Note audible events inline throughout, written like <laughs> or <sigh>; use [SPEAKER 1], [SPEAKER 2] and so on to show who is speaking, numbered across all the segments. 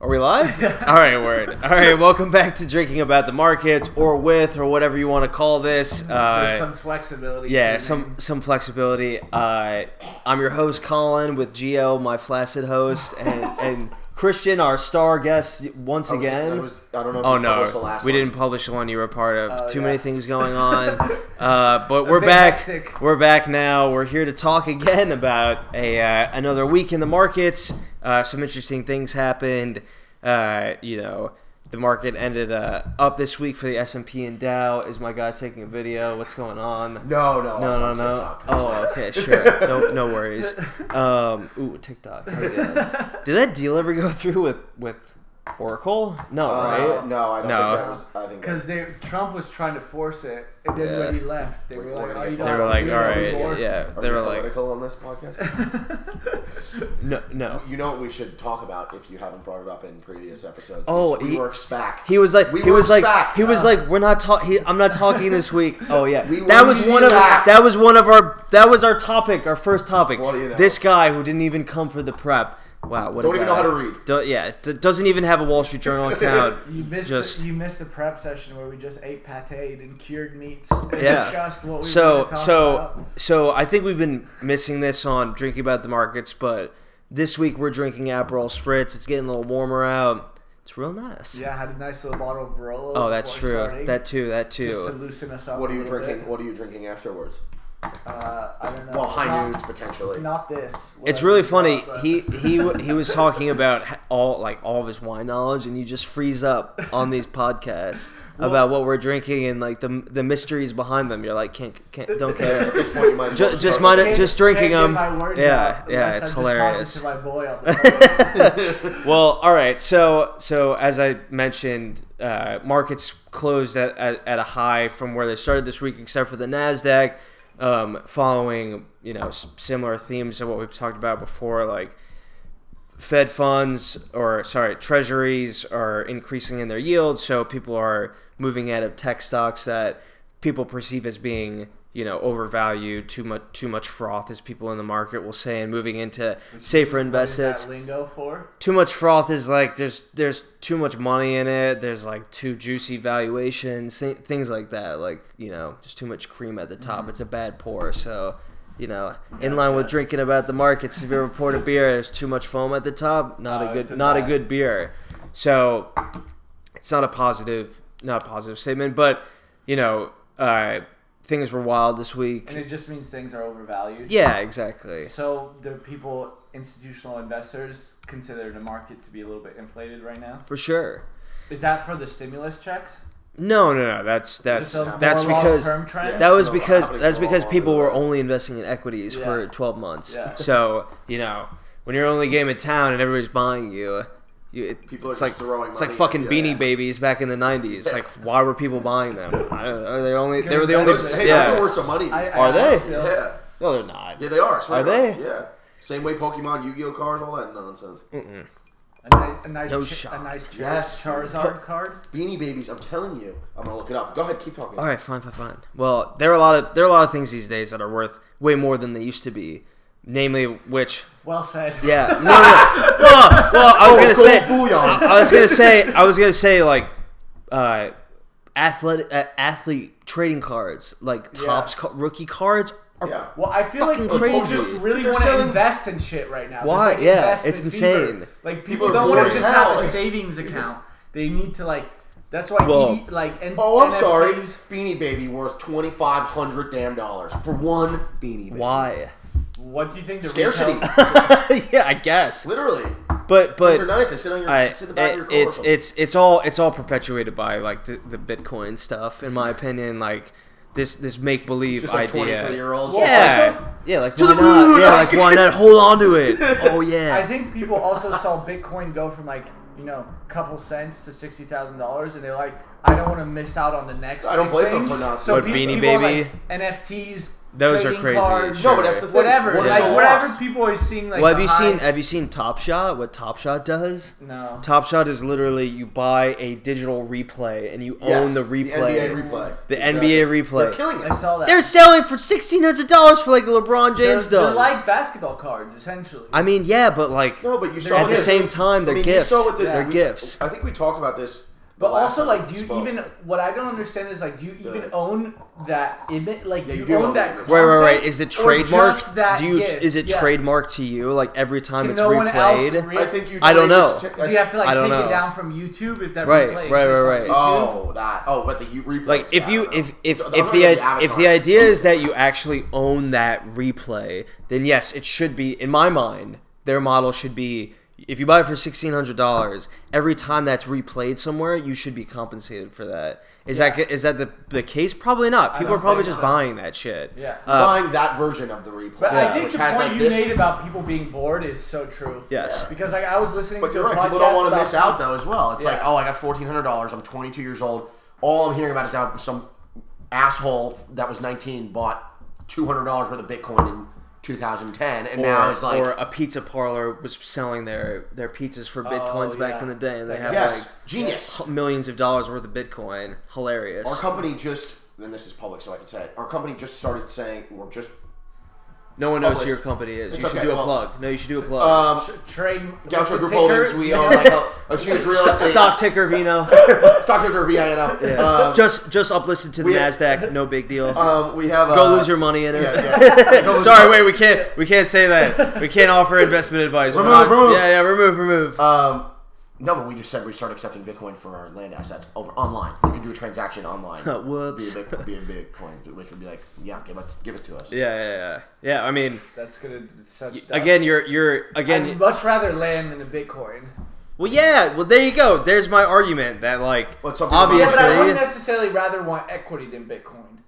[SPEAKER 1] Are we
[SPEAKER 2] <laughs>
[SPEAKER 1] live? All right, word. All right, welcome back to Drinking About the Markets or with or whatever you want to call this.
[SPEAKER 2] There's
[SPEAKER 1] Uh,
[SPEAKER 2] some flexibility.
[SPEAKER 1] yeah,
[SPEAKER 2] to
[SPEAKER 1] some some flexibility. Uh, I'm your host Colin with Geo, my flaccid host, and, and Christian, our star guest once
[SPEAKER 3] I was-
[SPEAKER 1] again.
[SPEAKER 3] I, was, I don't know if
[SPEAKER 1] Oh
[SPEAKER 3] we
[SPEAKER 1] no,
[SPEAKER 3] published the last
[SPEAKER 1] we
[SPEAKER 3] one.
[SPEAKER 1] didn't publish the one you were a part of.
[SPEAKER 2] Oh,
[SPEAKER 1] Too
[SPEAKER 2] yeah.
[SPEAKER 1] many things going
[SPEAKER 3] <laughs>
[SPEAKER 1] on, uh, but we're
[SPEAKER 2] bit
[SPEAKER 1] back.
[SPEAKER 2] hectic.
[SPEAKER 1] We're back now. We're here to talk again about a uh, another week in the markets. Uh, some interesting things happened. Uh, you know, the market ended uh, up this week for the S and P and Dow. Is my guy taking a video? What's going on?
[SPEAKER 3] No, no, I
[SPEAKER 1] No,
[SPEAKER 3] was
[SPEAKER 1] no,
[SPEAKER 3] on
[SPEAKER 1] no.
[SPEAKER 3] TikTok. I'm
[SPEAKER 1] Oh,
[SPEAKER 3] sorry.
[SPEAKER 1] okay, sure. No, no
[SPEAKER 3] <laughs>
[SPEAKER 1] worries. Um, ooh, TikTok. Hell <laughs> yeah.
[SPEAKER 2] <laughs>
[SPEAKER 1] Did that deal ever go through with with Oracle? No,
[SPEAKER 3] Uh,
[SPEAKER 1] right?
[SPEAKER 3] No, I
[SPEAKER 1] No.
[SPEAKER 3] don't think that was. I think
[SPEAKER 2] Because they Trump was trying to force it, and then when
[SPEAKER 1] Yeah.
[SPEAKER 2] he left, they
[SPEAKER 3] We-
[SPEAKER 2] were
[SPEAKER 3] we're
[SPEAKER 2] like,
[SPEAKER 3] gonna
[SPEAKER 2] "Oh, you
[SPEAKER 3] get
[SPEAKER 2] don't
[SPEAKER 1] They
[SPEAKER 2] have
[SPEAKER 1] were
[SPEAKER 2] to
[SPEAKER 1] like,
[SPEAKER 2] do
[SPEAKER 1] all
[SPEAKER 2] that
[SPEAKER 1] right,
[SPEAKER 2] anymore."
[SPEAKER 1] yeah.
[SPEAKER 3] Are
[SPEAKER 1] They
[SPEAKER 3] we
[SPEAKER 1] were like,
[SPEAKER 3] political on
[SPEAKER 2] <laughs>
[SPEAKER 3] this podcast.
[SPEAKER 1] No, no.
[SPEAKER 3] you know what we should talk about if you haven't brought it up in previous episodes.
[SPEAKER 1] Oh,
[SPEAKER 3] we
[SPEAKER 1] he-
[SPEAKER 3] works back.
[SPEAKER 1] He was like,
[SPEAKER 3] We
[SPEAKER 1] he was
[SPEAKER 3] works
[SPEAKER 1] like,
[SPEAKER 3] back. uh.
[SPEAKER 1] he was like, we're not talking. I'm not talking this
[SPEAKER 3] <laughs>
[SPEAKER 1] week. Oh yeah,
[SPEAKER 3] We
[SPEAKER 1] that
[SPEAKER 3] were
[SPEAKER 1] was one of
[SPEAKER 3] back.
[SPEAKER 1] that was one of our that was our topic, our first topic.
[SPEAKER 3] What do you know?
[SPEAKER 1] This guy who didn't even come for the prep. Wow, what a
[SPEAKER 3] Don't even know
[SPEAKER 1] guy.
[SPEAKER 3] how to read.
[SPEAKER 1] Do- yeah, d- doesn't even have a Wall Street Journal account.
[SPEAKER 3] <laughs>
[SPEAKER 2] You missed
[SPEAKER 1] Just-
[SPEAKER 2] the, you missed the prep session where we just ate pate and cured meats and
[SPEAKER 1] Yeah.
[SPEAKER 2] discussed what we were
[SPEAKER 1] so
[SPEAKER 2] gonna talk
[SPEAKER 1] so
[SPEAKER 2] about.
[SPEAKER 1] so I think we've been missing this on drinking about the markets, but this week we're drinking Aperol Spritz. It's getting a little warmer out. It's real nice.
[SPEAKER 2] Yeah, I had a nice little bottle of Barolo.
[SPEAKER 1] Oh, that's
[SPEAKER 2] before
[SPEAKER 1] true.
[SPEAKER 2] starting,
[SPEAKER 1] That too. That too.
[SPEAKER 2] just to loosen us up.
[SPEAKER 3] What are
[SPEAKER 2] a
[SPEAKER 3] you
[SPEAKER 2] little
[SPEAKER 3] drinking?
[SPEAKER 2] bit.
[SPEAKER 3] What are you drinking afterwards?
[SPEAKER 2] Uh, I don't know.
[SPEAKER 3] Well, high
[SPEAKER 2] Not-
[SPEAKER 3] nudes potentially.
[SPEAKER 2] Not this.
[SPEAKER 1] It's
[SPEAKER 2] whatever
[SPEAKER 1] really
[SPEAKER 2] you
[SPEAKER 1] funny.
[SPEAKER 2] got, but-
[SPEAKER 1] He
[SPEAKER 2] <laughs>
[SPEAKER 1] he w- he was talking about h- all like all of his wine knowledge, and you just freeze up on these
[SPEAKER 2] <laughs>
[SPEAKER 1] podcasts about what we're drinking and like the the mysteries behind them. You're like, can't can't
[SPEAKER 2] <laughs>
[SPEAKER 1] don't
[SPEAKER 3] Yes,
[SPEAKER 1] care.
[SPEAKER 3] At this point, you might as well
[SPEAKER 1] Ju- just
[SPEAKER 3] start
[SPEAKER 1] mine-
[SPEAKER 3] with-
[SPEAKER 2] Can't-
[SPEAKER 1] just drinking
[SPEAKER 2] can't get
[SPEAKER 1] them.
[SPEAKER 2] my words
[SPEAKER 1] Yeah,
[SPEAKER 2] out
[SPEAKER 1] yeah,
[SPEAKER 2] unless
[SPEAKER 1] it's
[SPEAKER 2] I'm just talking
[SPEAKER 1] hilarious.
[SPEAKER 2] To my
[SPEAKER 1] <laughs>
[SPEAKER 2] boy on the phone.
[SPEAKER 1] well, all right. So, so as I mentioned, uh, markets closed at, at, at a high from where they started this week, except for the Nasdaq, um, following you know s- similar themes to what we've talked about before, like Fed funds or sorry, Treasuries are increasing in their yield, so people are moving out of tech stocks that people perceive as being you know overvalued too much too much froth as people in the market will say and moving into safer
[SPEAKER 2] What is
[SPEAKER 1] investments
[SPEAKER 2] that lingo for?
[SPEAKER 1] too much froth is like there's there's too much money in it. There's like too juicy valuations, th- things like that. Like you know, just too much cream at the top.
[SPEAKER 2] Mm-hmm.
[SPEAKER 1] It's a bad pour. So you know, in line with drinking about the markets, if you ever poured a beer, there's too much foam at the top. Not a
[SPEAKER 2] No,
[SPEAKER 1] good
[SPEAKER 2] it's a
[SPEAKER 1] not a
[SPEAKER 2] bad-
[SPEAKER 1] good beer. So it's not a positive not a positive statement, but you know, uh, things were wild this
[SPEAKER 2] And
[SPEAKER 1] week.
[SPEAKER 2] it just means things are overvalued.
[SPEAKER 1] Yeah, exactly.
[SPEAKER 2] So do people, institutional investors, consider the market to be a little bit inflated right now?
[SPEAKER 1] For sure.
[SPEAKER 2] Is that for the stimulus checks?
[SPEAKER 1] No, no, no. That's that's
[SPEAKER 2] Just a
[SPEAKER 1] that's
[SPEAKER 2] more
[SPEAKER 1] because
[SPEAKER 2] long-term trend?
[SPEAKER 1] That was
[SPEAKER 3] No,
[SPEAKER 1] because
[SPEAKER 3] probably
[SPEAKER 1] that's
[SPEAKER 3] for a
[SPEAKER 1] because
[SPEAKER 3] long
[SPEAKER 1] people were
[SPEAKER 3] time.
[SPEAKER 1] only investing in equities for
[SPEAKER 2] Yeah.
[SPEAKER 1] 12 months. <laughs>
[SPEAKER 2] Yeah.
[SPEAKER 1] So, you know, when you're only game in town and everybody's buying you, you it,
[SPEAKER 3] People are
[SPEAKER 1] it's
[SPEAKER 3] just
[SPEAKER 1] like
[SPEAKER 3] throwing
[SPEAKER 1] it's like
[SPEAKER 3] money at
[SPEAKER 1] fucking
[SPEAKER 3] you.
[SPEAKER 1] beanie
[SPEAKER 3] Yeah.
[SPEAKER 1] babies back in the 90s.
[SPEAKER 3] <laughs>
[SPEAKER 1] Like why were people buying them? I don't know. They only they were the
[SPEAKER 2] good
[SPEAKER 1] only
[SPEAKER 3] Those- Hey, those
[SPEAKER 1] yeah.
[SPEAKER 3] are worth some money. These
[SPEAKER 2] I-
[SPEAKER 3] days.
[SPEAKER 1] Are they?
[SPEAKER 2] still-
[SPEAKER 3] Yeah,
[SPEAKER 1] No, they're not.
[SPEAKER 3] yeah, they are. I swear
[SPEAKER 1] Are
[SPEAKER 3] to God.
[SPEAKER 1] they?
[SPEAKER 3] Yeah. Same way Pokemon, Yu-Gi-Oh cards, all that nonsense.
[SPEAKER 2] A, ni- a nice,
[SPEAKER 1] No
[SPEAKER 2] chi-
[SPEAKER 1] shot.
[SPEAKER 2] a nice Char-
[SPEAKER 3] Yes.
[SPEAKER 2] Charizard card.
[SPEAKER 3] Beanie Babies, I'm telling you. I'm gonna look it up. Go ahead, keep talking.
[SPEAKER 1] All right, fine, fine, fine. Well, there are a lot of there are a lot of things these days that are worth way more than they used to be. Namely, which
[SPEAKER 2] Well said.
[SPEAKER 1] yeah, no, no.
[SPEAKER 3] <laughs>
[SPEAKER 1] no. well, well, I was gonna
[SPEAKER 3] Go
[SPEAKER 1] say,
[SPEAKER 3] booyah. <laughs>
[SPEAKER 1] I was gonna say, I was gonna say, like, uh, athletic uh, athlete trading cards, like tops ca- rookie cards. Are,
[SPEAKER 3] Yeah.
[SPEAKER 2] Well, I feel like
[SPEAKER 1] Fucking
[SPEAKER 2] people
[SPEAKER 1] crazy.
[SPEAKER 2] just really
[SPEAKER 3] They're
[SPEAKER 2] want to
[SPEAKER 3] selling-
[SPEAKER 2] invest in shit right now. There's,
[SPEAKER 1] Why?
[SPEAKER 2] like,
[SPEAKER 1] Yeah,
[SPEAKER 2] investment
[SPEAKER 1] it's
[SPEAKER 2] fever.
[SPEAKER 1] insane.
[SPEAKER 2] Like people
[SPEAKER 3] People
[SPEAKER 2] don't
[SPEAKER 3] are
[SPEAKER 2] want to
[SPEAKER 3] bored
[SPEAKER 2] just
[SPEAKER 3] as
[SPEAKER 2] have
[SPEAKER 3] hell.
[SPEAKER 2] a savings account. They need to like. That's why
[SPEAKER 1] Well-
[SPEAKER 2] ED like and
[SPEAKER 3] Oh, I'm sorry.
[SPEAKER 2] NFTs
[SPEAKER 3] Beanie Baby worth twenty five hundred damn dollars for one beanie. Baby.
[SPEAKER 1] Why?
[SPEAKER 3] <laughs>
[SPEAKER 1] <laughs>
[SPEAKER 2] What do you think the
[SPEAKER 3] Scarcity.
[SPEAKER 2] Retail, <laughs>
[SPEAKER 1] yeah, I guess.
[SPEAKER 3] Literally.
[SPEAKER 1] But but
[SPEAKER 3] They're nice. They sit on your
[SPEAKER 1] I,
[SPEAKER 3] sit in the back of your
[SPEAKER 1] it-
[SPEAKER 3] car. or
[SPEAKER 1] it's
[SPEAKER 3] something.
[SPEAKER 1] it's it's all it's all perpetuated by like the, the Bitcoin stuff, in my opinion. Like this this make believe
[SPEAKER 3] just like twenty
[SPEAKER 1] idea.
[SPEAKER 3] three year olds.
[SPEAKER 2] Well,
[SPEAKER 1] yeah,
[SPEAKER 2] also-
[SPEAKER 1] yeah, like
[SPEAKER 3] To
[SPEAKER 1] why
[SPEAKER 3] the moon!
[SPEAKER 1] not?
[SPEAKER 3] <laughs>
[SPEAKER 1] Yeah, like why not? Hold on to it. Oh yeah.
[SPEAKER 2] I think people also saw Bitcoin go from like you know couple cents to sixty thousand dollars, and they're like, I don't want to miss out on the next.
[SPEAKER 3] I don't
[SPEAKER 2] big
[SPEAKER 3] blame
[SPEAKER 2] thing.
[SPEAKER 3] them for not.
[SPEAKER 2] So
[SPEAKER 1] But
[SPEAKER 2] people,
[SPEAKER 1] Beanie
[SPEAKER 2] people are
[SPEAKER 1] Baby-
[SPEAKER 2] like, NFTs,
[SPEAKER 1] Those are
[SPEAKER 2] trading
[SPEAKER 1] crazy.
[SPEAKER 2] cards,
[SPEAKER 3] No, but that's the thing.
[SPEAKER 2] whatever,
[SPEAKER 3] What is
[SPEAKER 2] like
[SPEAKER 3] the
[SPEAKER 2] whatever
[SPEAKER 3] loss?
[SPEAKER 2] people are seeing. Like,
[SPEAKER 1] well, have you
[SPEAKER 2] the
[SPEAKER 1] seen
[SPEAKER 2] high-
[SPEAKER 1] have you seen Top Shot? What Top Shot does?
[SPEAKER 2] No.
[SPEAKER 1] Top Shot is literally you buy a digital replay and you
[SPEAKER 3] Yes,
[SPEAKER 1] own the replay.
[SPEAKER 3] The NBA replay.
[SPEAKER 1] The
[SPEAKER 3] Exactly.
[SPEAKER 1] NBA replay.
[SPEAKER 3] They're killing
[SPEAKER 2] I
[SPEAKER 3] it.
[SPEAKER 2] saw that.
[SPEAKER 1] They're selling for sixteen hundred dollars for like a LeBron
[SPEAKER 2] They're-
[SPEAKER 1] James
[SPEAKER 2] they're
[SPEAKER 1] done.
[SPEAKER 2] like basketball cards, essentially.
[SPEAKER 1] I mean, yeah, but like
[SPEAKER 3] No, but you saw
[SPEAKER 1] at the
[SPEAKER 3] this.
[SPEAKER 1] same time, they're
[SPEAKER 3] I mean, you
[SPEAKER 1] gifts.
[SPEAKER 3] saw what they-
[SPEAKER 1] They're
[SPEAKER 3] we-
[SPEAKER 1] gifts.
[SPEAKER 3] I think we talk about this.
[SPEAKER 2] But
[SPEAKER 3] the last
[SPEAKER 2] also,
[SPEAKER 3] time
[SPEAKER 2] like,
[SPEAKER 3] we
[SPEAKER 2] do you
[SPEAKER 3] spoke.
[SPEAKER 2] even? What I don't understand is, like, do you even
[SPEAKER 3] The-
[SPEAKER 2] own that image? Like, do
[SPEAKER 3] Yeah, you
[SPEAKER 2] you,
[SPEAKER 3] do own
[SPEAKER 2] own
[SPEAKER 3] the
[SPEAKER 2] that?
[SPEAKER 3] image.
[SPEAKER 1] Right, right, right.
[SPEAKER 2] content
[SPEAKER 1] Is it
[SPEAKER 2] or
[SPEAKER 1] trademarked?
[SPEAKER 2] just that
[SPEAKER 1] Do you
[SPEAKER 2] gift?
[SPEAKER 1] is it
[SPEAKER 2] Yeah.
[SPEAKER 1] trademarked to you? Like every time
[SPEAKER 2] Can
[SPEAKER 1] it's
[SPEAKER 2] no one else
[SPEAKER 1] replayed.
[SPEAKER 2] re-
[SPEAKER 3] I think you.
[SPEAKER 1] I don't know.
[SPEAKER 3] Check,
[SPEAKER 2] Do you have to like
[SPEAKER 1] I
[SPEAKER 2] take
[SPEAKER 1] don't know.
[SPEAKER 2] it down from YouTube if that
[SPEAKER 1] Right,
[SPEAKER 2] replay
[SPEAKER 1] right,
[SPEAKER 2] exists
[SPEAKER 1] right,
[SPEAKER 2] on
[SPEAKER 1] right.
[SPEAKER 2] YouTube?
[SPEAKER 3] Oh, that. Oh, but the you replay.
[SPEAKER 1] like if
[SPEAKER 3] I
[SPEAKER 1] you
[SPEAKER 3] don't know.
[SPEAKER 1] if if
[SPEAKER 3] The- the
[SPEAKER 1] if
[SPEAKER 3] other
[SPEAKER 1] the
[SPEAKER 3] one is
[SPEAKER 1] i- if the
[SPEAKER 3] avatars.
[SPEAKER 1] idea is that you actually own that replay, then yes, it should be in my mind. Their model should be if you buy it for sixteen hundred dollars, every time that's replayed somewhere, you should be compensated for that. Is that
[SPEAKER 2] Yeah.
[SPEAKER 1] that is that the the case? Probably not. People are
[SPEAKER 2] don't
[SPEAKER 1] probably
[SPEAKER 2] think
[SPEAKER 1] just
[SPEAKER 2] so.
[SPEAKER 1] buying that shit.
[SPEAKER 2] Yeah.
[SPEAKER 1] Uh,
[SPEAKER 3] buying that version of the replay,
[SPEAKER 2] But I think
[SPEAKER 3] which
[SPEAKER 2] the
[SPEAKER 3] has
[SPEAKER 2] point
[SPEAKER 3] like
[SPEAKER 2] you
[SPEAKER 3] this.
[SPEAKER 2] made about people being bored is so true.
[SPEAKER 1] Yes.
[SPEAKER 2] Because like I was listening
[SPEAKER 3] but
[SPEAKER 2] to
[SPEAKER 3] you're
[SPEAKER 2] a
[SPEAKER 3] right.
[SPEAKER 2] podcast
[SPEAKER 3] People don't want to
[SPEAKER 2] about
[SPEAKER 3] miss out though as well. It's like,
[SPEAKER 2] Yeah.
[SPEAKER 3] oh, I got fourteen hundred dollars. I'm twenty two years old. All I'm hearing about is how some asshole that was nineteen bought two hundred dollars worth of Bitcoin in 2010, and now
[SPEAKER 1] or,
[SPEAKER 3] it's like
[SPEAKER 1] or a pizza parlor was selling their their pizzas for bitcoins back
[SPEAKER 2] Oh, yeah.
[SPEAKER 1] in the day, and they have
[SPEAKER 3] yes, genius.
[SPEAKER 1] like millions of dollars worth of bitcoin. Hilarious.
[SPEAKER 3] Our company just, and this is public, so I can say it. Our company just started saying, or just
[SPEAKER 1] No one knows who
[SPEAKER 3] Published.
[SPEAKER 1] your company is.
[SPEAKER 3] It's
[SPEAKER 1] you should
[SPEAKER 3] okay,
[SPEAKER 1] do a
[SPEAKER 3] well-
[SPEAKER 1] plug. No, you should do a plug.
[SPEAKER 3] um,
[SPEAKER 2] tr- trade what's
[SPEAKER 3] Gaucho
[SPEAKER 2] the
[SPEAKER 3] Group
[SPEAKER 2] ticker?
[SPEAKER 3] Holdings. We own
[SPEAKER 2] <laughs>
[SPEAKER 3] like a, a <laughs> huge real estate
[SPEAKER 1] Stock ticker Vino.
[SPEAKER 3] stock ticker VINO.
[SPEAKER 1] Yeah.
[SPEAKER 3] <laughs> Um,
[SPEAKER 1] just just uplisted to the
[SPEAKER 3] we-
[SPEAKER 1] Nasdaq. No big deal.
[SPEAKER 3] um, we have
[SPEAKER 1] Go
[SPEAKER 3] <laughs> uh,
[SPEAKER 1] lose your money in it.
[SPEAKER 3] Yeah, yeah. <laughs> Go
[SPEAKER 1] <laughs>
[SPEAKER 3] lose
[SPEAKER 1] Sorry,
[SPEAKER 3] your-
[SPEAKER 1] wait. We can't. We can't say that. We can't offer investment advice.
[SPEAKER 3] Remove,
[SPEAKER 1] Ron.
[SPEAKER 3] remove.
[SPEAKER 1] Yeah, yeah. Remove, remove.
[SPEAKER 3] Um, no, but we just said we start accepting Bitcoin for our land assets over online. You can do a transaction
[SPEAKER 1] <laughs>
[SPEAKER 3] online.
[SPEAKER 1] Whoops.
[SPEAKER 3] Be a, Bit- be a Bitcoin, which would be like, yeah, give it, give it to us.
[SPEAKER 1] yeah, yeah, yeah. Yeah. I mean,
[SPEAKER 2] That's gonna be such dust.
[SPEAKER 1] again, you're you're again.
[SPEAKER 2] I'd much rather land than a Bitcoin.
[SPEAKER 1] Well, yeah. Well, there you go. There's my argument that like
[SPEAKER 3] But some people-
[SPEAKER 2] Yeah, but I wouldn't
[SPEAKER 1] obviously.
[SPEAKER 2] necessarily rather want equity than Bitcoin.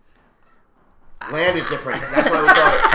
[SPEAKER 3] Land is different. That's why
[SPEAKER 1] <laughs>
[SPEAKER 3] we got it.
[SPEAKER 1] <laughs>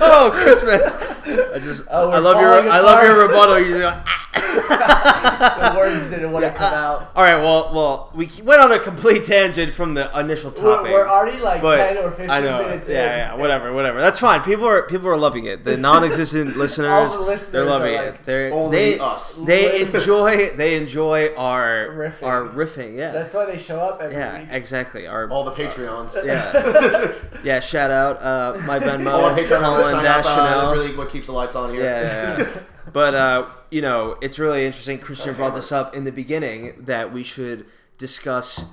[SPEAKER 1] Oh, Christmas! I
[SPEAKER 3] <laughs>
[SPEAKER 1] just
[SPEAKER 2] Oh, we're
[SPEAKER 1] I love your
[SPEAKER 2] falling
[SPEAKER 1] I love your
[SPEAKER 2] apart.
[SPEAKER 1] rebuttal. You just go, "Ah,
[SPEAKER 2] The words didn't want to come
[SPEAKER 1] uh,
[SPEAKER 2] out.
[SPEAKER 1] All right, well, well, we went on a complete tangent from the initial
[SPEAKER 2] We're,
[SPEAKER 1] topic.
[SPEAKER 2] we're already like
[SPEAKER 1] but
[SPEAKER 2] ten or fifteen
[SPEAKER 1] I know,
[SPEAKER 2] minutes in.
[SPEAKER 1] yeah, yeah, whatever, whatever. That's fine. People are people are loving it.
[SPEAKER 2] <laughs>
[SPEAKER 1] The non-existent listeners,
[SPEAKER 2] listeners
[SPEAKER 1] they're loving
[SPEAKER 2] are
[SPEAKER 1] it.
[SPEAKER 2] like,
[SPEAKER 1] They're
[SPEAKER 3] Only
[SPEAKER 1] they,
[SPEAKER 3] us.
[SPEAKER 1] They
[SPEAKER 2] Live.
[SPEAKER 1] enjoy they enjoy our
[SPEAKER 2] Riffing.
[SPEAKER 1] our riffing. Yeah,
[SPEAKER 2] That's why they show up every
[SPEAKER 1] yeah,
[SPEAKER 2] week.
[SPEAKER 1] exactly. Our
[SPEAKER 3] All the Patreons.
[SPEAKER 2] <laughs>
[SPEAKER 1] yeah, <laughs> yeah. Shout out uh, my Venmo,
[SPEAKER 3] All our Patreon members
[SPEAKER 1] Colin
[SPEAKER 3] sign up. Uh,
[SPEAKER 1] National.
[SPEAKER 3] really, what keeps the lights on here?
[SPEAKER 1] Yeah, yeah, yeah. <laughs> but uh, you know, it's really interesting. Christian brought this up in the beginning that we should discuss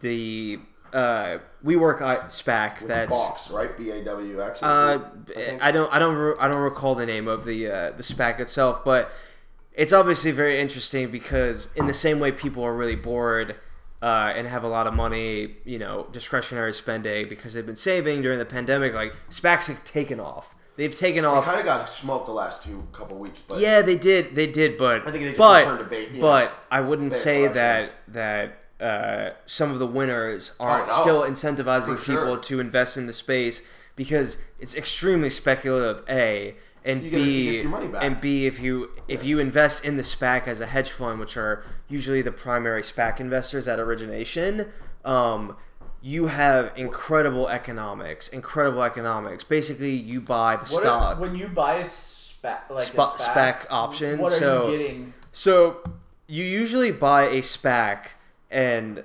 [SPEAKER 1] the uh, WeWork I- SPAC. that's
[SPEAKER 3] Box, right? B A W X.
[SPEAKER 1] uh, I don't I don't re- I don't recall the name of the uh, the SPAC itself, but it's obviously very interesting because in the same way people are really bored. Uh, and have a lot of money, you know, discretionary spending because they've been saving during the pandemic. Like SPACs have taken off; they've taken off
[SPEAKER 3] kind of got smoked the last two couple weeks, but
[SPEAKER 1] yeah, they did. They did, but
[SPEAKER 3] I think they just
[SPEAKER 1] but,
[SPEAKER 3] returned to ba- yeah.
[SPEAKER 1] but I wouldn't
[SPEAKER 3] Fair
[SPEAKER 1] say
[SPEAKER 3] correction.
[SPEAKER 1] that that uh, some of the winners
[SPEAKER 3] Oh,
[SPEAKER 1] aren't
[SPEAKER 3] no.
[SPEAKER 1] still incentivizing
[SPEAKER 3] For
[SPEAKER 1] people
[SPEAKER 3] sure.
[SPEAKER 1] to invest in the space because it's extremely speculative. A and
[SPEAKER 3] You get-
[SPEAKER 1] B
[SPEAKER 3] you get your money back.
[SPEAKER 1] and B if you if you invest in the SPAC as a hedge fund, which are usually the primary SPAC investors at origination. Um, you have incredible economics, incredible economics. Basically, you buy the
[SPEAKER 2] What
[SPEAKER 1] stock.
[SPEAKER 2] Are, when you buy a SPAC, like
[SPEAKER 1] Spa-
[SPEAKER 2] a
[SPEAKER 1] SPAC option,
[SPEAKER 2] what are
[SPEAKER 1] so-
[SPEAKER 2] you getting?
[SPEAKER 1] So you usually buy a SPAC and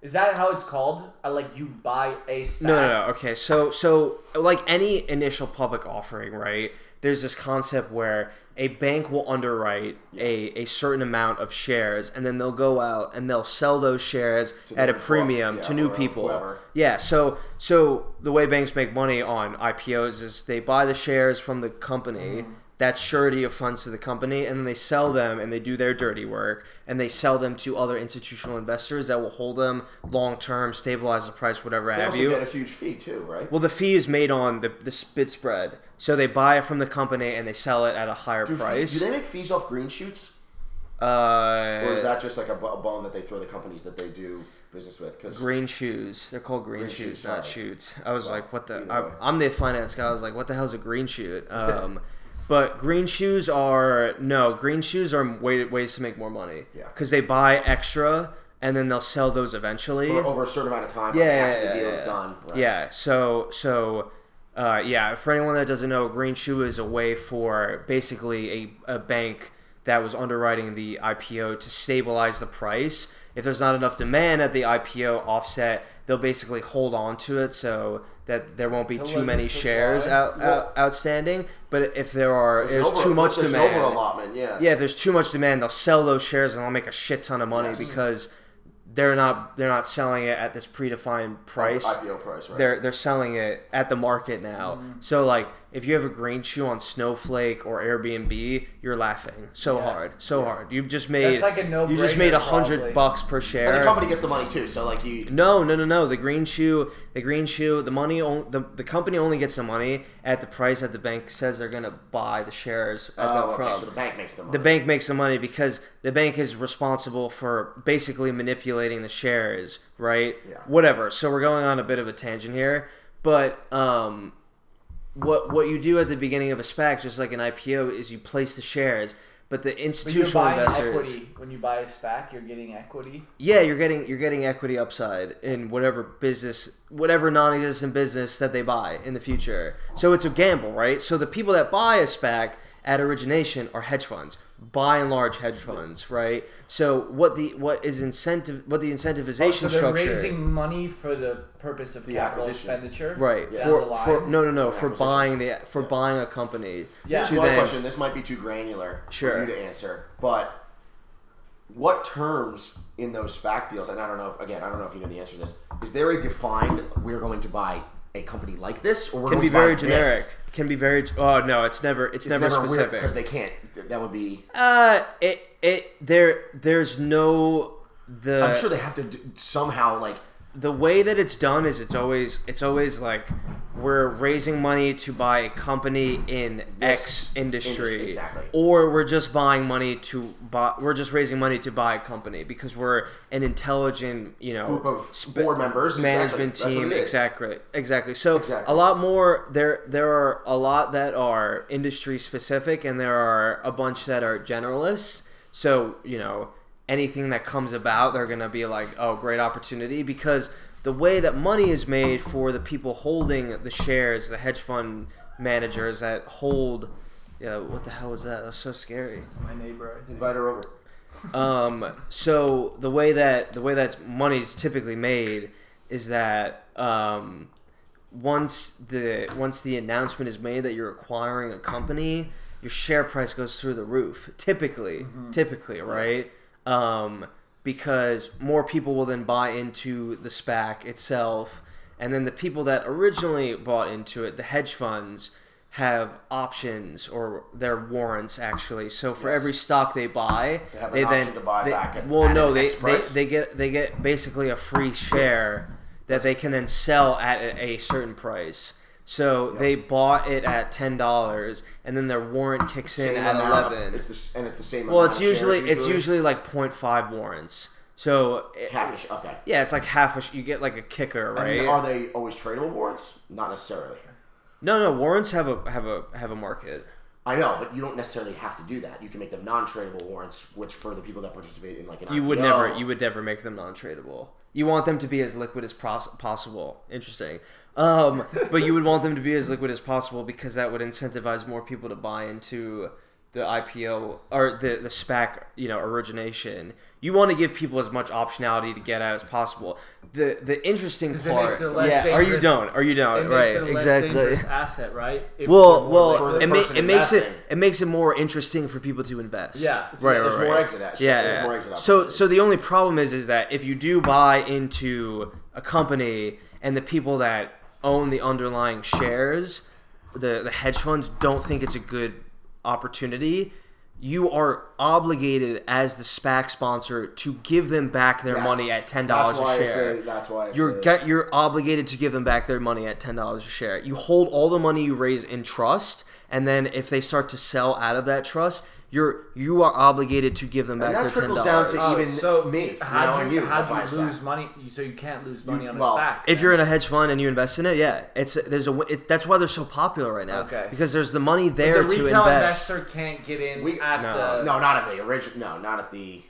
[SPEAKER 2] Is that how it's called? I like you buy a SPAC.
[SPEAKER 1] no, no, no. Okay, so so like any initial public offering, right? There's this concept where a bank will underwrite a, a certain amount of shares, and then they'll go out and they'll sell those shares at a
[SPEAKER 3] new-
[SPEAKER 1] premium
[SPEAKER 3] yeah,
[SPEAKER 1] to new
[SPEAKER 3] or
[SPEAKER 1] people.
[SPEAKER 3] whoever.
[SPEAKER 1] Yeah. So so the way banks make money on IPOs is they buy the shares from the company.
[SPEAKER 3] Mm-hmm.
[SPEAKER 1] That's surety of funds to the company, and then they sell them, and they do their dirty work, and they sell them to other institutional investors that will hold them long term, stabilize the price, whatever
[SPEAKER 3] they
[SPEAKER 1] have
[SPEAKER 3] also
[SPEAKER 1] you.
[SPEAKER 3] get a huge fee too, right?
[SPEAKER 1] Well, the fee is made on the the bid spread, so they buy it from the company and they sell it at a higher
[SPEAKER 3] do,
[SPEAKER 1] price.
[SPEAKER 3] fees, do they make fees off green shoots,
[SPEAKER 1] uh,
[SPEAKER 3] or is that just like a, bu- a bone that they throw the companies that they do business with? Because
[SPEAKER 1] green shoes? They're called green, shoes,
[SPEAKER 3] shoes,
[SPEAKER 1] not
[SPEAKER 3] sorry.
[SPEAKER 1] shoots. I was like, what the?
[SPEAKER 3] either
[SPEAKER 1] I,
[SPEAKER 3] way.
[SPEAKER 1] I'm the finance guy. I was like, what the hell's a green
[SPEAKER 3] <laughs>
[SPEAKER 1] shoot? Um, but green shoes are no green shoes are way, ways to make more money.
[SPEAKER 3] Yeah.
[SPEAKER 1] because they buy extra and then they'll sell those eventually.
[SPEAKER 3] for over a certain amount of time.
[SPEAKER 1] yeah,
[SPEAKER 3] like, after
[SPEAKER 1] yeah,
[SPEAKER 3] the deal
[SPEAKER 1] yeah,
[SPEAKER 3] is
[SPEAKER 1] yeah.
[SPEAKER 3] done. Right.
[SPEAKER 1] Yeah. So so uh, yeah, for anyone that doesn't know, Green Shoe is a way for basically a, a bank that was underwriting the IPO to stabilize the price. If there's not enough demand at the IPO offset, they'll basically hold on to it so that there won't be
[SPEAKER 2] To
[SPEAKER 1] too
[SPEAKER 2] limit
[SPEAKER 1] many
[SPEAKER 2] supply.
[SPEAKER 1] shares out, out, outstanding. But if there are,
[SPEAKER 3] There's
[SPEAKER 1] there's,
[SPEAKER 3] an over-
[SPEAKER 1] too much
[SPEAKER 3] there's an
[SPEAKER 1] demand.
[SPEAKER 3] overallotment, yeah.
[SPEAKER 1] Yeah, if there's too much demand, they'll sell those shares and they'll make a shit ton of money
[SPEAKER 3] Yes.
[SPEAKER 1] because they're not they're not selling it at this predefined price.
[SPEAKER 3] IPO price, right?
[SPEAKER 1] They're they're selling it at the market now. So like if you have a green shoe on Snowflake or Airbnb, you're laughing so
[SPEAKER 2] Yeah.
[SPEAKER 1] hard, so hard. You've just made
[SPEAKER 2] like a
[SPEAKER 1] you just made
[SPEAKER 2] no-brainer,
[SPEAKER 1] a hundred
[SPEAKER 2] probably.
[SPEAKER 1] bucks per
[SPEAKER 3] And
[SPEAKER 1] share.
[SPEAKER 3] the company gets the money too, so like you
[SPEAKER 1] No, no, no, no. The green shoe, the green shoe, the money, on, the the company only gets the money at the price that the bank says they're gonna buy the shares at
[SPEAKER 3] Oh,
[SPEAKER 1] that
[SPEAKER 3] okay,
[SPEAKER 1] from.
[SPEAKER 3] so the bank makes the money.
[SPEAKER 1] the bank makes the money because the bank is responsible for basically manipulating the shares, right?
[SPEAKER 3] Yeah.
[SPEAKER 1] Whatever. So we're going on a bit of a tangent here, but um, what what you do at the beginning of a SPAC, just like an IPO, is you place the shares. But the
[SPEAKER 2] But you're
[SPEAKER 1] institutional
[SPEAKER 2] buying
[SPEAKER 1] investors,
[SPEAKER 2] equity when you buy a SPAC. You're getting equity.
[SPEAKER 1] yeah, you're getting you're getting equity upside in whatever business, whatever non-existent business that they buy in the future. So it's a gamble, right? So the people that buy a SPAC at origination are hedge funds, by and large hedge funds, right? So what the what is incentive what the incentivization
[SPEAKER 2] so they're
[SPEAKER 1] structure
[SPEAKER 2] raising money for the purpose of
[SPEAKER 3] The
[SPEAKER 2] capital
[SPEAKER 3] acquisition.
[SPEAKER 2] expenditure.
[SPEAKER 1] right
[SPEAKER 2] down the
[SPEAKER 1] for,
[SPEAKER 2] line.
[SPEAKER 1] for no no no
[SPEAKER 3] For
[SPEAKER 1] for
[SPEAKER 3] acquisition.
[SPEAKER 1] buying the for buying a company
[SPEAKER 2] Yeah.
[SPEAKER 1] to
[SPEAKER 3] Here's my
[SPEAKER 1] then-
[SPEAKER 3] question. This might be too granular
[SPEAKER 1] Sure.
[SPEAKER 3] for you to answer, but what terms in those SPAC deals? And I don't know. If, again, I don't know if you know the answer to this. Is there a defined? We're going to buy a company like this, or we're
[SPEAKER 1] can
[SPEAKER 3] going
[SPEAKER 1] be
[SPEAKER 3] to buy
[SPEAKER 1] very
[SPEAKER 3] this?
[SPEAKER 1] generic. Can be very oh no, it's never it's,
[SPEAKER 3] It's
[SPEAKER 1] never,
[SPEAKER 3] never
[SPEAKER 1] specific
[SPEAKER 3] because they can't. Th- That would be.
[SPEAKER 1] Uh, it it there there's no the
[SPEAKER 3] I'm sure they have to d somehow like.
[SPEAKER 1] the way that it's done is it's always it's always like we're raising money to buy a company in
[SPEAKER 3] This
[SPEAKER 1] X industry,
[SPEAKER 3] industry, exactly.
[SPEAKER 1] or we're just buying money to buy. We're just raising money to buy a company because we're an intelligent, you know,
[SPEAKER 3] Group of board members, exactly.
[SPEAKER 1] management
[SPEAKER 3] That's what
[SPEAKER 1] team,
[SPEAKER 3] it is.
[SPEAKER 1] exactly, exactly. So
[SPEAKER 3] Exactly.
[SPEAKER 1] a lot more there. There are a lot that are industry specific, and there are a bunch that are generalists. So you know anything that comes about, they're gonna be like, oh, great opportunity, because the way that money is made for the people holding the shares, the hedge fund managers that hold. Yeah, what the hell was that? That was so scary.
[SPEAKER 2] It's my neighbor. I think.
[SPEAKER 3] Invite her over.
[SPEAKER 1] Um, so the way that the way that money's typically made is that um, once the once the announcement is made that you're acquiring a company, your share price goes through the roof. Typically, typically, right? Um, because more people will then buy into the SPAC itself, and then the people that originally bought into it, the hedge funds, have options or their warrants actually. So for
[SPEAKER 3] Yes.
[SPEAKER 1] every stock they buy,
[SPEAKER 3] They have
[SPEAKER 1] they
[SPEAKER 3] an
[SPEAKER 1] then
[SPEAKER 3] option to buy
[SPEAKER 1] they,
[SPEAKER 3] back at-
[SPEAKER 1] well
[SPEAKER 3] at
[SPEAKER 1] no
[SPEAKER 3] an
[SPEAKER 1] they,
[SPEAKER 3] X price.
[SPEAKER 1] they they get they get basically a free share that they can then sell at a a certain price so they bought it at ten dollars and then their warrant kicks in
[SPEAKER 3] Same
[SPEAKER 1] at
[SPEAKER 3] amount.
[SPEAKER 1] eleven
[SPEAKER 3] It's the, s- and it's the same.
[SPEAKER 1] well
[SPEAKER 3] amount
[SPEAKER 1] it's
[SPEAKER 3] of shares
[SPEAKER 1] usually it's usually like 0.5 warrants so it-
[SPEAKER 3] half. a sh- Okay.
[SPEAKER 1] yeah it's like half a sh- you get like a kicker right
[SPEAKER 3] And are they always tradable warrants? Not necessarily.
[SPEAKER 1] no no warrants have a have a have a market
[SPEAKER 3] I know, but you don't necessarily have to do that. You can make them non-tradable warrants, which for the people that participate in like an
[SPEAKER 1] you would
[SPEAKER 3] IPO,
[SPEAKER 1] never you would never make them non-tradable you want them to be as liquid as pos- possible interesting um, but you would want them to be as liquid as possible because that would incentivize more people to buy into the IPO or the the SPAC you know origination you want to give people as much optionality to get out as possible the the interesting
[SPEAKER 2] 'Cause it
[SPEAKER 1] part
[SPEAKER 2] makes it less
[SPEAKER 1] yeah or you
[SPEAKER 2] dangerous.
[SPEAKER 1] don't or you
[SPEAKER 2] It
[SPEAKER 1] don't
[SPEAKER 2] makes
[SPEAKER 1] right
[SPEAKER 2] it a less
[SPEAKER 1] exactly
[SPEAKER 2] dangerous asset, right?
[SPEAKER 1] <laughs>
[SPEAKER 2] If
[SPEAKER 1] well
[SPEAKER 2] they're more
[SPEAKER 1] well
[SPEAKER 3] for the
[SPEAKER 1] it, ma-
[SPEAKER 3] person
[SPEAKER 1] it makes it
[SPEAKER 3] investing.
[SPEAKER 1] it makes it more interesting for people to invest
[SPEAKER 2] Yeah.
[SPEAKER 3] It's-
[SPEAKER 1] right,
[SPEAKER 3] There's
[SPEAKER 1] right,
[SPEAKER 3] more
[SPEAKER 1] right.
[SPEAKER 3] exit. Actually.
[SPEAKER 1] Yeah,
[SPEAKER 3] There's
[SPEAKER 1] yeah.
[SPEAKER 3] more exit.
[SPEAKER 1] So,
[SPEAKER 3] opportunities.
[SPEAKER 1] so the only problem is, is that if you do buy into a company and the people that own the underlying shares, the the hedge funds don't think it's a good opportunity. You are obligated as the SPAC sponsor to give them back their
[SPEAKER 3] Yes.
[SPEAKER 1] money at ten dollars
[SPEAKER 3] That's why
[SPEAKER 1] a
[SPEAKER 3] it's
[SPEAKER 1] share.
[SPEAKER 3] that's why it's
[SPEAKER 1] You're
[SPEAKER 3] a-
[SPEAKER 1] get, you're obligated to give them back their money at ten dollars a share. You hold all the money you raise in trust, and then if they start to sell out of that trust, you're you are obligated to give them back
[SPEAKER 3] And
[SPEAKER 1] their
[SPEAKER 3] that
[SPEAKER 1] ten
[SPEAKER 3] trickles down
[SPEAKER 1] dollars.
[SPEAKER 3] to
[SPEAKER 2] Oh,
[SPEAKER 3] even
[SPEAKER 2] so
[SPEAKER 3] me.
[SPEAKER 2] How
[SPEAKER 3] you know,
[SPEAKER 2] do
[SPEAKER 3] and
[SPEAKER 2] you,
[SPEAKER 3] you
[SPEAKER 2] how
[SPEAKER 3] that buy a
[SPEAKER 2] do you
[SPEAKER 3] SPAC.
[SPEAKER 2] lose money? You- So you can't lose money on a
[SPEAKER 3] well,
[SPEAKER 2] SPAC.
[SPEAKER 1] If you're in a hedge fund and you invest in it, yeah, it's there's a w- it's, that's why they're so popular right now.
[SPEAKER 2] Okay.
[SPEAKER 1] Because there's the money
[SPEAKER 2] the
[SPEAKER 1] there to
[SPEAKER 2] retail
[SPEAKER 1] invest.
[SPEAKER 2] investor can't get in
[SPEAKER 3] We-
[SPEAKER 2] at
[SPEAKER 1] No.
[SPEAKER 2] the
[SPEAKER 3] No, not at the original. No, not at the.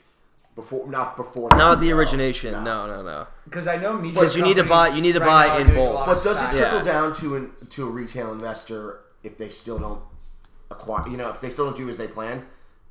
[SPEAKER 3] before not before uh,
[SPEAKER 1] Not the origination. No, no, no.
[SPEAKER 2] Because I know media.
[SPEAKER 1] 'Cause you need to buy-
[SPEAKER 2] companies
[SPEAKER 1] you need to buy
[SPEAKER 2] right now are
[SPEAKER 1] in
[SPEAKER 2] doing a
[SPEAKER 1] bulk.
[SPEAKER 2] lot of
[SPEAKER 3] But does it
[SPEAKER 2] stocks.
[SPEAKER 1] Yeah.
[SPEAKER 3] trickle down to an to a retail investor if they still don't acquire? You know, if they still don't do as they plan,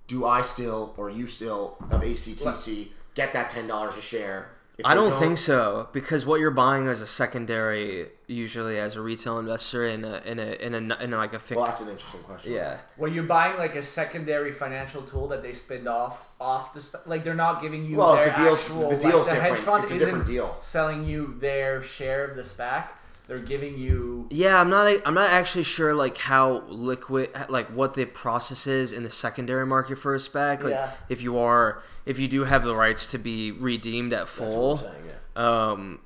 [SPEAKER 3] do I still or you still of ACTC get that ten dollars a share? If
[SPEAKER 1] I
[SPEAKER 3] they
[SPEAKER 1] don't, think so because what you're buying as a secondary, usually as a retail investor in a in a in a in like a fic-
[SPEAKER 3] Well, that's an interesting question.
[SPEAKER 1] yeah.
[SPEAKER 2] Well, you're buying like a secondary financial tool that they spin off off the sp- like they're not giving you
[SPEAKER 3] Well,
[SPEAKER 2] their
[SPEAKER 3] the deal's-
[SPEAKER 2] actual
[SPEAKER 3] the
[SPEAKER 2] like,
[SPEAKER 3] deal's
[SPEAKER 2] the hedge
[SPEAKER 3] different.
[SPEAKER 2] fund
[SPEAKER 3] It's a
[SPEAKER 2] isn't
[SPEAKER 3] different deal.
[SPEAKER 2] selling you their share of the SPAC. They're giving you
[SPEAKER 1] Yeah, I'm not. I'm not actually sure like how liquid, like what the process is in the secondary market for a spec. Like
[SPEAKER 2] Yeah.
[SPEAKER 1] if you are, if you do have the rights to be redeemed at
[SPEAKER 3] That's what I'm
[SPEAKER 1] full,
[SPEAKER 3] saying, yeah.
[SPEAKER 1] um,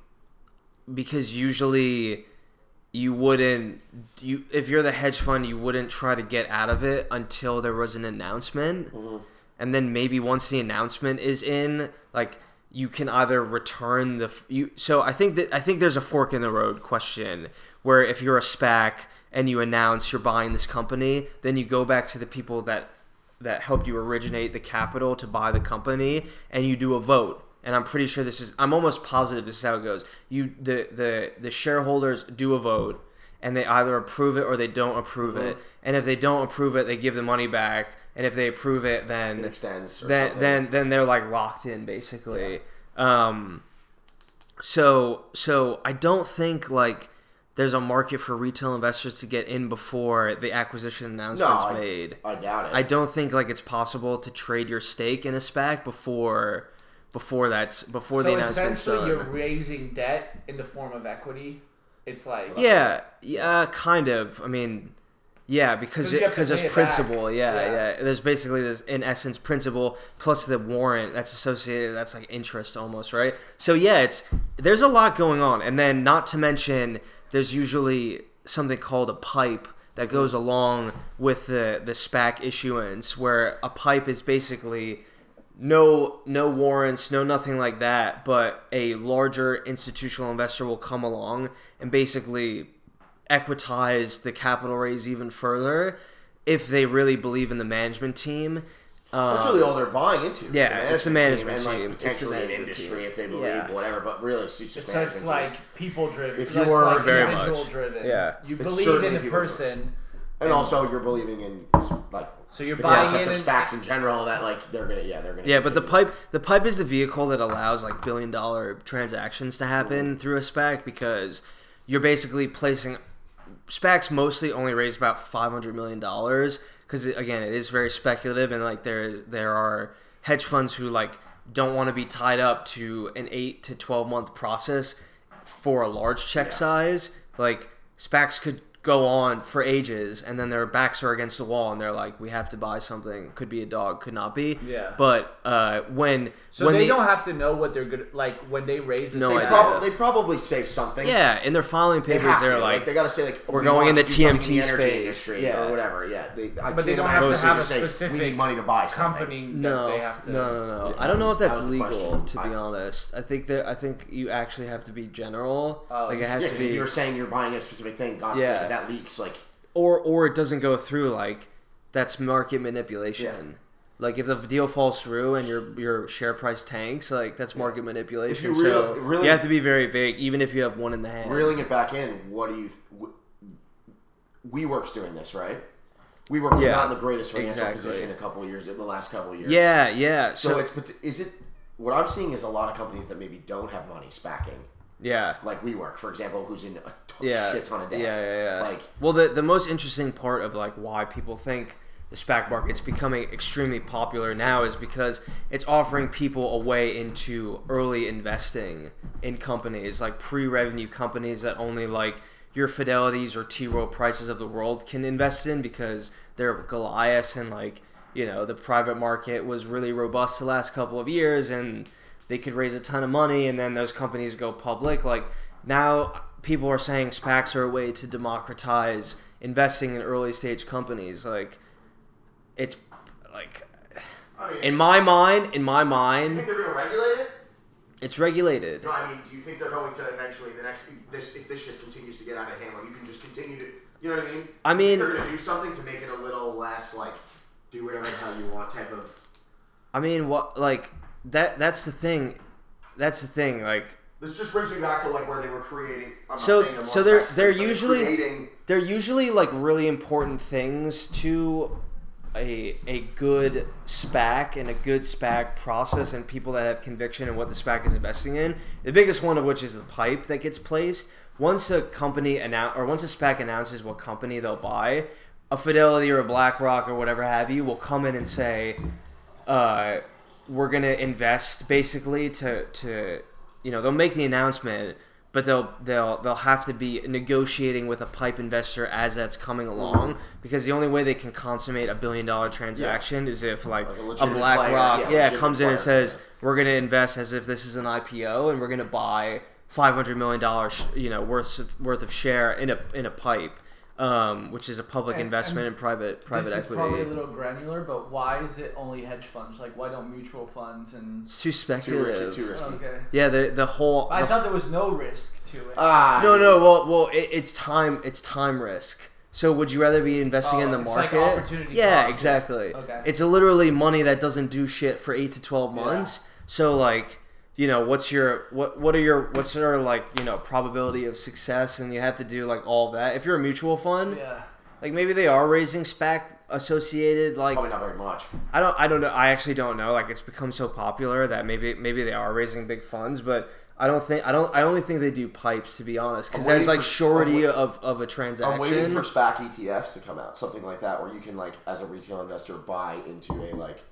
[SPEAKER 1] because usually you wouldn't you if you're the hedge fund you wouldn't try to get out of it until there was an announcement and then maybe once the announcement is in like you can either return the f- you so i think that i think there's a fork in the road question where if you're a spac and you announce you're buying this company then you go back to the people that that helped you originate the capital to buy the company and you do a vote and i'm pretty sure this is i'm almost positive this is how it goes you the the the shareholders do a vote and they either approve it or they don't approve it
[SPEAKER 3] Mm-hmm.
[SPEAKER 1] and if they don't approve it they give the money back and if they approve it then
[SPEAKER 3] It extends or
[SPEAKER 1] then
[SPEAKER 3] something.
[SPEAKER 1] then then they're like locked in basically um so so i don't think like there's a market for retail investors to get in before the acquisition
[SPEAKER 3] no,
[SPEAKER 1] announcement's
[SPEAKER 3] I,
[SPEAKER 1] made
[SPEAKER 3] I doubt it.
[SPEAKER 1] I don't think like it's possible to trade your stake in a SPAC before before that's before the
[SPEAKER 2] so
[SPEAKER 1] announcement's
[SPEAKER 2] essentially
[SPEAKER 1] done.
[SPEAKER 2] you're raising debt in the form of equity. It's like
[SPEAKER 1] yeah, yeah, kind of. I mean, yeah, because
[SPEAKER 2] 'Cause you
[SPEAKER 1] it
[SPEAKER 2] have to
[SPEAKER 1] because
[SPEAKER 2] pay
[SPEAKER 1] there's
[SPEAKER 2] it back.
[SPEAKER 1] principal. Yeah,
[SPEAKER 2] Yeah.
[SPEAKER 1] yeah, There's basically this in essence principal plus the warrant that's associated. That's like interest almost, right? So yeah, it's there's a lot going on, and then not to mention there's usually something called a pipe that goes
[SPEAKER 2] Mm.
[SPEAKER 1] along with the the SPAC issuance, where a pipe is basically no no warrants no nothing like that but a larger institutional investor will come along and basically equitize the capital raise even further if they really believe in the management team Uh,
[SPEAKER 3] That's really all they're buying into. is the
[SPEAKER 1] yeah, it's the management
[SPEAKER 3] and, like,
[SPEAKER 1] team. It's the
[SPEAKER 3] potentially an
[SPEAKER 1] management
[SPEAKER 3] industry
[SPEAKER 1] team.
[SPEAKER 3] if they believe
[SPEAKER 1] Yeah.
[SPEAKER 3] whatever. But really, it's just
[SPEAKER 2] So
[SPEAKER 3] management
[SPEAKER 2] it's
[SPEAKER 3] teams.
[SPEAKER 2] like people driven.
[SPEAKER 3] If
[SPEAKER 2] so it's
[SPEAKER 3] you were-
[SPEAKER 2] like
[SPEAKER 1] Very
[SPEAKER 2] individual
[SPEAKER 1] much.
[SPEAKER 2] driven,
[SPEAKER 1] Yeah.
[SPEAKER 2] you
[SPEAKER 3] It's
[SPEAKER 2] believe
[SPEAKER 3] certainly
[SPEAKER 2] in the
[SPEAKER 3] people driven.
[SPEAKER 2] person.
[SPEAKER 3] and also you're believing in like
[SPEAKER 2] So you're
[SPEAKER 3] the
[SPEAKER 2] buying
[SPEAKER 3] concept
[SPEAKER 2] in
[SPEAKER 3] of
[SPEAKER 2] and-
[SPEAKER 3] SPACs in general that like they're gonna yeah they're gonna
[SPEAKER 1] yeah but the
[SPEAKER 3] continue.
[SPEAKER 1] pipe the pipe is the vehicle that allows like billion dollar transactions to happen through a spac because you're basically placing SPACs mostly only raise about five hundred million dollars because again, it is very speculative and like there there are hedge funds who like don't want to be tied up to an eight to twelve month process for a large check size. Like SPACs could go on for ages and then their backs are against the wall and they're like, we have to buy something. Could be a dog, could not be.
[SPEAKER 2] Yeah.
[SPEAKER 1] But uh, when
[SPEAKER 2] So
[SPEAKER 1] when
[SPEAKER 2] they
[SPEAKER 1] the-
[SPEAKER 2] don't have to know what they're good like when they raise. a
[SPEAKER 1] No
[SPEAKER 2] SPAC,
[SPEAKER 3] they,
[SPEAKER 1] idea.
[SPEAKER 3] prob- they probably say something.
[SPEAKER 1] yeah, in their filing
[SPEAKER 3] They
[SPEAKER 1] papers,
[SPEAKER 3] have
[SPEAKER 1] they're
[SPEAKER 3] to.
[SPEAKER 1] like,
[SPEAKER 3] they gotta say like
[SPEAKER 1] we're
[SPEAKER 3] we
[SPEAKER 1] going
[SPEAKER 3] want
[SPEAKER 1] in
[SPEAKER 3] to
[SPEAKER 1] the
[SPEAKER 3] do something
[SPEAKER 1] TMT
[SPEAKER 3] in the energy
[SPEAKER 1] space.
[SPEAKER 3] industry
[SPEAKER 1] Yeah.
[SPEAKER 3] or whatever. Yeah, they, I
[SPEAKER 2] But they
[SPEAKER 3] can't
[SPEAKER 2] don't have
[SPEAKER 3] imagine
[SPEAKER 2] to have
[SPEAKER 3] just
[SPEAKER 2] a
[SPEAKER 3] say, we
[SPEAKER 2] specific
[SPEAKER 3] need money to buy something.
[SPEAKER 2] company
[SPEAKER 1] No,
[SPEAKER 2] that they have to.
[SPEAKER 1] no, no, no.
[SPEAKER 3] Yeah,
[SPEAKER 1] I don't know if
[SPEAKER 3] that
[SPEAKER 1] that's
[SPEAKER 3] was the
[SPEAKER 1] legal.
[SPEAKER 3] question.
[SPEAKER 1] To be
[SPEAKER 3] I-
[SPEAKER 1] honest, I think that I think you actually have to be general.
[SPEAKER 2] Oh,
[SPEAKER 1] like it has
[SPEAKER 3] Yeah,
[SPEAKER 1] to
[SPEAKER 3] 'cause if
[SPEAKER 1] be,
[SPEAKER 3] you're saying you're buying a specific thing, God forbid,
[SPEAKER 1] Yeah.
[SPEAKER 3] if that leaks like
[SPEAKER 1] or or it doesn't go through. Like that's market manipulation. Like if the deal falls through and your your share price tanks, like that's market manipulation.
[SPEAKER 3] real-
[SPEAKER 1] so
[SPEAKER 3] really-
[SPEAKER 1] you have to be very vague, even if you have one in the hand.
[SPEAKER 3] reeling it back in. What do you? Th- w- WeWork's doing this right. WeWork was
[SPEAKER 1] Yeah,
[SPEAKER 3] not in the greatest financial
[SPEAKER 1] exactly.
[SPEAKER 3] position a couple of years in the last couple of years.
[SPEAKER 1] Yeah, yeah. So,
[SPEAKER 3] So, it's pot- is it what I'm seeing is a lot of companies that maybe don't have money spacking,
[SPEAKER 1] yeah.
[SPEAKER 3] like WeWork, for example, who's in a t-
[SPEAKER 1] yeah,
[SPEAKER 3] shit ton of debt.
[SPEAKER 1] Yeah, yeah, yeah.
[SPEAKER 3] Like
[SPEAKER 1] well, the the most interesting part of like why people think the SPAC market's becoming extremely popular now is because it's offering people a way into early investing in companies like pre-revenue companies that only like your Fidelities or T Rowe Prices of the world can invest in because they're Goliaths and like you know the private market was really robust the last couple of years and they could raise a ton of money and then those companies go public like now people are saying SPACs are a way to democratize investing in early stage companies like it's like
[SPEAKER 3] I mean,
[SPEAKER 1] in my mind in my
[SPEAKER 3] do you
[SPEAKER 1] mind
[SPEAKER 3] they're going to regulate it?
[SPEAKER 1] it's regulated
[SPEAKER 3] No, I mean, do you think they're going to eventually the next this if this shit continues to get out of hand, like you can just continue to, you know what I mean?
[SPEAKER 1] I
[SPEAKER 3] Do you think
[SPEAKER 1] mean-
[SPEAKER 3] they're going to do something to make it a little less like do whatever the hell you want type of.
[SPEAKER 1] I mean, what like that that's the thing. That's the thing. Like
[SPEAKER 4] This just brings me back to like where they were creating. I'm not
[SPEAKER 1] So-
[SPEAKER 4] saying
[SPEAKER 1] so they're-
[SPEAKER 4] market
[SPEAKER 1] they're
[SPEAKER 4] bastards, but
[SPEAKER 1] usually-
[SPEAKER 4] creating.
[SPEAKER 1] they're usually like really important things to a a good SPAC and a good SPAC process and people that have conviction in what the SPAC is investing in. The biggest one of which is the pipe that gets placed. Once a company announce or once a SPAC announces what company they'll buy, a Fidelity or a BlackRock or whatever have you will come in and say, uh, we're gonna invest basically to to you know they'll make the announcement but they'll they'll they'll have to be negotiating with a pipe investor as that's coming along because the only way they can consummate a billion dollar transaction is if like,
[SPEAKER 3] Like a
[SPEAKER 1] a,
[SPEAKER 3] legitimate
[SPEAKER 1] BlackRock
[SPEAKER 3] player, yeah,
[SPEAKER 1] yeah,
[SPEAKER 3] legitimate
[SPEAKER 1] comes in and
[SPEAKER 3] player.
[SPEAKER 1] says we're gonna invest as if this is an IPO and we're gonna buy 500 million dollars you know worth of, worth of share in a in a pipe um, which is a public
[SPEAKER 2] And-
[SPEAKER 1] investment in private private
[SPEAKER 2] this
[SPEAKER 1] equity
[SPEAKER 2] is probably a little granular, but why is it only hedge funds? Like, why don't mutual funds and?
[SPEAKER 1] it's too
[SPEAKER 3] Too
[SPEAKER 1] speculative
[SPEAKER 3] risky. Too risky.
[SPEAKER 2] Okay.
[SPEAKER 1] yeah the the whole
[SPEAKER 2] I
[SPEAKER 1] the Um,
[SPEAKER 2] thought there was no risk to it.
[SPEAKER 3] Ah,
[SPEAKER 1] Uh, No, no. Well, well, it, it's time. It's time risk. So, would you rather be investing
[SPEAKER 2] Oh,
[SPEAKER 1] in the
[SPEAKER 2] it's like
[SPEAKER 1] market?
[SPEAKER 2] opportunity
[SPEAKER 1] yeah,
[SPEAKER 2] cost.
[SPEAKER 1] exactly.
[SPEAKER 2] Okay.
[SPEAKER 1] It's literally money that doesn't do shit for eight to twelve months. So, like, you know, what's your what? What are your what's your like you know probability of success? And you have to do like all that. If you're a mutual fund,
[SPEAKER 2] Yeah.
[SPEAKER 1] like maybe they are raising SPAC associated like
[SPEAKER 3] Probably not very much.
[SPEAKER 1] I don't I don't know I actually don't know like it's become so popular that maybe maybe they are raising big funds but I don't think I don't I only think they do pipes to be honest cuz
[SPEAKER 3] I'm
[SPEAKER 1] there's
[SPEAKER 3] waiting
[SPEAKER 1] like
[SPEAKER 3] for-
[SPEAKER 1] surety
[SPEAKER 3] I'm wait-
[SPEAKER 1] of of a transaction
[SPEAKER 3] I'm waiting for SPAC ETFs to come out, something like that, where you can like, as a retail investor, buy into a like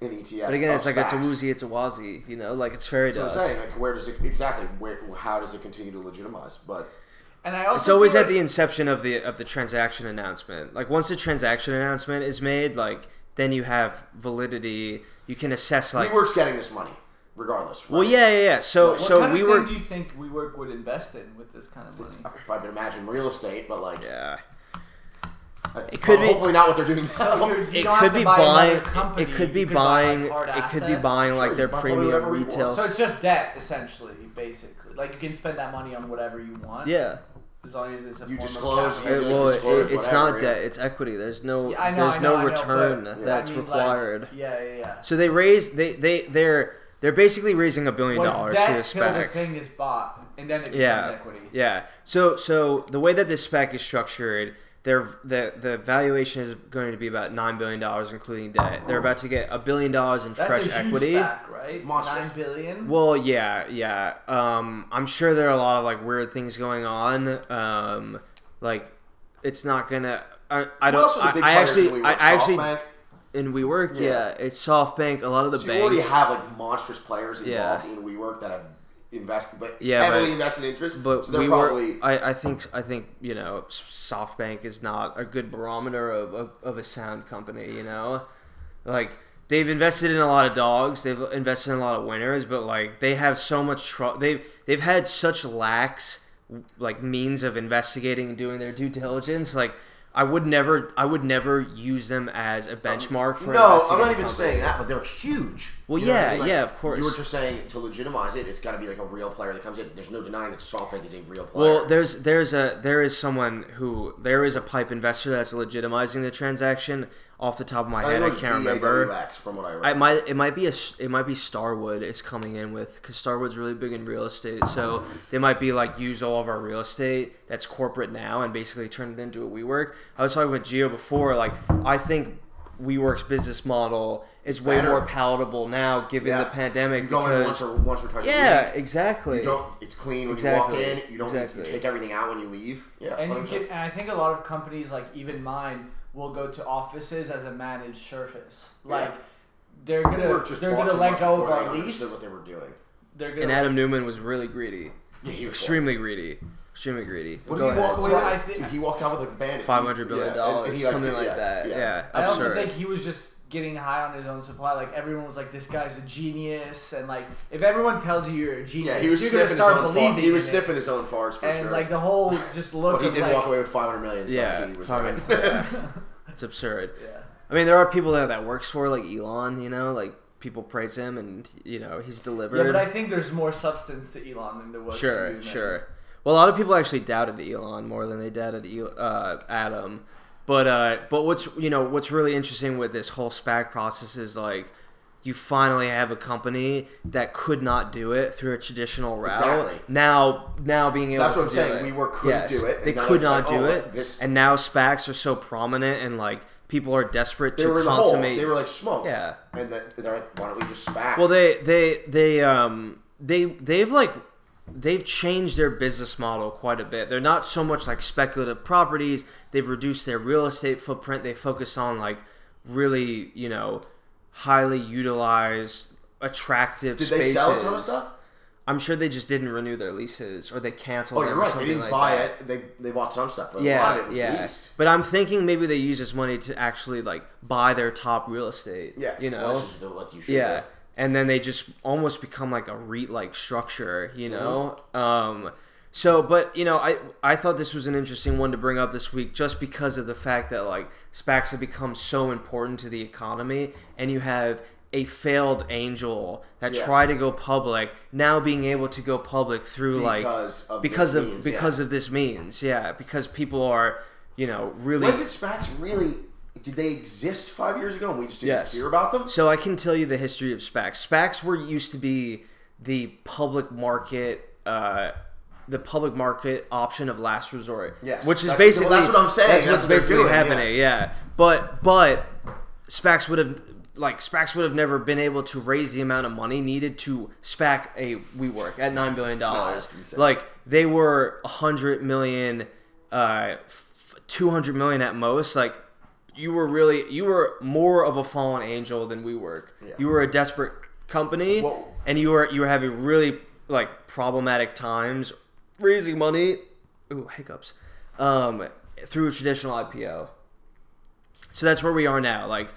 [SPEAKER 3] an ETF.
[SPEAKER 1] but again
[SPEAKER 3] of
[SPEAKER 1] it's like it's a
[SPEAKER 3] SPACs.
[SPEAKER 1] woozy it's a wazi you know like it's fairy
[SPEAKER 3] That's
[SPEAKER 1] dust
[SPEAKER 3] what I'm saying. Like, where does it exactly? Where, how does it continue to legitimize? But
[SPEAKER 2] And I also
[SPEAKER 1] it's always
[SPEAKER 2] feel
[SPEAKER 1] at the inception of the of the transaction announcement like once the transaction announcement is made like then you have validity you can assess like
[SPEAKER 3] WeWork's getting this money regardless.
[SPEAKER 1] well
[SPEAKER 3] right?
[SPEAKER 1] yeah yeah yeah so
[SPEAKER 3] What
[SPEAKER 2] What
[SPEAKER 1] so
[SPEAKER 2] kind
[SPEAKER 1] we
[SPEAKER 2] of
[SPEAKER 1] were
[SPEAKER 2] thing Do you think we work would invest in with this kind of money?
[SPEAKER 3] I would imagine real estate, but like,
[SPEAKER 1] yeah
[SPEAKER 3] it
[SPEAKER 1] could be-
[SPEAKER 3] hopefully not what they're doing
[SPEAKER 2] So
[SPEAKER 3] now. <laughs>
[SPEAKER 2] you're- you
[SPEAKER 1] it
[SPEAKER 2] don't have
[SPEAKER 1] could
[SPEAKER 2] to
[SPEAKER 1] be
[SPEAKER 2] buy another
[SPEAKER 1] buying.
[SPEAKER 2] company,
[SPEAKER 1] It could
[SPEAKER 2] you
[SPEAKER 1] be
[SPEAKER 2] could buy, like,
[SPEAKER 1] buying.
[SPEAKER 2] hard
[SPEAKER 1] It could be
[SPEAKER 2] assets.
[SPEAKER 1] buying like
[SPEAKER 3] Sure,
[SPEAKER 1] their
[SPEAKER 3] you buy whatever
[SPEAKER 1] premium
[SPEAKER 3] you want.
[SPEAKER 1] retail.
[SPEAKER 2] So it's just debt, essentially, basically. Like you can spend that money on whatever you want.
[SPEAKER 1] Yeah,
[SPEAKER 2] As long as it's a
[SPEAKER 3] You
[SPEAKER 2] form
[SPEAKER 3] disclose
[SPEAKER 2] Of
[SPEAKER 1] it,
[SPEAKER 3] You
[SPEAKER 2] capital.
[SPEAKER 3] can
[SPEAKER 1] well,
[SPEAKER 3] disclose
[SPEAKER 1] it, it's
[SPEAKER 3] whatever,
[SPEAKER 1] not
[SPEAKER 3] yeah.
[SPEAKER 1] debt. It's equity. There's no.
[SPEAKER 2] Yeah, I know,
[SPEAKER 1] there's
[SPEAKER 2] I know, I
[SPEAKER 1] no
[SPEAKER 2] know,
[SPEAKER 1] return
[SPEAKER 2] but-
[SPEAKER 3] Yeah.
[SPEAKER 1] that's
[SPEAKER 2] I mean, like,
[SPEAKER 1] required.
[SPEAKER 2] yeah, yeah, yeah.
[SPEAKER 1] so they raise. They they they're they're basically raising a billion
[SPEAKER 2] Once
[SPEAKER 1] dollars
[SPEAKER 2] that
[SPEAKER 1] through a
[SPEAKER 2] till the
[SPEAKER 1] spec.
[SPEAKER 2] thing is bought, and then it becomes
[SPEAKER 1] Yeah.
[SPEAKER 2] equity.
[SPEAKER 1] Yeah. So so the way that this spec is structured, their the the valuation is going to be about nine billion dollars, including debt. They're about to get a billion dollars in
[SPEAKER 2] Oh. That's
[SPEAKER 1] fresh
[SPEAKER 2] a huge
[SPEAKER 1] equity.
[SPEAKER 2] Stack, right?
[SPEAKER 3] Monstrous.
[SPEAKER 2] Nine billion.
[SPEAKER 1] Well, yeah, yeah. Um, I'm sure there are a lot of like weird things going on. Um, like it's not gonna. I, I
[SPEAKER 3] Who
[SPEAKER 1] don't.
[SPEAKER 3] else are the
[SPEAKER 1] I,
[SPEAKER 3] big
[SPEAKER 1] I
[SPEAKER 3] players in
[SPEAKER 1] actually.
[SPEAKER 3] WeWork?
[SPEAKER 1] I actually.
[SPEAKER 3] SoftBank?
[SPEAKER 1] In WeWork, yeah.
[SPEAKER 3] Yeah.
[SPEAKER 1] yeah, it's SoftBank. A lot of the
[SPEAKER 3] So you already
[SPEAKER 1] banks.
[SPEAKER 3] have like monstrous players
[SPEAKER 1] Yeah.
[SPEAKER 3] involved in WeWork that have invested, but
[SPEAKER 1] Yeah,
[SPEAKER 3] heavily
[SPEAKER 1] but-
[SPEAKER 3] invested interest.
[SPEAKER 1] But
[SPEAKER 3] so they're
[SPEAKER 1] we
[SPEAKER 3] probably
[SPEAKER 1] were. I, I think. I think you know. S- SoftBank is not a good barometer of, of, of a sound company. You know, like they've invested in a lot of dogs. They've invested in a lot of winners, but like they have so much trouble. They've they've had such lax like means of investigating and doing their due diligence. Like I would never. I would never use them as a benchmark for.
[SPEAKER 3] Um, no,
[SPEAKER 1] investing
[SPEAKER 3] I'm
[SPEAKER 1] in
[SPEAKER 3] not
[SPEAKER 1] a
[SPEAKER 3] even
[SPEAKER 1] company.
[SPEAKER 3] saying that, but they're huge.
[SPEAKER 1] Well,
[SPEAKER 3] what
[SPEAKER 1] yeah, yeah, of course.
[SPEAKER 3] You were just saying to legitimize it, it's got to be like a real player that comes in. There's no denying that SoftBank is a real player.
[SPEAKER 1] Well, there's there's a there is someone who there is a pipe investor that's legitimizing the transaction. Off the top of my
[SPEAKER 3] I,
[SPEAKER 1] head, I can't remember.
[SPEAKER 3] BAWX, from what I read.
[SPEAKER 1] I might it might be a s- it might be Starwood is coming in with because Starwood's really big in real estate, so they might be like use all of our real estate that's corporate now and basically turn it into a WeWork. I was talking with Geo before, like I think WeWork's business model is way
[SPEAKER 3] Better.
[SPEAKER 1] more palatable now given
[SPEAKER 3] Yeah.
[SPEAKER 1] the pandemic.
[SPEAKER 3] you go in once
[SPEAKER 1] Because,
[SPEAKER 3] or once or twice.
[SPEAKER 1] yeah,
[SPEAKER 3] a week.
[SPEAKER 1] exactly.
[SPEAKER 3] You don't. It's clean when
[SPEAKER 1] Exactly.
[SPEAKER 3] you walk in. You don't.
[SPEAKER 1] Exactly.
[SPEAKER 3] You take everything out when you leave. Yeah,
[SPEAKER 2] And you
[SPEAKER 3] 100%.
[SPEAKER 2] get, and I think a lot of companies, like even mine, will go to offices as a managed surface. Like
[SPEAKER 3] Yeah.
[SPEAKER 2] they're
[SPEAKER 3] They
[SPEAKER 2] gonna
[SPEAKER 3] were just
[SPEAKER 2] they're
[SPEAKER 3] bought
[SPEAKER 2] gonna
[SPEAKER 3] too
[SPEAKER 2] let
[SPEAKER 3] much
[SPEAKER 2] go of
[SPEAKER 3] before they
[SPEAKER 2] our lease.
[SPEAKER 3] understood what they were doing.
[SPEAKER 2] They're gonna
[SPEAKER 1] and Adam Newman was really greedy.
[SPEAKER 3] Yeah, he was
[SPEAKER 1] extremely greedy, extremely greedy.
[SPEAKER 2] What
[SPEAKER 1] Go
[SPEAKER 2] do you
[SPEAKER 1] ahead.
[SPEAKER 2] want-
[SPEAKER 3] Well,
[SPEAKER 2] Well,
[SPEAKER 3] yeah,
[SPEAKER 2] I thi-
[SPEAKER 3] dude, he walked out with a bandit.
[SPEAKER 1] Five hundred billion dollars, something like that. Yeah,
[SPEAKER 2] I also
[SPEAKER 1] absurd.
[SPEAKER 2] think he was just getting high on his own supply. Like everyone was like, "This guy's a genius," and like if everyone tells you you're a genius,
[SPEAKER 3] Yeah, he was
[SPEAKER 2] you're
[SPEAKER 3] sniffing
[SPEAKER 2] gonna
[SPEAKER 3] his
[SPEAKER 2] start
[SPEAKER 3] own
[SPEAKER 2] believing.
[SPEAKER 3] farts. He was
[SPEAKER 2] in it.
[SPEAKER 3] sniffing his own farts for
[SPEAKER 2] and
[SPEAKER 3] sure.
[SPEAKER 2] like the whole just look
[SPEAKER 3] but he
[SPEAKER 2] of
[SPEAKER 3] did
[SPEAKER 2] like,
[SPEAKER 3] walk away with five hundred million. So
[SPEAKER 1] yeah,
[SPEAKER 3] yeah, he was
[SPEAKER 1] probably-
[SPEAKER 3] right.
[SPEAKER 2] <laughs>
[SPEAKER 1] yeah. it's absurd.
[SPEAKER 2] Yeah.
[SPEAKER 1] I mean, there are people that that works for, like Elon. You know, like people praise him, and you know he's delivered.
[SPEAKER 2] Yeah, but I think there's more substance to Elon than there was. to
[SPEAKER 1] sure,
[SPEAKER 2] Newman.
[SPEAKER 1] sure. Well, a lot of people actually doubted Elon more than they doubted El- uh, Adam. But uh, but what's you know what's really interesting with this whole SPAC process is like you finally have a company that could not do it through a traditional route.
[SPEAKER 3] Exactly.
[SPEAKER 1] Now, now being able
[SPEAKER 3] That's
[SPEAKER 1] to
[SPEAKER 3] what I'm
[SPEAKER 1] do
[SPEAKER 3] saying.
[SPEAKER 1] it.
[SPEAKER 3] We were- couldn't
[SPEAKER 1] Yes.
[SPEAKER 3] do it, and
[SPEAKER 1] They
[SPEAKER 3] now
[SPEAKER 1] could
[SPEAKER 3] they're
[SPEAKER 1] not
[SPEAKER 3] just like,
[SPEAKER 1] do
[SPEAKER 3] "Oh,
[SPEAKER 1] it.
[SPEAKER 3] this-
[SPEAKER 1] and now SPACs are so prominent, and like people are desperate
[SPEAKER 3] They
[SPEAKER 1] to
[SPEAKER 3] were in the hole.
[SPEAKER 1] consummate.
[SPEAKER 3] They were like smoked.
[SPEAKER 1] Yeah.
[SPEAKER 3] And then they're like, why don't we just spack?
[SPEAKER 1] Well, they they they um they they've like they've changed their business model quite a bit. They're not so much like speculative properties. They've reduced their real estate footprint. They focus on like really you know highly utilized, attractive.
[SPEAKER 3] did
[SPEAKER 1] spaces.
[SPEAKER 3] they sell a ton of stuff?
[SPEAKER 1] I'm sure they just didn't renew their leases or they canceled.
[SPEAKER 3] Oh, you're
[SPEAKER 1] them or
[SPEAKER 3] right. They
[SPEAKER 1] something
[SPEAKER 3] didn't
[SPEAKER 1] like
[SPEAKER 3] buy
[SPEAKER 1] that.
[SPEAKER 3] it. They they bought some stuff, but a lot of
[SPEAKER 1] Yeah,
[SPEAKER 3] it was
[SPEAKER 1] yeah.
[SPEAKER 3] leased.
[SPEAKER 1] But I'm thinking maybe they use this money to actually like buy their top real estate.
[SPEAKER 3] Yeah.
[SPEAKER 1] you know,
[SPEAKER 3] Well, that's just the- what you should
[SPEAKER 1] yeah.
[SPEAKER 3] do.
[SPEAKER 1] And then they just almost become like a REIT like structure, you know?
[SPEAKER 3] Mm-hmm.
[SPEAKER 1] Um, so, but, you know, I, I thought this was an interesting one to bring up this week just because of the fact that, like, SPACs have become so important to the economy. And you have a failed angel that
[SPEAKER 3] Yeah.
[SPEAKER 1] tried to go public now being able to go public through, like,
[SPEAKER 3] Because of
[SPEAKER 1] because
[SPEAKER 3] this
[SPEAKER 1] of,
[SPEAKER 3] means, yeah.
[SPEAKER 1] because of this means. Yeah. Because people are, you know, really.
[SPEAKER 3] When did SPACs really? Did they exist five years ago and we just didn't
[SPEAKER 1] Yes.
[SPEAKER 3] hear about them?
[SPEAKER 1] So I can tell you the history of SPACs. SPACs were used to be the public market, uh, the public market option of last resort.
[SPEAKER 3] Yes.
[SPEAKER 1] which is
[SPEAKER 3] That's-
[SPEAKER 1] basically
[SPEAKER 3] well, that's what I'm saying.
[SPEAKER 1] That's,
[SPEAKER 3] That's
[SPEAKER 1] what's
[SPEAKER 3] what they're
[SPEAKER 1] basically
[SPEAKER 3] doing,
[SPEAKER 1] happening. Yeah. but but SPACs would have like SPACs would have never been able to raise the amount of money needed to SPAC a WeWork at nine billion dollars.
[SPEAKER 3] insane.
[SPEAKER 1] like they were hundred million, uh, two hundred million at most. Like you were really you were more of a fallen angel than we were. You were a desperate company,
[SPEAKER 3] Whoa.
[SPEAKER 1] and you were you were having really like problematic times raising money. Ooh, hiccups. Um, through a traditional IPO. So that's where we are now. Like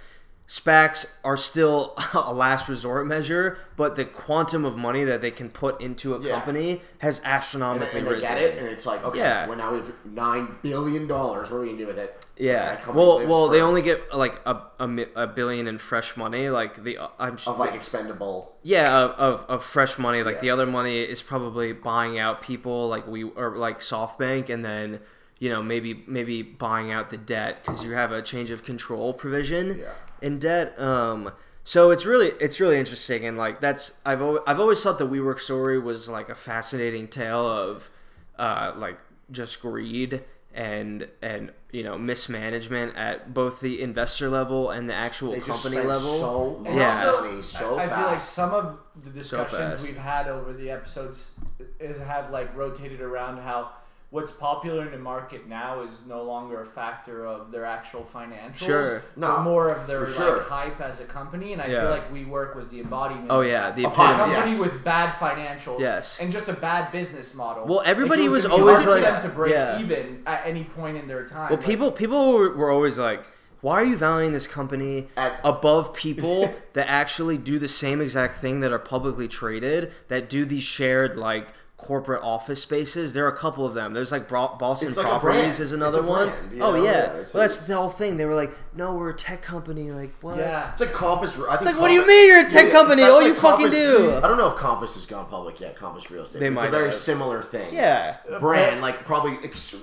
[SPEAKER 1] SPACs are still <laughs> a last resort measure, but the quantum of money that they can put into a
[SPEAKER 3] Yeah.
[SPEAKER 1] company has
[SPEAKER 3] And,
[SPEAKER 1] astronomically
[SPEAKER 3] and they
[SPEAKER 1] risen.
[SPEAKER 3] get it, and it's like, okay,
[SPEAKER 1] Yeah.
[SPEAKER 3] well now we have nine billion dollars. What are we gonna do with it?
[SPEAKER 1] Yeah.
[SPEAKER 3] That company
[SPEAKER 1] Well,
[SPEAKER 3] lives
[SPEAKER 1] well, they
[SPEAKER 3] for-
[SPEAKER 1] only get like a, a mi- a billion in fresh money. Like the I'm
[SPEAKER 3] of like expendable.
[SPEAKER 1] yeah of, of, of fresh money. Like
[SPEAKER 3] Yeah.
[SPEAKER 1] the other money is probably buying out people like we or like SoftBank, and then you know maybe maybe buying out the debt because you have a change of control provision
[SPEAKER 3] Yeah.
[SPEAKER 1] in debt. Um. So it's really it's really interesting, and like that's I've always, I've always thought the WeWork story was like a fascinating tale of uh, like just greed and and you know mismanagement at both the investor level and the actual
[SPEAKER 3] They just
[SPEAKER 1] company
[SPEAKER 3] spend
[SPEAKER 1] level.
[SPEAKER 3] so much
[SPEAKER 2] And also,
[SPEAKER 3] money so
[SPEAKER 2] I, I
[SPEAKER 3] fast.
[SPEAKER 2] feel like some of the discussions
[SPEAKER 1] fast.
[SPEAKER 2] we've had over the episodes is have like rotated around how what's popular in the market now is no longer a factor of their actual financials,
[SPEAKER 1] Sure.
[SPEAKER 3] No,
[SPEAKER 2] but more of their
[SPEAKER 3] for sure.
[SPEAKER 2] like hype as a company. And I
[SPEAKER 1] Yeah.
[SPEAKER 2] feel like WeWork was the embodiment.
[SPEAKER 1] oh
[SPEAKER 2] of
[SPEAKER 1] yeah,
[SPEAKER 2] that.
[SPEAKER 1] the
[SPEAKER 3] Of
[SPEAKER 2] a
[SPEAKER 1] epitome.
[SPEAKER 3] hype,
[SPEAKER 2] company
[SPEAKER 3] yes.
[SPEAKER 2] with bad financials,
[SPEAKER 1] Yes.
[SPEAKER 2] and just a bad business model.
[SPEAKER 1] Well, everybody
[SPEAKER 2] it
[SPEAKER 1] was
[SPEAKER 2] gonna be
[SPEAKER 1] always
[SPEAKER 2] hard for
[SPEAKER 1] like-
[SPEAKER 2] them to break
[SPEAKER 1] yeah.
[SPEAKER 2] even at any point in their time.
[SPEAKER 1] Well,
[SPEAKER 2] Like,
[SPEAKER 1] people people were were always like, "Why are you valuing this company
[SPEAKER 3] At-
[SPEAKER 1] above
[SPEAKER 3] <laughs>
[SPEAKER 1] people that actually do the same exact thing that are publicly traded that do these shared like corporate office spaces?" There are a couple of them. There's like Bro- Boston
[SPEAKER 3] It's like a
[SPEAKER 1] Properties
[SPEAKER 3] brand.
[SPEAKER 1] is another
[SPEAKER 3] It's a
[SPEAKER 1] one.
[SPEAKER 3] brand, you
[SPEAKER 1] oh
[SPEAKER 3] know?
[SPEAKER 1] yeah,
[SPEAKER 3] Yeah,
[SPEAKER 1] well
[SPEAKER 3] it's
[SPEAKER 1] that's
[SPEAKER 3] like-
[SPEAKER 1] the whole thing. They were like, "No, we're a tech company." Like what?
[SPEAKER 2] yeah,
[SPEAKER 3] It's like Compass. I
[SPEAKER 1] It's like, what do you mean you're a tech company? All you fucking do.
[SPEAKER 3] I don't know if Compass has gone public yet. Compass Real Estate.
[SPEAKER 1] They
[SPEAKER 3] it's
[SPEAKER 1] might
[SPEAKER 3] a very
[SPEAKER 1] have.
[SPEAKER 3] similar thing.
[SPEAKER 1] Yeah.
[SPEAKER 3] Brand like probably ex-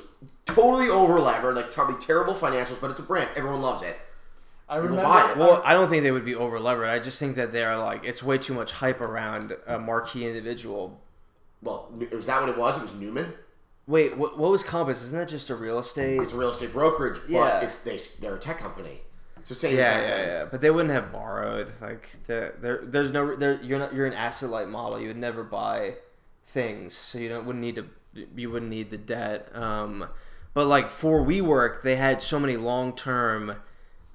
[SPEAKER 3] totally overlevered, like probably terrible financials, but it's a brand. Everyone loves it.
[SPEAKER 2] I
[SPEAKER 3] will
[SPEAKER 2] remember.
[SPEAKER 3] buy it.
[SPEAKER 1] Well, I don't think they would be over levered. I just think that they are like it's way too much hype around a marquee individual.
[SPEAKER 3] Well, was that what it was? It was Newman.
[SPEAKER 1] Wait, what, what was Compass? Isn't that just a real estate?
[SPEAKER 3] It's a real estate brokerage,
[SPEAKER 1] Yeah.
[SPEAKER 3] but it's they they're a tech company. It's the same.
[SPEAKER 1] Yeah,
[SPEAKER 3] exact
[SPEAKER 1] yeah,
[SPEAKER 3] thing.
[SPEAKER 1] yeah. But they wouldn't have borrowed. Like the, there, there's no. There, you're not. You're an asset light model. You would never buy things, so you don't wouldn't need to. You wouldn't need the debt. Um, but like for WeWork, they had so many long term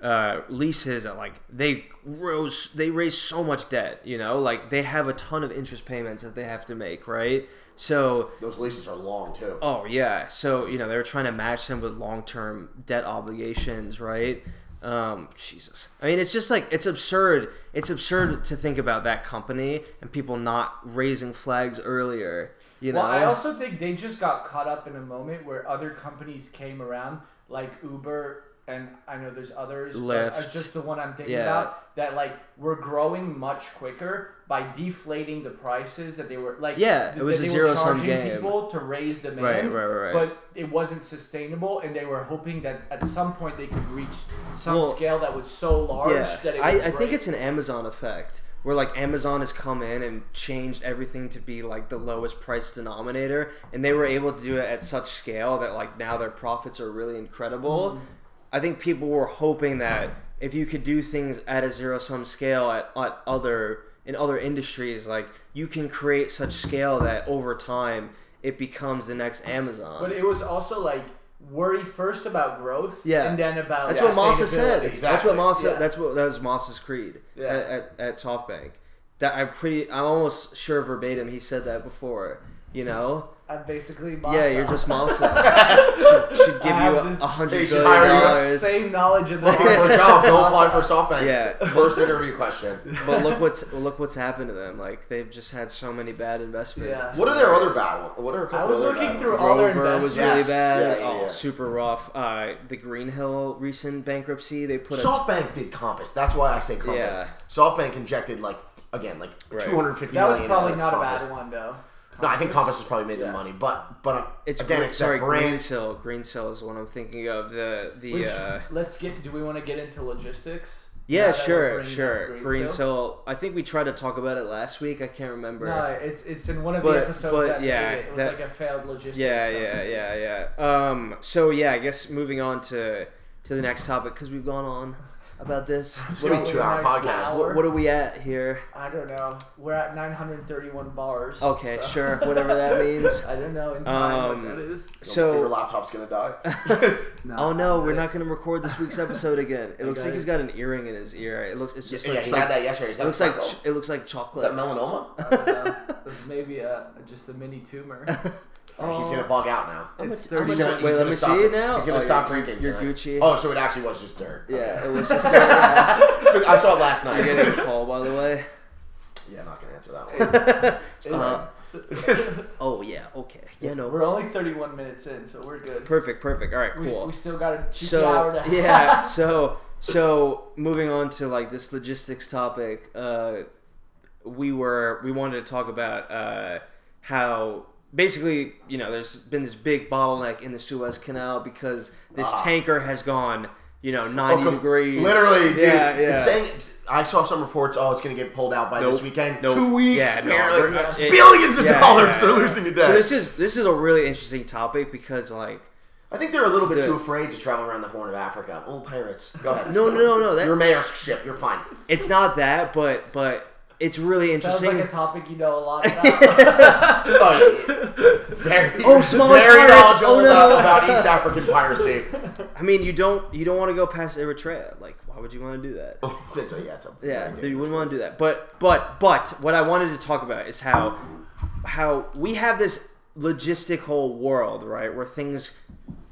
[SPEAKER 1] uh, leases that like they rose. They raised so much debt. You know, like they have a ton of interest payments that they have to make. Right. So
[SPEAKER 3] Those leases are long too.
[SPEAKER 1] Oh yeah, so you know they were trying to match them with long-term debt obligations, right? Um, Jesus, I mean it's just like it's absurd. It's absurd to think about that company and people not raising flags earlier. You know,
[SPEAKER 2] Well, I also think they just got caught up in a moment where other companies came around, like Uber and I know there's others. but, uh,
[SPEAKER 1] Lyft.
[SPEAKER 2] just the one I'm thinking
[SPEAKER 1] Yeah.
[SPEAKER 2] about that like we're growing much quicker by deflating the prices that they were like.
[SPEAKER 1] Yeah, it
[SPEAKER 2] that
[SPEAKER 1] was a
[SPEAKER 2] they were
[SPEAKER 1] zero-sum
[SPEAKER 2] charging
[SPEAKER 1] game.
[SPEAKER 2] People to raise demand,
[SPEAKER 1] Right, right, right, right.
[SPEAKER 2] But it wasn't sustainable, and they were hoping that at some point they could reach some
[SPEAKER 1] Well,
[SPEAKER 2] scale that was so large that it
[SPEAKER 1] I,
[SPEAKER 2] would
[SPEAKER 1] I think
[SPEAKER 2] break.
[SPEAKER 1] it's an Amazon effect where like Amazon has come in and changed everything to be like the lowest price denominator, and they were able to do it at such scale that like now their profits are really incredible.
[SPEAKER 2] Mm-hmm.
[SPEAKER 1] I think people were hoping that if you could do things at a zero sum scale at, at other in other industries, like you can create such scale that over time it becomes the next Amazon.
[SPEAKER 2] But it was also like worry first about growth,
[SPEAKER 1] Yeah.
[SPEAKER 2] and then about
[SPEAKER 1] That's
[SPEAKER 3] Yeah,
[SPEAKER 1] what Massa
[SPEAKER 2] sustainability.
[SPEAKER 1] said. That's
[SPEAKER 3] exactly.
[SPEAKER 1] what Massa.
[SPEAKER 2] Yeah.
[SPEAKER 1] That's what that was Massa's creed
[SPEAKER 2] Yeah.
[SPEAKER 1] at, at, at SoftBank. That I'm pretty. I'm almost sure verbatim he said that before. You know.
[SPEAKER 2] I'm basically Masa.
[SPEAKER 1] Yeah, you're
[SPEAKER 2] <laughs>
[SPEAKER 1] just
[SPEAKER 3] <laughs>
[SPEAKER 1] Masa. should, should give
[SPEAKER 2] I
[SPEAKER 1] you
[SPEAKER 2] have
[SPEAKER 1] a,
[SPEAKER 2] this-
[SPEAKER 1] a hundred
[SPEAKER 3] They should
[SPEAKER 1] billion
[SPEAKER 3] hire you.
[SPEAKER 1] dollars.
[SPEAKER 3] <laughs>
[SPEAKER 2] same
[SPEAKER 1] <laughs>
[SPEAKER 2] knowledge of the
[SPEAKER 3] Apply for a job, Don't apply for SoftBank.
[SPEAKER 1] Yeah.
[SPEAKER 3] First interview question.
[SPEAKER 1] But look what's look what's happened to them. Like they've just had so many bad investments.
[SPEAKER 2] Yeah.
[SPEAKER 1] It's
[SPEAKER 3] What are their other
[SPEAKER 1] hilarious.
[SPEAKER 3] battle? What are a couple
[SPEAKER 2] I was
[SPEAKER 3] other
[SPEAKER 2] looking
[SPEAKER 3] battles?
[SPEAKER 2] through all their
[SPEAKER 1] Rover was
[SPEAKER 2] investments.
[SPEAKER 1] really
[SPEAKER 3] Yes.
[SPEAKER 1] bad.
[SPEAKER 3] Yeah, yeah,
[SPEAKER 1] oh,
[SPEAKER 3] yeah.
[SPEAKER 1] super rough. Uh, the Green Hill recent bankruptcy. They put a
[SPEAKER 3] SoftBank did Compass. That's why I say Compass.
[SPEAKER 1] Yeah.
[SPEAKER 3] SoftBank injected like again like
[SPEAKER 1] Right.
[SPEAKER 3] two hundred fifty
[SPEAKER 2] That
[SPEAKER 3] million.
[SPEAKER 2] was probably
[SPEAKER 3] into
[SPEAKER 2] not a
[SPEAKER 3] Compass.
[SPEAKER 2] bad one though.
[SPEAKER 3] No, I think Compass has probably made
[SPEAKER 2] Yeah.
[SPEAKER 3] the money, but but uh,
[SPEAKER 1] It's
[SPEAKER 3] again,
[SPEAKER 1] Gre-
[SPEAKER 3] it's
[SPEAKER 1] sorry,
[SPEAKER 3] that brand.
[SPEAKER 1] Greensill. Greensill is what I'm thinking of. The
[SPEAKER 2] We
[SPEAKER 1] the
[SPEAKER 2] should-
[SPEAKER 1] uh,
[SPEAKER 2] Let's get. Do we want to get into logistics? Now
[SPEAKER 1] yeah,
[SPEAKER 2] that we're
[SPEAKER 1] sure,
[SPEAKER 2] bringing
[SPEAKER 1] sure.
[SPEAKER 2] up
[SPEAKER 1] Greensill.
[SPEAKER 2] Greensill?
[SPEAKER 1] I think we tried to talk about it last week. I can't remember.
[SPEAKER 2] No, it's it's in one of
[SPEAKER 1] But-
[SPEAKER 2] the episodes
[SPEAKER 1] but
[SPEAKER 2] that
[SPEAKER 1] yeah,
[SPEAKER 2] yeah, it. was
[SPEAKER 1] that-
[SPEAKER 2] like a failed logistics.
[SPEAKER 1] yeah,
[SPEAKER 2] stuff.
[SPEAKER 1] yeah, yeah, yeah. Um. So yeah, I guess moving on to to the next topic because we've gone on about this.
[SPEAKER 3] It's
[SPEAKER 1] What,
[SPEAKER 3] gonna
[SPEAKER 1] are-
[SPEAKER 3] be a two-hour
[SPEAKER 2] Nice
[SPEAKER 3] podcast.
[SPEAKER 2] hour.
[SPEAKER 1] what, what are we at here?
[SPEAKER 2] I don't know. We're at 931 bars.
[SPEAKER 1] Okay,
[SPEAKER 2] so-
[SPEAKER 1] sure, whatever
[SPEAKER 2] <laughs>
[SPEAKER 1] that means.
[SPEAKER 2] I don't know in time
[SPEAKER 1] Um,
[SPEAKER 2] what that is.
[SPEAKER 3] your
[SPEAKER 1] So.
[SPEAKER 3] laptop's gonna die.
[SPEAKER 1] <laughs> oh no, we're not going to record this week's episode again. It looks
[SPEAKER 2] got
[SPEAKER 1] like
[SPEAKER 2] it.
[SPEAKER 1] he's got an earring in his ear. It looks. It's just
[SPEAKER 3] yeah,
[SPEAKER 1] like.
[SPEAKER 3] he
[SPEAKER 1] some-
[SPEAKER 3] had that yesterday.
[SPEAKER 1] it
[SPEAKER 3] Is that
[SPEAKER 1] looks like.
[SPEAKER 3] freckle?
[SPEAKER 1] ch- It looks like
[SPEAKER 3] is
[SPEAKER 1] chocolate. <laughs>
[SPEAKER 3] that melanoma?
[SPEAKER 2] I don't know. It's uh, maybe a just a mini tumor.
[SPEAKER 1] <laughs>
[SPEAKER 3] Oh, He's gonna bug out now.
[SPEAKER 1] How
[SPEAKER 2] It's
[SPEAKER 1] much- how
[SPEAKER 2] thirty-
[SPEAKER 1] much-
[SPEAKER 3] He's
[SPEAKER 2] gonna-
[SPEAKER 1] wait, let me
[SPEAKER 3] stop,
[SPEAKER 1] see it now.
[SPEAKER 3] He's gonna
[SPEAKER 1] Oh,
[SPEAKER 3] stop
[SPEAKER 1] you're-
[SPEAKER 3] drinking.
[SPEAKER 1] You're
[SPEAKER 3] tonight.
[SPEAKER 1] Gucci.
[SPEAKER 3] Oh, so it actually was just dirt.
[SPEAKER 1] Yeah, it was just.
[SPEAKER 3] Okay. <laughs> I saw it last
[SPEAKER 1] <laughs>
[SPEAKER 3] night.
[SPEAKER 1] You're getting a call, by the way.
[SPEAKER 3] Yeah, I'm not gonna answer that one.
[SPEAKER 1] Uh, <laughs> oh yeah, okay, yeah, no,
[SPEAKER 2] We're only 31 minutes in, so we're good.
[SPEAKER 1] perfect, perfect. All right,
[SPEAKER 2] We,
[SPEAKER 1] cool.
[SPEAKER 2] we still got a cheeky hour
[SPEAKER 1] so
[SPEAKER 2] and a half.
[SPEAKER 1] yeah,
[SPEAKER 2] <laughs>
[SPEAKER 1] so so moving on to like this logistics topic, uh, we were we wanted to talk about uh, how basically you know there's been this big bottleneck in the Suez Canal because this tanker has gone you know 90
[SPEAKER 3] Ah. Oh, com-
[SPEAKER 1] degrees,
[SPEAKER 3] Literally, dude.
[SPEAKER 1] yeah, yeah.
[SPEAKER 3] It's saying I saw some reports. Oh, it's gonna get pulled out by
[SPEAKER 1] Nope.
[SPEAKER 3] this weekend.
[SPEAKER 1] Nope.
[SPEAKER 3] Two weeks.
[SPEAKER 1] Yeah, no,
[SPEAKER 3] apparently.
[SPEAKER 1] we're- uh,
[SPEAKER 3] It's
[SPEAKER 1] it-
[SPEAKER 3] billions of
[SPEAKER 1] yeah, yeah,
[SPEAKER 3] dollars
[SPEAKER 1] yeah,
[SPEAKER 3] they're
[SPEAKER 1] yeah.
[SPEAKER 3] losing today.
[SPEAKER 1] So this is this is a really interesting topic because like
[SPEAKER 3] I think they're a little bit
[SPEAKER 1] The-
[SPEAKER 3] too afraid to travel around the Horn of Africa. Oh, pirates. Go ahead.
[SPEAKER 1] No, no, no, no, that-
[SPEAKER 3] You're mayor's ship. You're fine.
[SPEAKER 1] it's not that, but but it's really
[SPEAKER 2] Sounds
[SPEAKER 1] interesting.
[SPEAKER 2] like a topic you know a
[SPEAKER 3] <laughs>
[SPEAKER 2] lot about.
[SPEAKER 1] <laughs>
[SPEAKER 3] Oh, yeah, yeah. very,
[SPEAKER 1] Oh, Somali
[SPEAKER 3] very
[SPEAKER 1] pirates.
[SPEAKER 3] knowledgeable
[SPEAKER 1] Oh, no.
[SPEAKER 3] about, about East African piracy. <laughs>
[SPEAKER 1] I mean, you don't you don't want to go past Eritrea. Like, why would you want to do that?
[SPEAKER 3] That's a, yeah, it's a
[SPEAKER 1] Yeah,
[SPEAKER 3] very
[SPEAKER 1] dude, you
[SPEAKER 3] dangerous-
[SPEAKER 1] wouldn't want to do that. But but but what I wanted to talk about is how how we have this logistical world, right, where things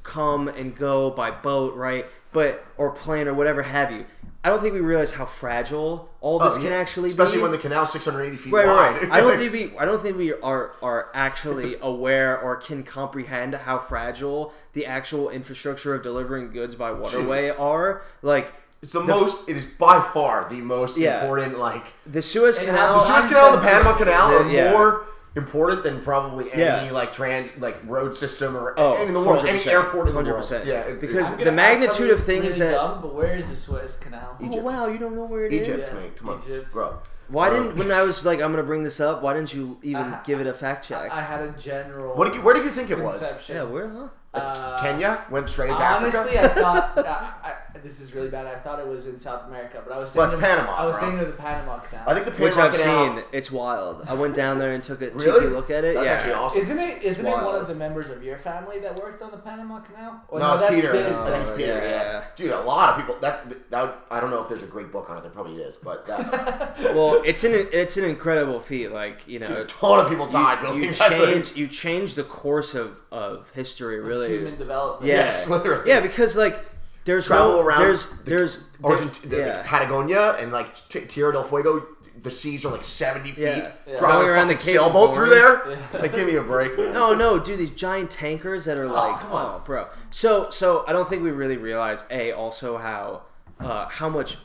[SPEAKER 1] come and go by boat, right, but or plane or whatever have you. I don't think we realize how fragile all
[SPEAKER 3] Oh,
[SPEAKER 1] this can
[SPEAKER 3] yeah.
[SPEAKER 1] actually
[SPEAKER 3] especially
[SPEAKER 1] be.
[SPEAKER 3] when the canal's 680 feet
[SPEAKER 1] Right,
[SPEAKER 3] wide.
[SPEAKER 1] right, right. I don't think we, I don't think we are are actually aware or can comprehend how fragile the actual infrastructure of delivering goods by waterway are. Like
[SPEAKER 3] <laughs> it's the, most. It is by far the most
[SPEAKER 1] Yeah.
[SPEAKER 3] important. Like
[SPEAKER 1] the Suez
[SPEAKER 2] And
[SPEAKER 1] Canal.
[SPEAKER 3] the Suez Canal and the
[SPEAKER 2] sensitive.
[SPEAKER 3] Panama Canal are
[SPEAKER 1] Yeah.
[SPEAKER 3] more important than probably any
[SPEAKER 1] Yeah.
[SPEAKER 3] like trans like road system or
[SPEAKER 1] Oh,
[SPEAKER 3] any in the world, any
[SPEAKER 1] 100%,
[SPEAKER 3] airport in the world.
[SPEAKER 1] 100%.
[SPEAKER 3] Yeah, it-
[SPEAKER 1] Because-
[SPEAKER 3] it-
[SPEAKER 2] I'm
[SPEAKER 1] The
[SPEAKER 2] gonna ask
[SPEAKER 1] magnitude
[SPEAKER 2] something
[SPEAKER 1] of things
[SPEAKER 2] really
[SPEAKER 1] that-
[SPEAKER 2] dumb, but where is the Suez Canal?
[SPEAKER 1] Oh wow, you don't know where it is.
[SPEAKER 3] Egypt, Um,
[SPEAKER 2] Yeah.
[SPEAKER 3] mate. Come on,
[SPEAKER 2] Egypt.
[SPEAKER 3] grow. up.
[SPEAKER 1] Why
[SPEAKER 3] Grow
[SPEAKER 1] didn't
[SPEAKER 3] up.
[SPEAKER 1] when I was like I'm gonna bring this up? Why didn't you even
[SPEAKER 3] Uh-huh.
[SPEAKER 2] I-
[SPEAKER 1] give it a fact check?
[SPEAKER 2] I had a general
[SPEAKER 3] What did you, where did you think it was?
[SPEAKER 2] conception.
[SPEAKER 1] yeah, where? Huh?
[SPEAKER 2] Uh,
[SPEAKER 3] Kenya went straight into
[SPEAKER 2] Honestly, I
[SPEAKER 3] Africa.
[SPEAKER 2] thought I, I, this is really bad. I thought it was in South America, but I was thinking
[SPEAKER 3] Well, it's
[SPEAKER 2] of,
[SPEAKER 3] Panama,
[SPEAKER 2] I was
[SPEAKER 3] bro.
[SPEAKER 2] thinking of the Panama Canal.
[SPEAKER 3] I think the
[SPEAKER 1] Which
[SPEAKER 3] Panama
[SPEAKER 1] I've
[SPEAKER 3] Canal,
[SPEAKER 1] seen. It's wild. I went down there and took a
[SPEAKER 3] Really?
[SPEAKER 1] cheeky look at it.
[SPEAKER 3] That's
[SPEAKER 1] yeah.
[SPEAKER 3] actually awesome.
[SPEAKER 2] isn't it isn't it one
[SPEAKER 1] wild.
[SPEAKER 2] of the members of your family that worked on the Panama Canal? Or
[SPEAKER 3] No, it's
[SPEAKER 2] that's uh,
[SPEAKER 3] Peter.
[SPEAKER 2] Billy's
[SPEAKER 3] I think it's
[SPEAKER 1] Oh,
[SPEAKER 2] dad.
[SPEAKER 3] Peter. Yeah.
[SPEAKER 1] yeah.
[SPEAKER 3] dude, a lot of people. That that would, I don't know if there's a great book on it. There probably is,
[SPEAKER 1] <laughs>
[SPEAKER 3] but that,
[SPEAKER 1] Well, it's an it's an incredible feat. Like you
[SPEAKER 3] a
[SPEAKER 1] know,
[SPEAKER 3] ton of people died.
[SPEAKER 1] you,
[SPEAKER 3] building <laughs>
[SPEAKER 1] you
[SPEAKER 3] that thing.
[SPEAKER 1] change you change the course of of history. Really,
[SPEAKER 2] Human development.
[SPEAKER 1] Yeah.
[SPEAKER 3] Yes, literally.
[SPEAKER 1] Yeah, because like there's
[SPEAKER 3] travel
[SPEAKER 1] no,
[SPEAKER 3] around.
[SPEAKER 1] there's
[SPEAKER 3] the-
[SPEAKER 1] there's
[SPEAKER 3] Argent- the-
[SPEAKER 1] yeah.
[SPEAKER 3] Patagonia and like T- Tierra del Fuego. the seas are like seventy feet.
[SPEAKER 1] Yeah. Yeah.
[SPEAKER 3] Driving
[SPEAKER 1] Going
[SPEAKER 3] around
[SPEAKER 1] around
[SPEAKER 3] the
[SPEAKER 1] the Cape of
[SPEAKER 3] sailboat through
[SPEAKER 1] Horn.
[SPEAKER 3] there. Like, give me a break.
[SPEAKER 1] <laughs>
[SPEAKER 3] Man.
[SPEAKER 1] No, no, dude, these giant tankers that are like,
[SPEAKER 3] come on.
[SPEAKER 1] oh, bro. So, so I don't think we really realize a also how uh, how much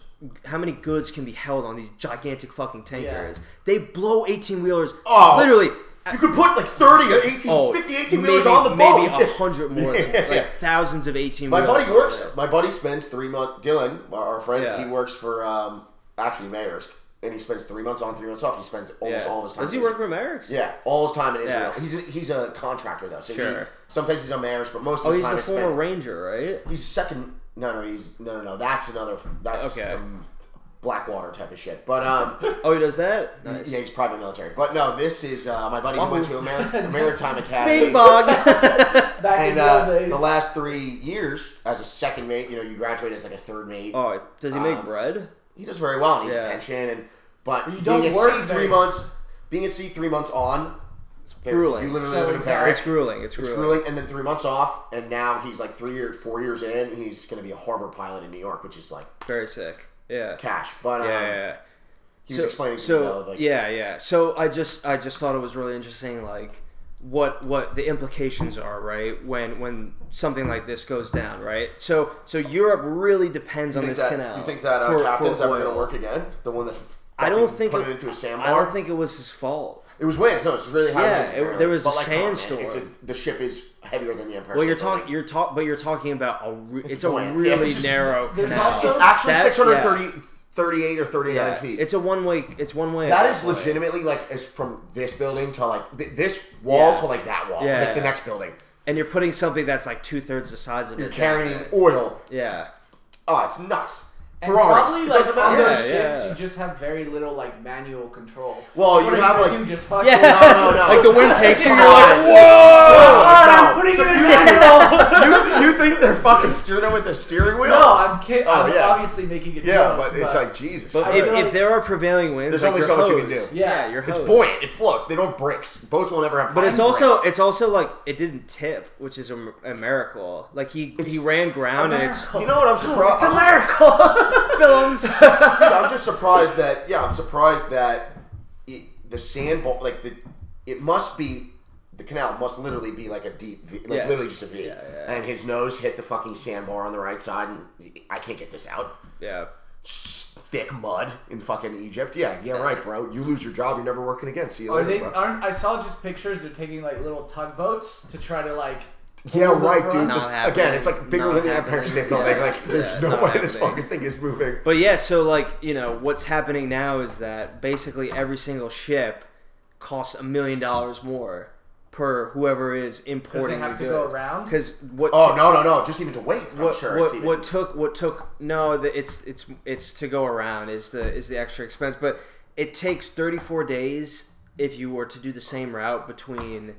[SPEAKER 1] how many goods can be held on these gigantic fucking tankers. They blow eighteen wheelers.
[SPEAKER 3] Oh.
[SPEAKER 1] literally.
[SPEAKER 3] you could put like 30 or 18,
[SPEAKER 1] Oh,
[SPEAKER 3] 50 18 wheelers
[SPEAKER 1] maybe-
[SPEAKER 3] on the <laughs> boat.
[SPEAKER 1] Maybe a hundred more, than,
[SPEAKER 3] <laughs> Yeah.
[SPEAKER 1] like thousands of eighteen.
[SPEAKER 3] My
[SPEAKER 1] wheelers
[SPEAKER 3] buddy
[SPEAKER 1] on
[SPEAKER 3] works.
[SPEAKER 1] there.
[SPEAKER 3] My buddy spends three months. Dylan, our- our friend,
[SPEAKER 1] Yeah.
[SPEAKER 3] he works for um, actually Mayor's, and he spends three months on, three months off. He spends almost
[SPEAKER 1] Yeah.
[SPEAKER 3] all his time.
[SPEAKER 1] Does he
[SPEAKER 3] in
[SPEAKER 1] work
[SPEAKER 3] Israel.
[SPEAKER 1] for Merrick's?
[SPEAKER 3] Yeah, all his time in Israel.
[SPEAKER 1] Yeah.
[SPEAKER 3] He's a, he's a contractor though, so he,
[SPEAKER 1] Sure.
[SPEAKER 3] sometimes he's on Mayor's, but most of
[SPEAKER 1] Oh,
[SPEAKER 3] his
[SPEAKER 1] he's
[SPEAKER 3] time
[SPEAKER 1] the
[SPEAKER 3] is
[SPEAKER 1] former
[SPEAKER 3] spent.
[SPEAKER 1] ranger, right?
[SPEAKER 3] He's second. No, no, he's no, no, no. That's another. That's
[SPEAKER 1] Okay.
[SPEAKER 3] um, Blackwater type of shit. But um,
[SPEAKER 2] <laughs>
[SPEAKER 1] Oh, he does that. Nice.
[SPEAKER 3] yeah, he's private military. But no, this is uh, my buddy who went to
[SPEAKER 2] <laughs>
[SPEAKER 3] a marit- maritime academy.
[SPEAKER 1] Bing bong. <laughs>
[SPEAKER 3] <laughs>
[SPEAKER 2] Back in
[SPEAKER 3] And
[SPEAKER 2] the
[SPEAKER 3] uh,
[SPEAKER 2] old days.
[SPEAKER 3] the last three years, as a second mate, you know, you graduate as like a third mate.
[SPEAKER 1] oh, does he make
[SPEAKER 3] Um,
[SPEAKER 1] bread?
[SPEAKER 3] He does very well, and he's
[SPEAKER 1] Yeah.
[SPEAKER 3] a pension. And but
[SPEAKER 2] you don't
[SPEAKER 3] being at
[SPEAKER 2] work
[SPEAKER 3] sea
[SPEAKER 2] very-
[SPEAKER 3] three months, being at sea three months on, it's
[SPEAKER 1] grueling.
[SPEAKER 3] You literally
[SPEAKER 2] So
[SPEAKER 3] live in a
[SPEAKER 2] exhausting.
[SPEAKER 1] It's
[SPEAKER 3] barrack.
[SPEAKER 1] grueling. It's
[SPEAKER 3] It's
[SPEAKER 1] grueling.
[SPEAKER 3] grueling, and then three months off, and now he's like three years, four years in, and he's going to be a harbor pilot in New York, which is like
[SPEAKER 1] Very sick. Yeah.
[SPEAKER 3] cash. But um,
[SPEAKER 1] Yeah, yeah, yeah.
[SPEAKER 3] he was explaining to
[SPEAKER 1] so,
[SPEAKER 3] me though, like,
[SPEAKER 1] yeah, yeah. So I just I just thought it was really interesting, like what what the implications are, right? When when something like this goes down, right? So so Europe really depends on
[SPEAKER 3] you think
[SPEAKER 1] this
[SPEAKER 3] that,
[SPEAKER 1] canal.
[SPEAKER 3] you think that uh,
[SPEAKER 1] for- for
[SPEAKER 3] captain's ever
[SPEAKER 1] oil.
[SPEAKER 3] going to work again? The one that
[SPEAKER 1] I don't
[SPEAKER 3] fucking
[SPEAKER 1] think
[SPEAKER 3] put
[SPEAKER 1] it-
[SPEAKER 3] it into a sandbar.
[SPEAKER 1] I don't think it was his fault.
[SPEAKER 3] It was winds. No, it's really high
[SPEAKER 1] Yeah,
[SPEAKER 3] winds.
[SPEAKER 1] it-
[SPEAKER 3] apparently.
[SPEAKER 1] there was
[SPEAKER 3] but
[SPEAKER 1] a
[SPEAKER 3] like, come on, man,
[SPEAKER 1] sandstorm.
[SPEAKER 3] It's a, the ship is heavier than the Empire.
[SPEAKER 1] Well, you're
[SPEAKER 3] State Building.
[SPEAKER 1] talking you're talk, but you're talking about a re- it's, a
[SPEAKER 3] buoyant. Yeah,
[SPEAKER 1] really
[SPEAKER 3] it's just-
[SPEAKER 1] narrow
[SPEAKER 2] there's
[SPEAKER 1] canal.
[SPEAKER 2] also-
[SPEAKER 3] It's actually
[SPEAKER 1] That-
[SPEAKER 3] 630, 38 or 39
[SPEAKER 1] yeah,
[SPEAKER 3] feet.
[SPEAKER 1] It's a one way. It's one way.
[SPEAKER 3] that
[SPEAKER 1] out,
[SPEAKER 3] is
[SPEAKER 1] like-
[SPEAKER 3] legitimately like as from this building to like th- this wall
[SPEAKER 1] Yeah.
[SPEAKER 3] to like that wall,
[SPEAKER 1] Yeah.
[SPEAKER 3] like the next building.
[SPEAKER 1] And you're putting something that's like two thirds the size of
[SPEAKER 3] You're
[SPEAKER 1] it.
[SPEAKER 3] carrying oil.
[SPEAKER 1] Yeah.
[SPEAKER 3] Oh, it's nuts.
[SPEAKER 2] And
[SPEAKER 3] Ferraris.
[SPEAKER 2] probably
[SPEAKER 3] It
[SPEAKER 2] like
[SPEAKER 3] doesn't
[SPEAKER 2] on
[SPEAKER 3] matter.
[SPEAKER 2] those
[SPEAKER 1] Yeah,
[SPEAKER 2] ships,
[SPEAKER 1] yeah.
[SPEAKER 2] you just have very little like manual control.
[SPEAKER 3] Well,
[SPEAKER 2] What
[SPEAKER 3] you
[SPEAKER 2] are
[SPEAKER 3] have,
[SPEAKER 2] gonna do?
[SPEAKER 3] like-
[SPEAKER 2] just fucking
[SPEAKER 1] Yeah.
[SPEAKER 3] <laughs> No, no, no.
[SPEAKER 1] Like the <laughs>
[SPEAKER 2] <laughs>
[SPEAKER 1] wind takes you,
[SPEAKER 2] Come
[SPEAKER 1] you're like,
[SPEAKER 3] on.
[SPEAKER 1] whoa.
[SPEAKER 2] All right, I'm
[SPEAKER 3] No.
[SPEAKER 2] putting it in manual.
[SPEAKER 3] you, you think they're fucking steering it with a steering
[SPEAKER 2] <laughs>
[SPEAKER 3] wheel? <laughs>
[SPEAKER 2] no, I'm kidding.
[SPEAKER 3] Oh,
[SPEAKER 2] I'm
[SPEAKER 3] yeah.
[SPEAKER 2] obviously making it.
[SPEAKER 3] yeah, but it's like Jesus.
[SPEAKER 1] But
[SPEAKER 3] Christ.
[SPEAKER 1] if, if there are prevailing winds,
[SPEAKER 3] There's
[SPEAKER 1] like,
[SPEAKER 3] only
[SPEAKER 1] you're
[SPEAKER 3] so much you can
[SPEAKER 1] hosed.
[SPEAKER 3] do.
[SPEAKER 1] Yeah,
[SPEAKER 2] Yeah.
[SPEAKER 1] you're
[SPEAKER 3] it's
[SPEAKER 1] hosed.
[SPEAKER 3] buoyant, it floats. They don't brakes. Boats will never have.
[SPEAKER 1] But it's
[SPEAKER 3] fucking
[SPEAKER 1] also
[SPEAKER 3] brakes.
[SPEAKER 1] it's also like it didn't tip, which is a, m- a miracle. Like he he ran ground and it's
[SPEAKER 3] You know what I'm surprised?
[SPEAKER 2] <laughs> It's a
[SPEAKER 3] <laughs>
[SPEAKER 2] miracle.
[SPEAKER 1] <laughs> films.
[SPEAKER 3] Dude, I'm just surprised that yeah, I'm surprised that it, the sand ball like the it must be the canal must literally be like a deep V, like
[SPEAKER 1] Yes.
[SPEAKER 3] literally just a V.
[SPEAKER 1] Yeah, yeah.
[SPEAKER 3] And his nose hit the fucking sandbar on the right side, and I can't get this out.
[SPEAKER 1] yeah,
[SPEAKER 3] S- Thick mud in fucking Egypt. Yeah, yeah, right, bro. You lose your job, you're never working again. See you
[SPEAKER 2] Are
[SPEAKER 3] later,
[SPEAKER 2] they,
[SPEAKER 3] bro.
[SPEAKER 2] aren't, I saw just pictures. They're taking like little tugboats to try to like.
[SPEAKER 3] Yeah,
[SPEAKER 2] hold the
[SPEAKER 3] right, dude.
[SPEAKER 2] front.
[SPEAKER 1] Not
[SPEAKER 3] The-
[SPEAKER 1] happening.
[SPEAKER 3] Again, it's like bigger
[SPEAKER 1] Not
[SPEAKER 3] than the Empire
[SPEAKER 1] happening.
[SPEAKER 3] State Building.
[SPEAKER 1] Yeah.
[SPEAKER 3] Like, there's
[SPEAKER 1] Yeah,
[SPEAKER 3] no way
[SPEAKER 1] not
[SPEAKER 3] this
[SPEAKER 1] happening.
[SPEAKER 3] fucking thing is moving.
[SPEAKER 1] but yeah. So like you know what's happening now is that basically every single ship costs a million dollars more per whoever is importing
[SPEAKER 2] have
[SPEAKER 1] the
[SPEAKER 2] to go
[SPEAKER 1] goods.
[SPEAKER 2] around?
[SPEAKER 1] Because what?
[SPEAKER 3] Oh no, no, no! Just even to wait. I'm
[SPEAKER 1] what,
[SPEAKER 3] sure. it's
[SPEAKER 1] what,
[SPEAKER 3] even,
[SPEAKER 1] what took what took no the, it's it's it's to go around is the is the extra expense but it takes 34 days if you were to do the same route between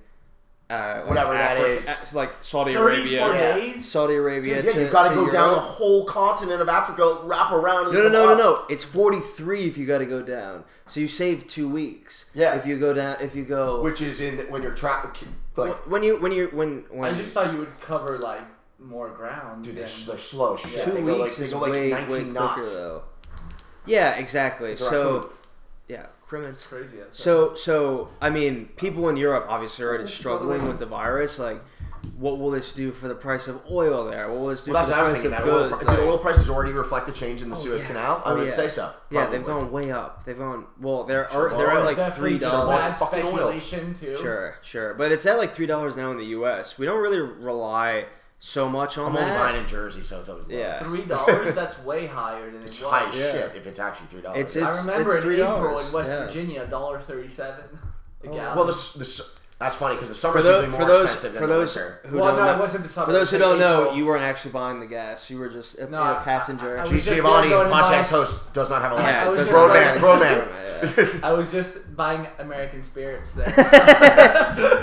[SPEAKER 1] uh, like
[SPEAKER 3] Whatever that
[SPEAKER 1] Africa-
[SPEAKER 3] is.
[SPEAKER 1] uh, like Saudi
[SPEAKER 2] 34
[SPEAKER 1] Arabia
[SPEAKER 2] days?
[SPEAKER 1] Saudi Arabia
[SPEAKER 3] yeah,
[SPEAKER 1] to,
[SPEAKER 3] you got to
[SPEAKER 1] to
[SPEAKER 3] go
[SPEAKER 1] Europe.
[SPEAKER 3] down the whole continent of Africa, wrap around. and
[SPEAKER 1] no no
[SPEAKER 3] come
[SPEAKER 1] no no
[SPEAKER 3] up. <laughs>
[SPEAKER 1] no it's 43 if you got to go down so you save two weeks
[SPEAKER 3] Yeah.
[SPEAKER 1] if you go down if you go
[SPEAKER 3] Which is in when you're trapped. Like,
[SPEAKER 1] when you when you when
[SPEAKER 2] I
[SPEAKER 1] when
[SPEAKER 2] just thought you would cover like more ground.
[SPEAKER 3] dude,
[SPEAKER 2] than-
[SPEAKER 3] they're, s- they're slow. as Shit.
[SPEAKER 1] two
[SPEAKER 3] they
[SPEAKER 1] weeks
[SPEAKER 3] go like, they
[SPEAKER 1] is
[SPEAKER 3] go like
[SPEAKER 1] way,
[SPEAKER 3] 19
[SPEAKER 1] way quicker uh,
[SPEAKER 3] knots.
[SPEAKER 1] though. Yeah, exactly.
[SPEAKER 3] a
[SPEAKER 1] So,
[SPEAKER 3] raccoon.
[SPEAKER 1] yeah,
[SPEAKER 2] It's
[SPEAKER 1] criminals.
[SPEAKER 2] crazy. that's-
[SPEAKER 1] So, so I mean, people in Europe obviously are already struggling with the virus. Like, what will this do for the price of oil there? What will this do
[SPEAKER 3] Well, that's
[SPEAKER 1] for the
[SPEAKER 3] what I
[SPEAKER 1] price
[SPEAKER 3] was thinking. That
[SPEAKER 1] of
[SPEAKER 3] oil,
[SPEAKER 1] goods?
[SPEAKER 3] price,
[SPEAKER 1] Like-
[SPEAKER 3] did oil prices already reflect a change in the Suez
[SPEAKER 1] yeah.
[SPEAKER 3] Canal? I
[SPEAKER 1] Oh,
[SPEAKER 3] would
[SPEAKER 1] yeah.
[SPEAKER 3] say so.
[SPEAKER 1] yeah, they've
[SPEAKER 3] probably.
[SPEAKER 1] gone way up. They've gone well. They're
[SPEAKER 3] Sure.
[SPEAKER 1] are, they're at
[SPEAKER 3] Oil
[SPEAKER 1] like
[SPEAKER 2] Oh, Definitely
[SPEAKER 1] three
[SPEAKER 2] just
[SPEAKER 1] dollars.
[SPEAKER 2] bad
[SPEAKER 3] Fucking oil.
[SPEAKER 2] speculation too.
[SPEAKER 1] Sure, sure, but it's at like three dollars now in the U.S. We don't really rely so much on
[SPEAKER 3] I'm only buying
[SPEAKER 1] that.
[SPEAKER 3] in Jersey, so it's always low.
[SPEAKER 1] Yeah. <laughs>
[SPEAKER 2] Three dollars. that's way higher than it
[SPEAKER 3] It's
[SPEAKER 2] was.
[SPEAKER 3] high as
[SPEAKER 1] Yeah.
[SPEAKER 3] shit if it's actually three dollars.
[SPEAKER 1] It's-
[SPEAKER 2] I
[SPEAKER 1] it's-
[SPEAKER 2] remember in April
[SPEAKER 1] $3.
[SPEAKER 2] in West
[SPEAKER 1] Yeah. Oh,
[SPEAKER 2] Virginia, dollar thirty-seven a gallon.
[SPEAKER 3] well, this this that's funny because the
[SPEAKER 1] For
[SPEAKER 3] summer's
[SPEAKER 1] those,
[SPEAKER 3] usually
[SPEAKER 1] for
[SPEAKER 3] more
[SPEAKER 1] those,
[SPEAKER 3] expensive
[SPEAKER 1] for
[SPEAKER 3] than
[SPEAKER 1] those
[SPEAKER 3] the winter.
[SPEAKER 1] who
[SPEAKER 2] Well,
[SPEAKER 1] don't
[SPEAKER 2] no,
[SPEAKER 1] know,
[SPEAKER 2] it wasn't the summer,
[SPEAKER 1] for those who
[SPEAKER 2] it was
[SPEAKER 1] don't
[SPEAKER 2] in
[SPEAKER 1] know,
[SPEAKER 2] April.
[SPEAKER 1] you weren't actually buying the gas. You were just a,
[SPEAKER 2] No,
[SPEAKER 1] you know,
[SPEAKER 2] I-
[SPEAKER 1] passenger.
[SPEAKER 2] I- I was
[SPEAKER 3] G.
[SPEAKER 2] just
[SPEAKER 3] Giovanni,
[SPEAKER 2] going to
[SPEAKER 3] podcast
[SPEAKER 2] buy-
[SPEAKER 3] host, does not have a
[SPEAKER 1] Yeah,
[SPEAKER 2] I
[SPEAKER 3] license.
[SPEAKER 2] was
[SPEAKER 3] Says
[SPEAKER 2] just
[SPEAKER 3] road
[SPEAKER 2] going
[SPEAKER 3] man,
[SPEAKER 2] to-
[SPEAKER 1] <laughs>
[SPEAKER 3] road man.
[SPEAKER 2] I was just buying American spirits there.
[SPEAKER 1] having
[SPEAKER 2] <laughs>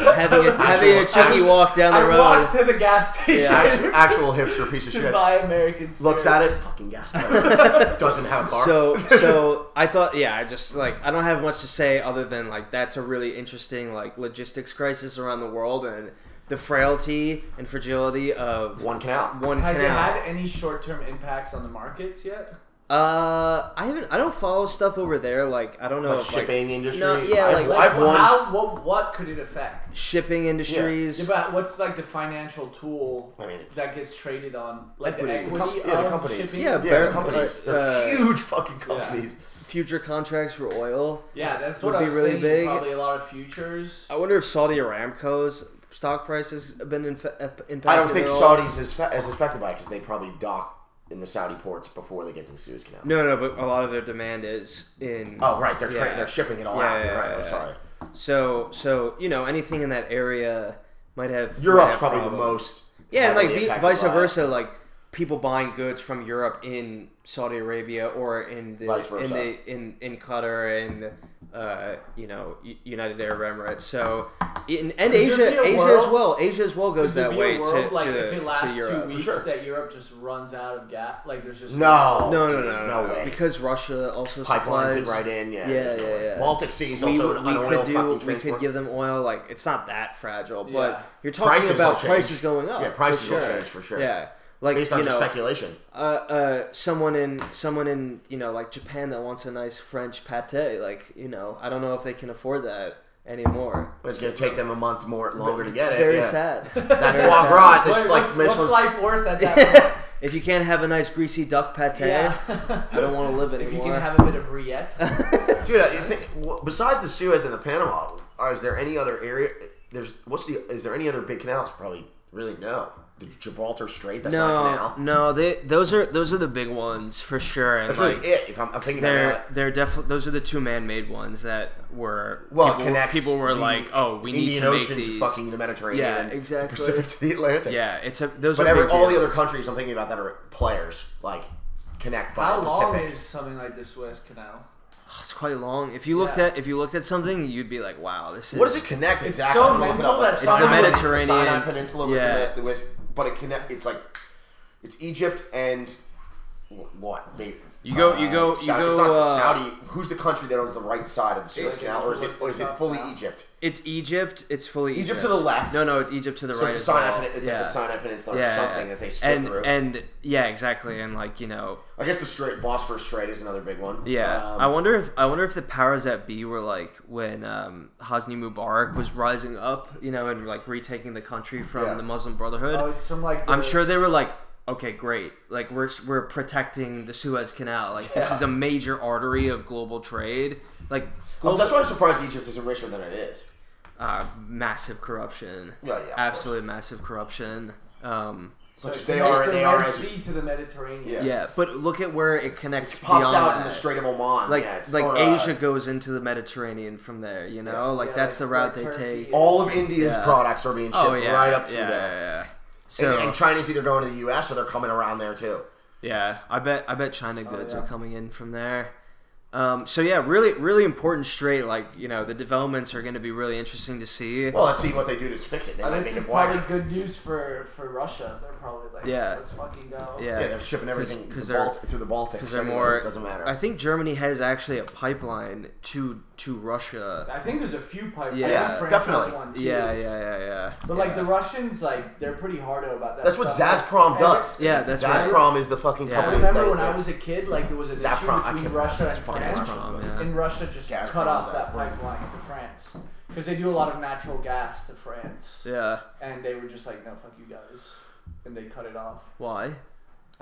[SPEAKER 1] a, having a
[SPEAKER 3] Actual-
[SPEAKER 1] chickie
[SPEAKER 3] actual-
[SPEAKER 1] walk down the
[SPEAKER 2] I walked
[SPEAKER 1] road.
[SPEAKER 2] to the gas station
[SPEAKER 3] Actual, actual
[SPEAKER 2] <laughs>
[SPEAKER 3] hipster piece of
[SPEAKER 2] to
[SPEAKER 3] shit.
[SPEAKER 2] buy American spirits.
[SPEAKER 3] Looks at it, fucking <laughs> gas
[SPEAKER 2] <laughs>
[SPEAKER 3] prices. Doesn't have a car.
[SPEAKER 1] So so I thought yeah I just like I don't have much to say other than like that's a really interesting like logistics crisis around the world and the frailty and fragility of
[SPEAKER 3] <laughs> one canal.
[SPEAKER 1] one
[SPEAKER 2] Has it
[SPEAKER 1] canal.
[SPEAKER 2] had any short-term impacts on the markets yet?
[SPEAKER 1] Uh, I haven't. I don't follow stuff over there. Like I don't know
[SPEAKER 3] Like
[SPEAKER 1] if
[SPEAKER 3] shipping industry.
[SPEAKER 1] No, yeah,
[SPEAKER 3] I've-
[SPEAKER 1] like-
[SPEAKER 2] Like,
[SPEAKER 3] I've won-
[SPEAKER 2] how, what, what could it affect?
[SPEAKER 1] like shipping industries.
[SPEAKER 2] Yeah, but what's like the financial tool
[SPEAKER 3] I mean, it's-
[SPEAKER 2] that gets traded on, like
[SPEAKER 3] Equity.
[SPEAKER 2] the equity
[SPEAKER 3] Com- yeah, the
[SPEAKER 2] of
[SPEAKER 3] companies.
[SPEAKER 2] shipping?
[SPEAKER 1] Yeah,
[SPEAKER 3] yeah,
[SPEAKER 1] Bear-
[SPEAKER 3] they're companies,
[SPEAKER 1] uh,
[SPEAKER 3] they're
[SPEAKER 1] uh,
[SPEAKER 3] huge fucking companies.
[SPEAKER 1] Future contracts for oil.
[SPEAKER 2] Yeah, that's
[SPEAKER 1] Would
[SPEAKER 2] what I
[SPEAKER 1] be
[SPEAKER 2] was
[SPEAKER 1] really
[SPEAKER 2] thinking.
[SPEAKER 1] big.
[SPEAKER 2] Probably a lot of futures.
[SPEAKER 1] I wonder if Saudi Aramco's stock price has been inf- impacted.
[SPEAKER 3] I don't think
[SPEAKER 1] at all.
[SPEAKER 3] Saudis is fa- as affected by it because they probably dock in the Saudi ports before they get to the Suez Canal.
[SPEAKER 1] No, no, but a lot of their demand is in.
[SPEAKER 3] Oh, right, they're tra-
[SPEAKER 1] Yeah.
[SPEAKER 3] they're shipping it all
[SPEAKER 1] Yeah,
[SPEAKER 3] out.
[SPEAKER 1] yeah,
[SPEAKER 3] right, I'm
[SPEAKER 1] yeah.
[SPEAKER 3] sorry.
[SPEAKER 1] So, so you know, anything in that area might have. might
[SPEAKER 3] Europe's
[SPEAKER 1] have
[SPEAKER 3] probably the
[SPEAKER 1] problems.
[SPEAKER 3] most.
[SPEAKER 1] Yeah, and like
[SPEAKER 3] heavily
[SPEAKER 1] vi-
[SPEAKER 3] impacted
[SPEAKER 1] vice
[SPEAKER 3] by it.
[SPEAKER 1] versa, like people buying goods from Europe in Saudi Arabia or in the
[SPEAKER 3] Vice versa.
[SPEAKER 1] in the in in Qatar and uh, you know U- United Arab Emirates. So in, and
[SPEAKER 2] there
[SPEAKER 1] Asia
[SPEAKER 2] be a
[SPEAKER 1] Asia
[SPEAKER 2] world-
[SPEAKER 1] as well. Asia as well goes
[SPEAKER 2] Could there
[SPEAKER 1] that
[SPEAKER 2] be a
[SPEAKER 1] way
[SPEAKER 2] world,
[SPEAKER 1] to
[SPEAKER 2] like,
[SPEAKER 1] to,
[SPEAKER 2] if it lasts
[SPEAKER 1] to Europe.
[SPEAKER 2] Two weeks
[SPEAKER 3] sure.
[SPEAKER 2] that Europe just runs out of gas. Like there's just
[SPEAKER 3] No,
[SPEAKER 1] No, no,
[SPEAKER 3] dude,
[SPEAKER 1] no, no, no,
[SPEAKER 3] way.
[SPEAKER 1] because Russia also
[SPEAKER 3] pipelines
[SPEAKER 1] supplies
[SPEAKER 3] it right in. Yeah,
[SPEAKER 1] Yeah,
[SPEAKER 3] there's no
[SPEAKER 1] yeah,
[SPEAKER 3] way.
[SPEAKER 1] yeah.
[SPEAKER 3] Baltic Sea is
[SPEAKER 1] we,
[SPEAKER 3] also
[SPEAKER 1] would-
[SPEAKER 3] an
[SPEAKER 1] we
[SPEAKER 3] oil
[SPEAKER 1] could do
[SPEAKER 3] fucking
[SPEAKER 1] we could
[SPEAKER 3] transport.
[SPEAKER 1] give them oil like it's not that fragile but
[SPEAKER 2] Yeah.
[SPEAKER 1] you're talking
[SPEAKER 3] Prices will
[SPEAKER 1] about
[SPEAKER 3] change.
[SPEAKER 1] prices going up
[SPEAKER 3] Yeah,
[SPEAKER 1] for
[SPEAKER 3] prices will
[SPEAKER 1] sure.
[SPEAKER 3] change for sure.
[SPEAKER 1] yeah like
[SPEAKER 3] based on
[SPEAKER 1] you
[SPEAKER 3] just
[SPEAKER 1] know,
[SPEAKER 3] speculation.
[SPEAKER 1] uh, uh, someone in someone in you know like Japan that wants a nice French pate, like you know, I don't know if they can afford that anymore.
[SPEAKER 3] It's gonna take them a month more longer to get it.
[SPEAKER 1] Very
[SPEAKER 3] yeah.
[SPEAKER 1] sad.
[SPEAKER 3] That
[SPEAKER 1] Very
[SPEAKER 3] foie
[SPEAKER 1] sad.
[SPEAKER 3] gras, this
[SPEAKER 2] What-
[SPEAKER 3] like
[SPEAKER 2] what's, what's
[SPEAKER 3] Michelin
[SPEAKER 2] life worth at that
[SPEAKER 1] <laughs> if you can't have a nice greasy duck pate,
[SPEAKER 2] point? yeah.
[SPEAKER 1] <laughs>
[SPEAKER 2] <laughs>
[SPEAKER 1] I don't want to live
[SPEAKER 2] If you
[SPEAKER 1] anymore.
[SPEAKER 2] can have a bit of
[SPEAKER 1] <laughs>
[SPEAKER 2] Riette.
[SPEAKER 3] Dude, I think wh- besides the Suez and the Panama, are, is there any other area? There's what's the? Is there any other big canals? Probably really no. The Gibraltar Strait. That's not a
[SPEAKER 1] no,
[SPEAKER 3] canal.
[SPEAKER 1] no, they, those are those are the big ones for sure. And
[SPEAKER 3] That's
[SPEAKER 1] like,
[SPEAKER 3] really it. If I'm, I'm thinking about
[SPEAKER 1] they're
[SPEAKER 3] it.
[SPEAKER 1] they're definitely those are the two man-made ones that were
[SPEAKER 3] Well, it
[SPEAKER 1] people,
[SPEAKER 3] connects
[SPEAKER 1] people were
[SPEAKER 3] the
[SPEAKER 1] like, oh, we need
[SPEAKER 3] Indian
[SPEAKER 1] to make
[SPEAKER 3] Ocean
[SPEAKER 1] these.
[SPEAKER 3] to fucking the Mediterranean.
[SPEAKER 1] Yeah,
[SPEAKER 3] and
[SPEAKER 1] exactly.
[SPEAKER 3] The Pacific to the Atlantic.
[SPEAKER 1] yeah, it's a those
[SPEAKER 3] But
[SPEAKER 1] are
[SPEAKER 3] every,
[SPEAKER 1] big
[SPEAKER 3] all the
[SPEAKER 1] deals.
[SPEAKER 3] other countries I'm thinking about that are players like connect by
[SPEAKER 2] How
[SPEAKER 3] the
[SPEAKER 2] long
[SPEAKER 3] Pacific.
[SPEAKER 2] is something like the Suez Canal?
[SPEAKER 1] It's quite long. If you looked
[SPEAKER 2] Yeah.
[SPEAKER 1] at if you looked at something, you'd be like, "Wow, this is
[SPEAKER 3] What does it connect
[SPEAKER 2] It's
[SPEAKER 3] exactly?
[SPEAKER 2] so
[SPEAKER 3] I'm looking
[SPEAKER 2] mental
[SPEAKER 3] up, like,
[SPEAKER 2] that
[SPEAKER 3] Sinai
[SPEAKER 2] someone-
[SPEAKER 3] with-
[SPEAKER 1] Mediterranean-
[SPEAKER 3] Sinai Peninsula with,
[SPEAKER 1] Yeah.
[SPEAKER 3] the, with but it connect. It's like it's Egypt and wh- what? Maybe,
[SPEAKER 1] You go- you go- you
[SPEAKER 3] Saudi,
[SPEAKER 1] go,
[SPEAKER 3] It's not
[SPEAKER 1] uh,
[SPEAKER 3] Saudi. Who's the country that owns the right side of the Suez
[SPEAKER 2] Egypt.
[SPEAKER 3] Canal, or is it or is it
[SPEAKER 2] South
[SPEAKER 3] fully
[SPEAKER 2] Canal.
[SPEAKER 3] Egypt?
[SPEAKER 1] It's Egypt. It's fully Egypt,
[SPEAKER 3] Egypt to the left.
[SPEAKER 1] No, no, it's Egypt to the
[SPEAKER 3] So
[SPEAKER 1] right.
[SPEAKER 3] it's a
[SPEAKER 1] as
[SPEAKER 3] Sinai.
[SPEAKER 1] well.
[SPEAKER 3] Pen- it's
[SPEAKER 1] yeah.
[SPEAKER 3] like the Sinai Peninsula
[SPEAKER 1] yeah,
[SPEAKER 3] or something
[SPEAKER 1] yeah.
[SPEAKER 3] that they split
[SPEAKER 1] and,
[SPEAKER 3] through.
[SPEAKER 1] And yeah, exactly. And like you know,
[SPEAKER 3] I guess the Strait, Bosphorus Strait, is another big one.
[SPEAKER 1] yeah.
[SPEAKER 3] Um,
[SPEAKER 1] I wonder if I wonder if the powers that be were like when um, Hosni Mubarak was rising up, you know, and like retaking the country from
[SPEAKER 3] Yeah.
[SPEAKER 1] the Muslim Brotherhood.
[SPEAKER 2] Oh, it's from like. The,
[SPEAKER 1] I'm sure they were like, okay, great. Like we're we're protecting the Suez Canal. Like this
[SPEAKER 3] Yeah.
[SPEAKER 1] is a major artery of global trade. Like
[SPEAKER 3] well,
[SPEAKER 1] global,
[SPEAKER 3] that's why I'm surprised Egypt isn't richer than it is.
[SPEAKER 1] uh, massive corruption.
[SPEAKER 3] Yeah, yeah, of
[SPEAKER 1] Absolutely massive corruption. Um,
[SPEAKER 2] so
[SPEAKER 3] Which
[SPEAKER 2] it
[SPEAKER 3] they
[SPEAKER 2] connects
[SPEAKER 3] are-
[SPEAKER 2] The
[SPEAKER 3] they are
[SPEAKER 2] Red
[SPEAKER 3] as-
[SPEAKER 2] Sea to the Mediterranean.
[SPEAKER 3] Yeah.
[SPEAKER 1] yeah, but look at where it connects
[SPEAKER 3] Pops
[SPEAKER 1] beyond
[SPEAKER 3] out in the
[SPEAKER 1] that.
[SPEAKER 3] Strait of Oman.
[SPEAKER 1] Like
[SPEAKER 3] yeah, it's,
[SPEAKER 1] like
[SPEAKER 3] or, uh,
[SPEAKER 1] Asia goes into the Mediterranean from there. You know, like
[SPEAKER 2] yeah,
[SPEAKER 1] that's
[SPEAKER 2] like-
[SPEAKER 1] the route
[SPEAKER 2] like
[SPEAKER 1] they
[SPEAKER 2] Turkey.
[SPEAKER 1] take.
[SPEAKER 3] all of India's
[SPEAKER 1] Yeah.
[SPEAKER 3] products are being shipped
[SPEAKER 1] Oh yeah,
[SPEAKER 3] right up through
[SPEAKER 1] yeah,
[SPEAKER 3] there.
[SPEAKER 1] yeah, yeah. So
[SPEAKER 3] And, and China's either going to the U.S. or they're coming around there too.
[SPEAKER 1] Yeah, I bet I bet
[SPEAKER 3] Oh,
[SPEAKER 1] China goods
[SPEAKER 2] yeah.
[SPEAKER 1] are coming in from there. Um, so yeah, really really important straight. Like you know, the developments are going to be really interesting to see.
[SPEAKER 3] Well, let's see what they do to fix it. They
[SPEAKER 2] Uh,
[SPEAKER 3] might
[SPEAKER 2] this
[SPEAKER 3] make
[SPEAKER 2] is
[SPEAKER 3] it
[SPEAKER 2] probably
[SPEAKER 3] wider.
[SPEAKER 2] good news for, for Russia. They're probably like,
[SPEAKER 1] Yeah.
[SPEAKER 2] let's fucking go.
[SPEAKER 1] yeah,
[SPEAKER 3] Yeah, they're shipping everything
[SPEAKER 1] 'cause
[SPEAKER 3] the
[SPEAKER 1] they're-
[SPEAKER 3] Balt- through the Baltic.
[SPEAKER 1] because
[SPEAKER 3] So
[SPEAKER 1] they're
[SPEAKER 3] anyways,
[SPEAKER 1] more.
[SPEAKER 3] doesn't matter.
[SPEAKER 1] I think Germany has actually a pipeline to to Russia.
[SPEAKER 2] I think there's a few pipelines.
[SPEAKER 1] Yeah,
[SPEAKER 2] I think France
[SPEAKER 3] definitely.
[SPEAKER 2] has one, too.
[SPEAKER 1] Yeah, yeah, yeah, yeah.
[SPEAKER 2] But
[SPEAKER 1] yeah.
[SPEAKER 2] like the Russians, like they're pretty hardo about that.
[SPEAKER 3] that's what
[SPEAKER 2] stuff.
[SPEAKER 3] Gazprom
[SPEAKER 2] Like,
[SPEAKER 3] does.
[SPEAKER 1] Yeah, that's right.
[SPEAKER 3] Gazprom is the fucking
[SPEAKER 1] Yeah.
[SPEAKER 2] I
[SPEAKER 3] company.
[SPEAKER 2] remember
[SPEAKER 3] that-
[SPEAKER 2] when I was a kid, like there was an
[SPEAKER 3] Gazprom, I
[SPEAKER 2] issue
[SPEAKER 3] can't
[SPEAKER 2] between Russia
[SPEAKER 3] pronounce
[SPEAKER 2] and
[SPEAKER 3] it. It's
[SPEAKER 2] France,
[SPEAKER 3] fucking
[SPEAKER 1] Gazprom, yeah.
[SPEAKER 2] and Russia just
[SPEAKER 3] Gazprom,
[SPEAKER 2] cut off that
[SPEAKER 3] Gazprom.
[SPEAKER 2] pipeline to France because they do a lot of natural gas to France,
[SPEAKER 1] Yeah.
[SPEAKER 2] and they were just like, no, fuck you guys, and they cut it off.
[SPEAKER 1] Why?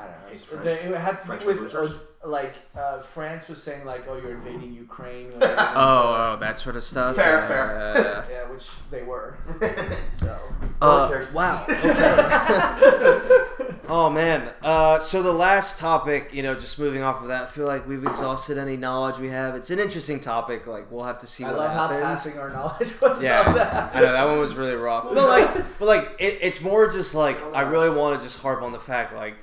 [SPEAKER 2] I don't know.
[SPEAKER 3] It's
[SPEAKER 2] It's-
[SPEAKER 3] French-
[SPEAKER 2] they- it had to
[SPEAKER 3] French
[SPEAKER 2] do with
[SPEAKER 3] losers.
[SPEAKER 2] uh, like uh, France was saying like, oh, you're
[SPEAKER 1] <laughs>
[SPEAKER 2] invading Ukraine. or whatever.
[SPEAKER 1] Oh, oh, that sort of stuff.
[SPEAKER 3] Fair,
[SPEAKER 1] Yeah,
[SPEAKER 3] fair.
[SPEAKER 1] yeah,
[SPEAKER 3] <laughs>
[SPEAKER 1] yeah.
[SPEAKER 2] yeah, which
[SPEAKER 1] <laughs>
[SPEAKER 2] they were. so
[SPEAKER 3] one
[SPEAKER 1] Uh,
[SPEAKER 3] cares. <laughs>
[SPEAKER 1] wow. okay. oh man. Uh, so the last topic, you know, just moving off of that, I feel like we've exhausted any knowledge we have. It's an interesting topic. Like we'll have to see
[SPEAKER 2] I
[SPEAKER 1] what
[SPEAKER 2] love how
[SPEAKER 1] happens.
[SPEAKER 2] passing our knowledge <laughs> was
[SPEAKER 3] <laughs>
[SPEAKER 2] on
[SPEAKER 1] yeah,
[SPEAKER 2] that.
[SPEAKER 1] I know that one was really rough. But like, but like, it, it's more just like I really want to just harp on the fact like